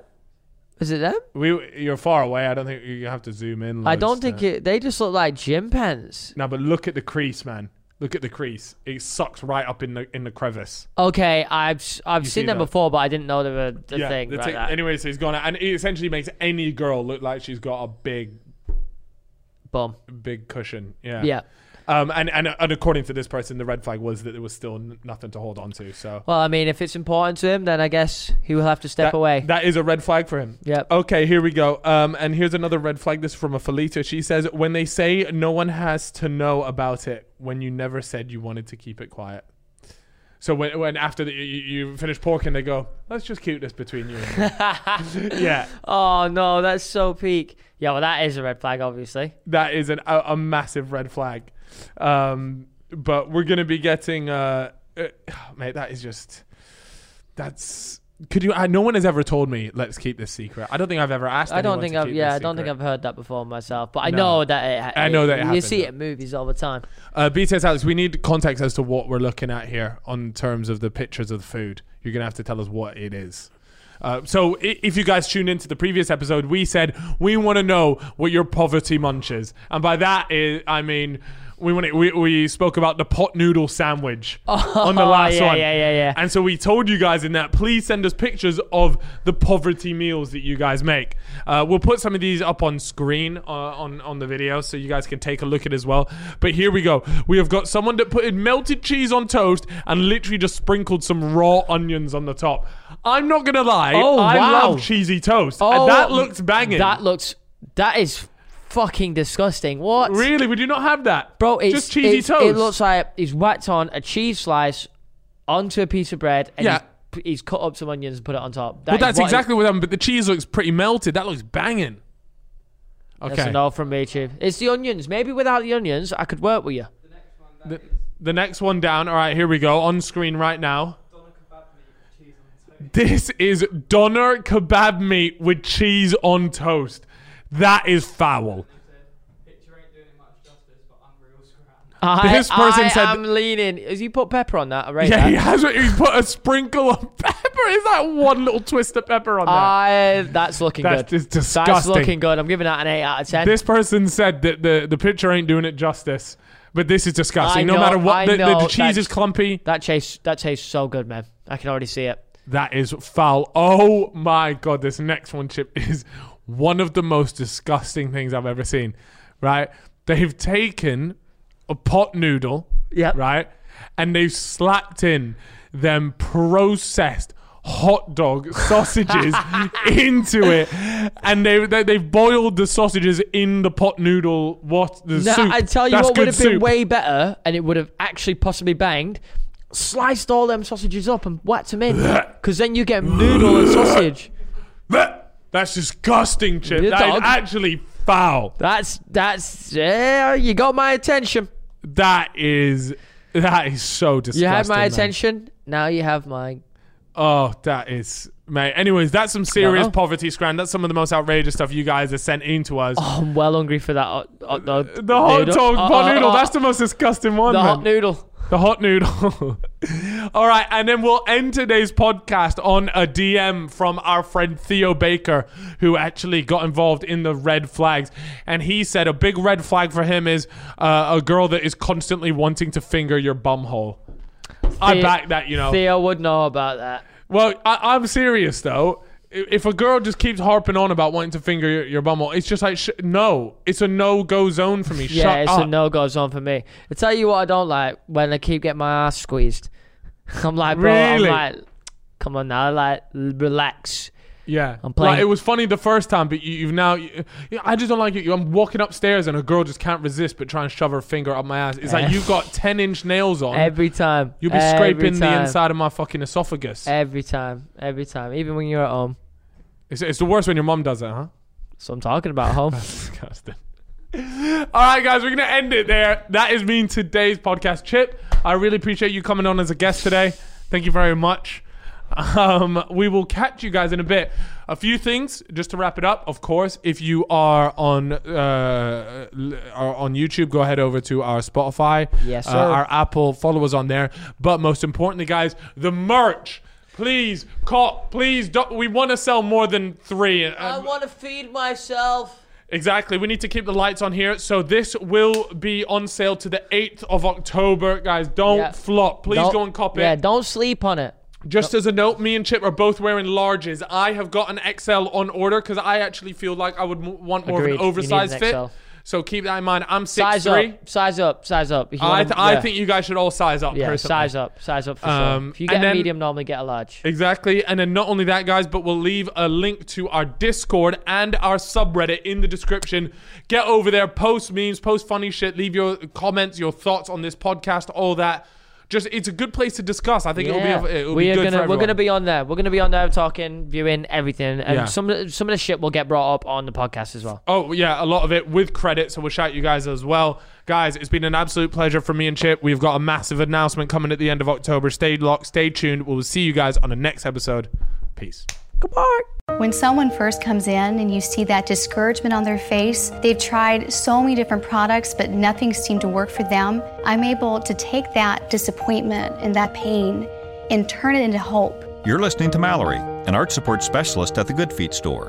Speaker 3: Is it them?
Speaker 2: We you're far away. I don't think you have to zoom in.
Speaker 3: I don't think it, they just look like gym pants.
Speaker 2: Now, but look at the crease, man. Look at the crease. It sucks right up in the in the crevice.
Speaker 3: Okay, I've s- I've
Speaker 2: see
Speaker 3: seen them
Speaker 2: that?
Speaker 3: before, but I didn't know they were the thing.
Speaker 2: the
Speaker 3: right,
Speaker 2: tic-
Speaker 3: that
Speaker 2: anyway, so he's gone, and it essentially makes any girl look like she's got a big
Speaker 3: bum.
Speaker 2: big cushion. Yeah.
Speaker 3: Yeah.
Speaker 2: Um, and, and and according to this person, the red flag was that there was still n- nothing to hold on to. So
Speaker 3: Well, I mean, if it's important to him, then I guess he will have to step
Speaker 2: That-
Speaker 3: away.
Speaker 2: That Oh. is a red flag for him.
Speaker 3: Yep.
Speaker 2: Okay, here we go. Um, and here's another red flag. This is from a Felita. She says, "When they say no one has to know about it, when you never said you wanted to keep it quiet." So when, when after the, you, you finish porking, they go, "Let's just keep this between you." And me." yeah,
Speaker 3: oh no, that's so peak. Yeah, well, that is a red flag, obviously.
Speaker 2: that is an, a, a massive red flag. Um, but we're gonna be getting, uh, uh, mate. That is just that's Could you? I, no one has ever told me. Let's keep this secret. I don't think I've ever asked.
Speaker 3: I don't
Speaker 2: anyone
Speaker 3: think
Speaker 2: to
Speaker 3: I've
Speaker 2: keep
Speaker 3: yeah
Speaker 2: this
Speaker 3: I don't think
Speaker 2: secret.
Speaker 3: I've heard that before myself, but I
Speaker 2: No.
Speaker 3: know that it,
Speaker 2: I know that it
Speaker 3: you
Speaker 2: happens,
Speaker 3: see
Speaker 2: yeah.
Speaker 3: it in movies all the time.
Speaker 2: Uh, BTS Alex, we need context as to what we're looking at here on terms of the pictures of the food. You're going to have to tell us what it is. Uh, so, i- if you guys tuned into the previous episode, we said we want to know what your poverty munch is, and by that I I mean we want we we spoke about the pot noodle sandwich on the last
Speaker 3: Oh, yeah,
Speaker 2: one,
Speaker 3: yeah, yeah, yeah.
Speaker 2: and so we told you guys in that, please send us pictures of the poverty meals that you guys make. Uh, we'll put some of these up on screen uh, on on the video so you guys can take a look at it as well. But here we go. We have got someone that put in melted cheese on toast and literally just sprinkled some raw onions on the top. I'm not gonna lie.
Speaker 3: Oh,
Speaker 2: I
Speaker 3: wow.
Speaker 2: love cheesy toast.
Speaker 3: Oh,
Speaker 2: and that looks banging.
Speaker 3: That looks that is fucking disgusting. What?
Speaker 2: really? We do not have that,
Speaker 3: Bro, it's
Speaker 2: just cheesy
Speaker 3: it's-
Speaker 2: toast.
Speaker 3: It looks like he's whacked on a cheese slice onto a piece of bread and
Speaker 2: Yeah.
Speaker 3: he's, he's cut up some onions and put it on top.
Speaker 2: but that's exactly what happened. But the cheese looks pretty melted. That looks banging. Okay.
Speaker 3: That's a no from me, Chief. It's the onions. Maybe without the onions, I could work with you.
Speaker 2: The, the next one down. All right, here we go. On screen right now. This is doner kebab meat with cheese on toast. That is foul.
Speaker 3: I,
Speaker 2: This person
Speaker 3: I
Speaker 2: said-
Speaker 3: am leaning. Has he put pepper on that? I rate
Speaker 2: Yeah,
Speaker 3: that.
Speaker 2: he has. He's put a sprinkle of pepper. Is that one little twist of pepper on there?
Speaker 3: Uh, I, that's looking
Speaker 2: That's
Speaker 3: good.
Speaker 2: just disgusting.
Speaker 3: That's looking good. I'm giving that an 8 out of 10.
Speaker 2: this person said that the the picture ain't doing it justice. But this is disgusting.
Speaker 3: I
Speaker 2: no
Speaker 3: know,
Speaker 2: matter
Speaker 3: I
Speaker 2: what, the, the- the
Speaker 3: know,
Speaker 2: cheese is
Speaker 3: that's-
Speaker 2: clumpy.
Speaker 3: that, tastes, that tastes so good, man. I can already see it.
Speaker 2: That is foul. Oh my god, this next one chip is one of the most disgusting things I've ever seen. Right? They've taken a pot noodle,
Speaker 3: Yep.
Speaker 2: right? And they've slapped in them processed hot dog sausages into it and they, they they've boiled the sausages in the pot noodle what the
Speaker 3: No,
Speaker 2: soup
Speaker 3: I tell you
Speaker 2: That's
Speaker 3: what would
Speaker 2: good
Speaker 3: have been
Speaker 2: soup.
Speaker 3: way better, and it would have actually possibly banged. Sliced all them sausages up and whacked them in, because then you get noodle and sausage.
Speaker 2: that's disgusting chip
Speaker 3: Yeah,
Speaker 2: that is
Speaker 3: dog.
Speaker 2: actually foul
Speaker 3: That's that's yeah. You got my attention.
Speaker 2: That is that is so disgusting.
Speaker 3: You had my
Speaker 2: man.
Speaker 3: attention. Now you have my.
Speaker 2: Oh, that is mate. Anyways, that's some serious
Speaker 3: Uh-huh.
Speaker 2: poverty scran. That's some of the most outrageous stuff you guys have sent in to us.
Speaker 3: Oh, I'm well hungry for that hot, hot dog.
Speaker 2: the hot
Speaker 3: noodle.
Speaker 2: dog
Speaker 3: Uh,
Speaker 2: pot
Speaker 3: uh,
Speaker 2: noodle.
Speaker 3: uh,
Speaker 2: that's the most disgusting one.
Speaker 3: the
Speaker 2: man.
Speaker 3: hot noodle.
Speaker 2: The hot noodle. All right, and then we'll end today's podcast on a DM from our friend Theo Baker, who actually got involved in the red flags. And he said a big red flag for him is uh, a girl that is constantly wanting to finger your bum hole. I
Speaker 3: Theo-
Speaker 2: back that, you know.
Speaker 3: Theo would know about that.
Speaker 2: Well, I, I'm serious though. I- If a girl just keeps harping on about wanting to finger your, your bumhole, it's just like sh- no. It's a no go zone for me.
Speaker 3: Yeah,
Speaker 2: Shut
Speaker 3: it's
Speaker 2: up.
Speaker 3: a no go zone for me. I tell you what, I don't like when I keep getting my ass squeezed. I'm like, bro,
Speaker 2: Really?
Speaker 3: I'm like, come on now, like, l- relax.
Speaker 2: Yeah, I'm
Speaker 3: playing-
Speaker 2: Like, it was funny the first time, but you, you've now. You, you- I just don't like it. You- I'm walking upstairs and a girl just can't resist but try and shove her finger up my ass. It's
Speaker 3: Eh.
Speaker 2: like you've got ten inch nails on.
Speaker 3: Every time.
Speaker 2: You'll be
Speaker 3: Every
Speaker 2: scraping the
Speaker 3: time.
Speaker 2: inside of my fucking esophagus.
Speaker 3: Every time, every time, even when you're at home.
Speaker 2: It's, it's the worst when your mom does it, huh?
Speaker 3: So I'm talking about home.
Speaker 2: Disgusting. All right, guys, we're going to end it there. That has been today's podcast. Chip, I really appreciate you coming on as a guest today. Thank you very much. Um, we will catch you guys in a bit. A few things just to wrap it up. Of course, if you are on uh, l- are on YouTube, go ahead over to our Spotify,
Speaker 3: Yes,
Speaker 2: uh,
Speaker 3: sir.
Speaker 2: our Apple. Follow us on there. But most importantly, guys, the merch. Please, call. Please, don't, we want to sell more than three. Um,
Speaker 3: to feed myself.
Speaker 2: Exactly. We need to keep the lights on here. So this will be on sale to the 8th of October. Guys, don't
Speaker 3: Yeah.
Speaker 2: flop. Please go and cop it.
Speaker 3: Yeah, don't sleep on it.
Speaker 2: Just as a note, me and Chip are both wearing larges. I have got an XL on order because I actually feel like I would m- want more
Speaker 3: Agreed. You
Speaker 2: of an
Speaker 3: need
Speaker 2: oversized
Speaker 3: an
Speaker 2: fit.
Speaker 3: XL.
Speaker 2: So keep that in mind. I'm 6'3".
Speaker 3: Size up, size up, size up. If you
Speaker 2: I,
Speaker 3: wanna-
Speaker 2: th- I
Speaker 3: yeah.
Speaker 2: think you guys should all size up.
Speaker 3: yeah,
Speaker 2: personally.
Speaker 3: size up, size up for
Speaker 2: Um,
Speaker 3: sure. If you
Speaker 2: and
Speaker 3: get
Speaker 2: then-
Speaker 3: a medium, normally get a large.
Speaker 2: Exactly. And then not only that, guys, but we'll leave a link to our Discord and our subreddit in the description. Get over there, post memes, post funny shit, leave your comments, your thoughts on this podcast, all that. Just it's a good place to discuss. I think it'll be it'll
Speaker 3: we
Speaker 2: be
Speaker 3: are
Speaker 2: good
Speaker 3: gonna
Speaker 2: for
Speaker 3: we're
Speaker 2: everyone.
Speaker 3: gonna be on there. We're gonna be on there talking, viewing everything, and
Speaker 2: Yeah.
Speaker 3: some of the- some of the shit will get brought up on the podcast as well.
Speaker 2: Oh yeah, a lot of it with credit, so we'll shout you guys as well. Guys, it's been an absolute pleasure for me and Chip. We've got a massive announcement coming at the end of October. Stay locked, stay tuned. We'll see you guys on the next episode. Peace.
Speaker 1: Goodbye.
Speaker 4: When someone first comes in and you see that discouragement on their face, they've tried so many different products, but nothing seemed to work for them. I'm able to take that disappointment and that pain and turn it into hope.
Speaker 5: You're listening to Mallory, an art support specialist at the Good Feet store.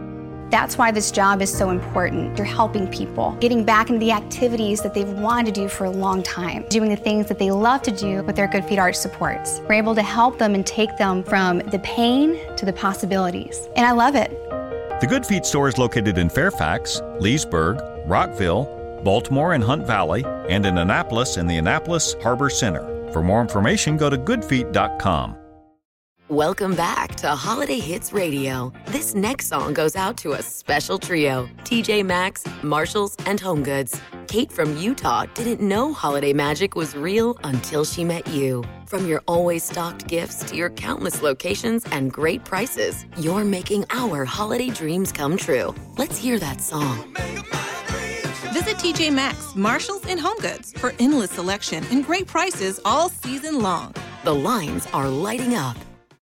Speaker 4: That's why this job is so important. You're helping people, getting back into the activities that they've wanted to do for a long time, doing the things that they love to do with their Good Feet Arch supports. We're able to help them and take them from the pain to the possibilities. And I love it.
Speaker 5: The Good Feet store is located in Fairfax, Leesburg, Rockville, Baltimore and Hunt Valley, and in Annapolis in the Annapolis Harbor Center. For more information, go to goodfeet.com.
Speaker 6: Welcome back to Holiday Hits Radio. This next song goes out to a special trio TJ Maxx, Marshalls, and HomeGoods. Kate from Utah didn't know holiday magic was real until she met you. From your always stocked gifts to your countless locations and great prices, you're making our holiday dreams come true. Let's hear that song.
Speaker 7: Visit TJ Maxx, Marshalls, and HomeGoods for endless selection and great prices all season long.
Speaker 6: The lines are lighting up.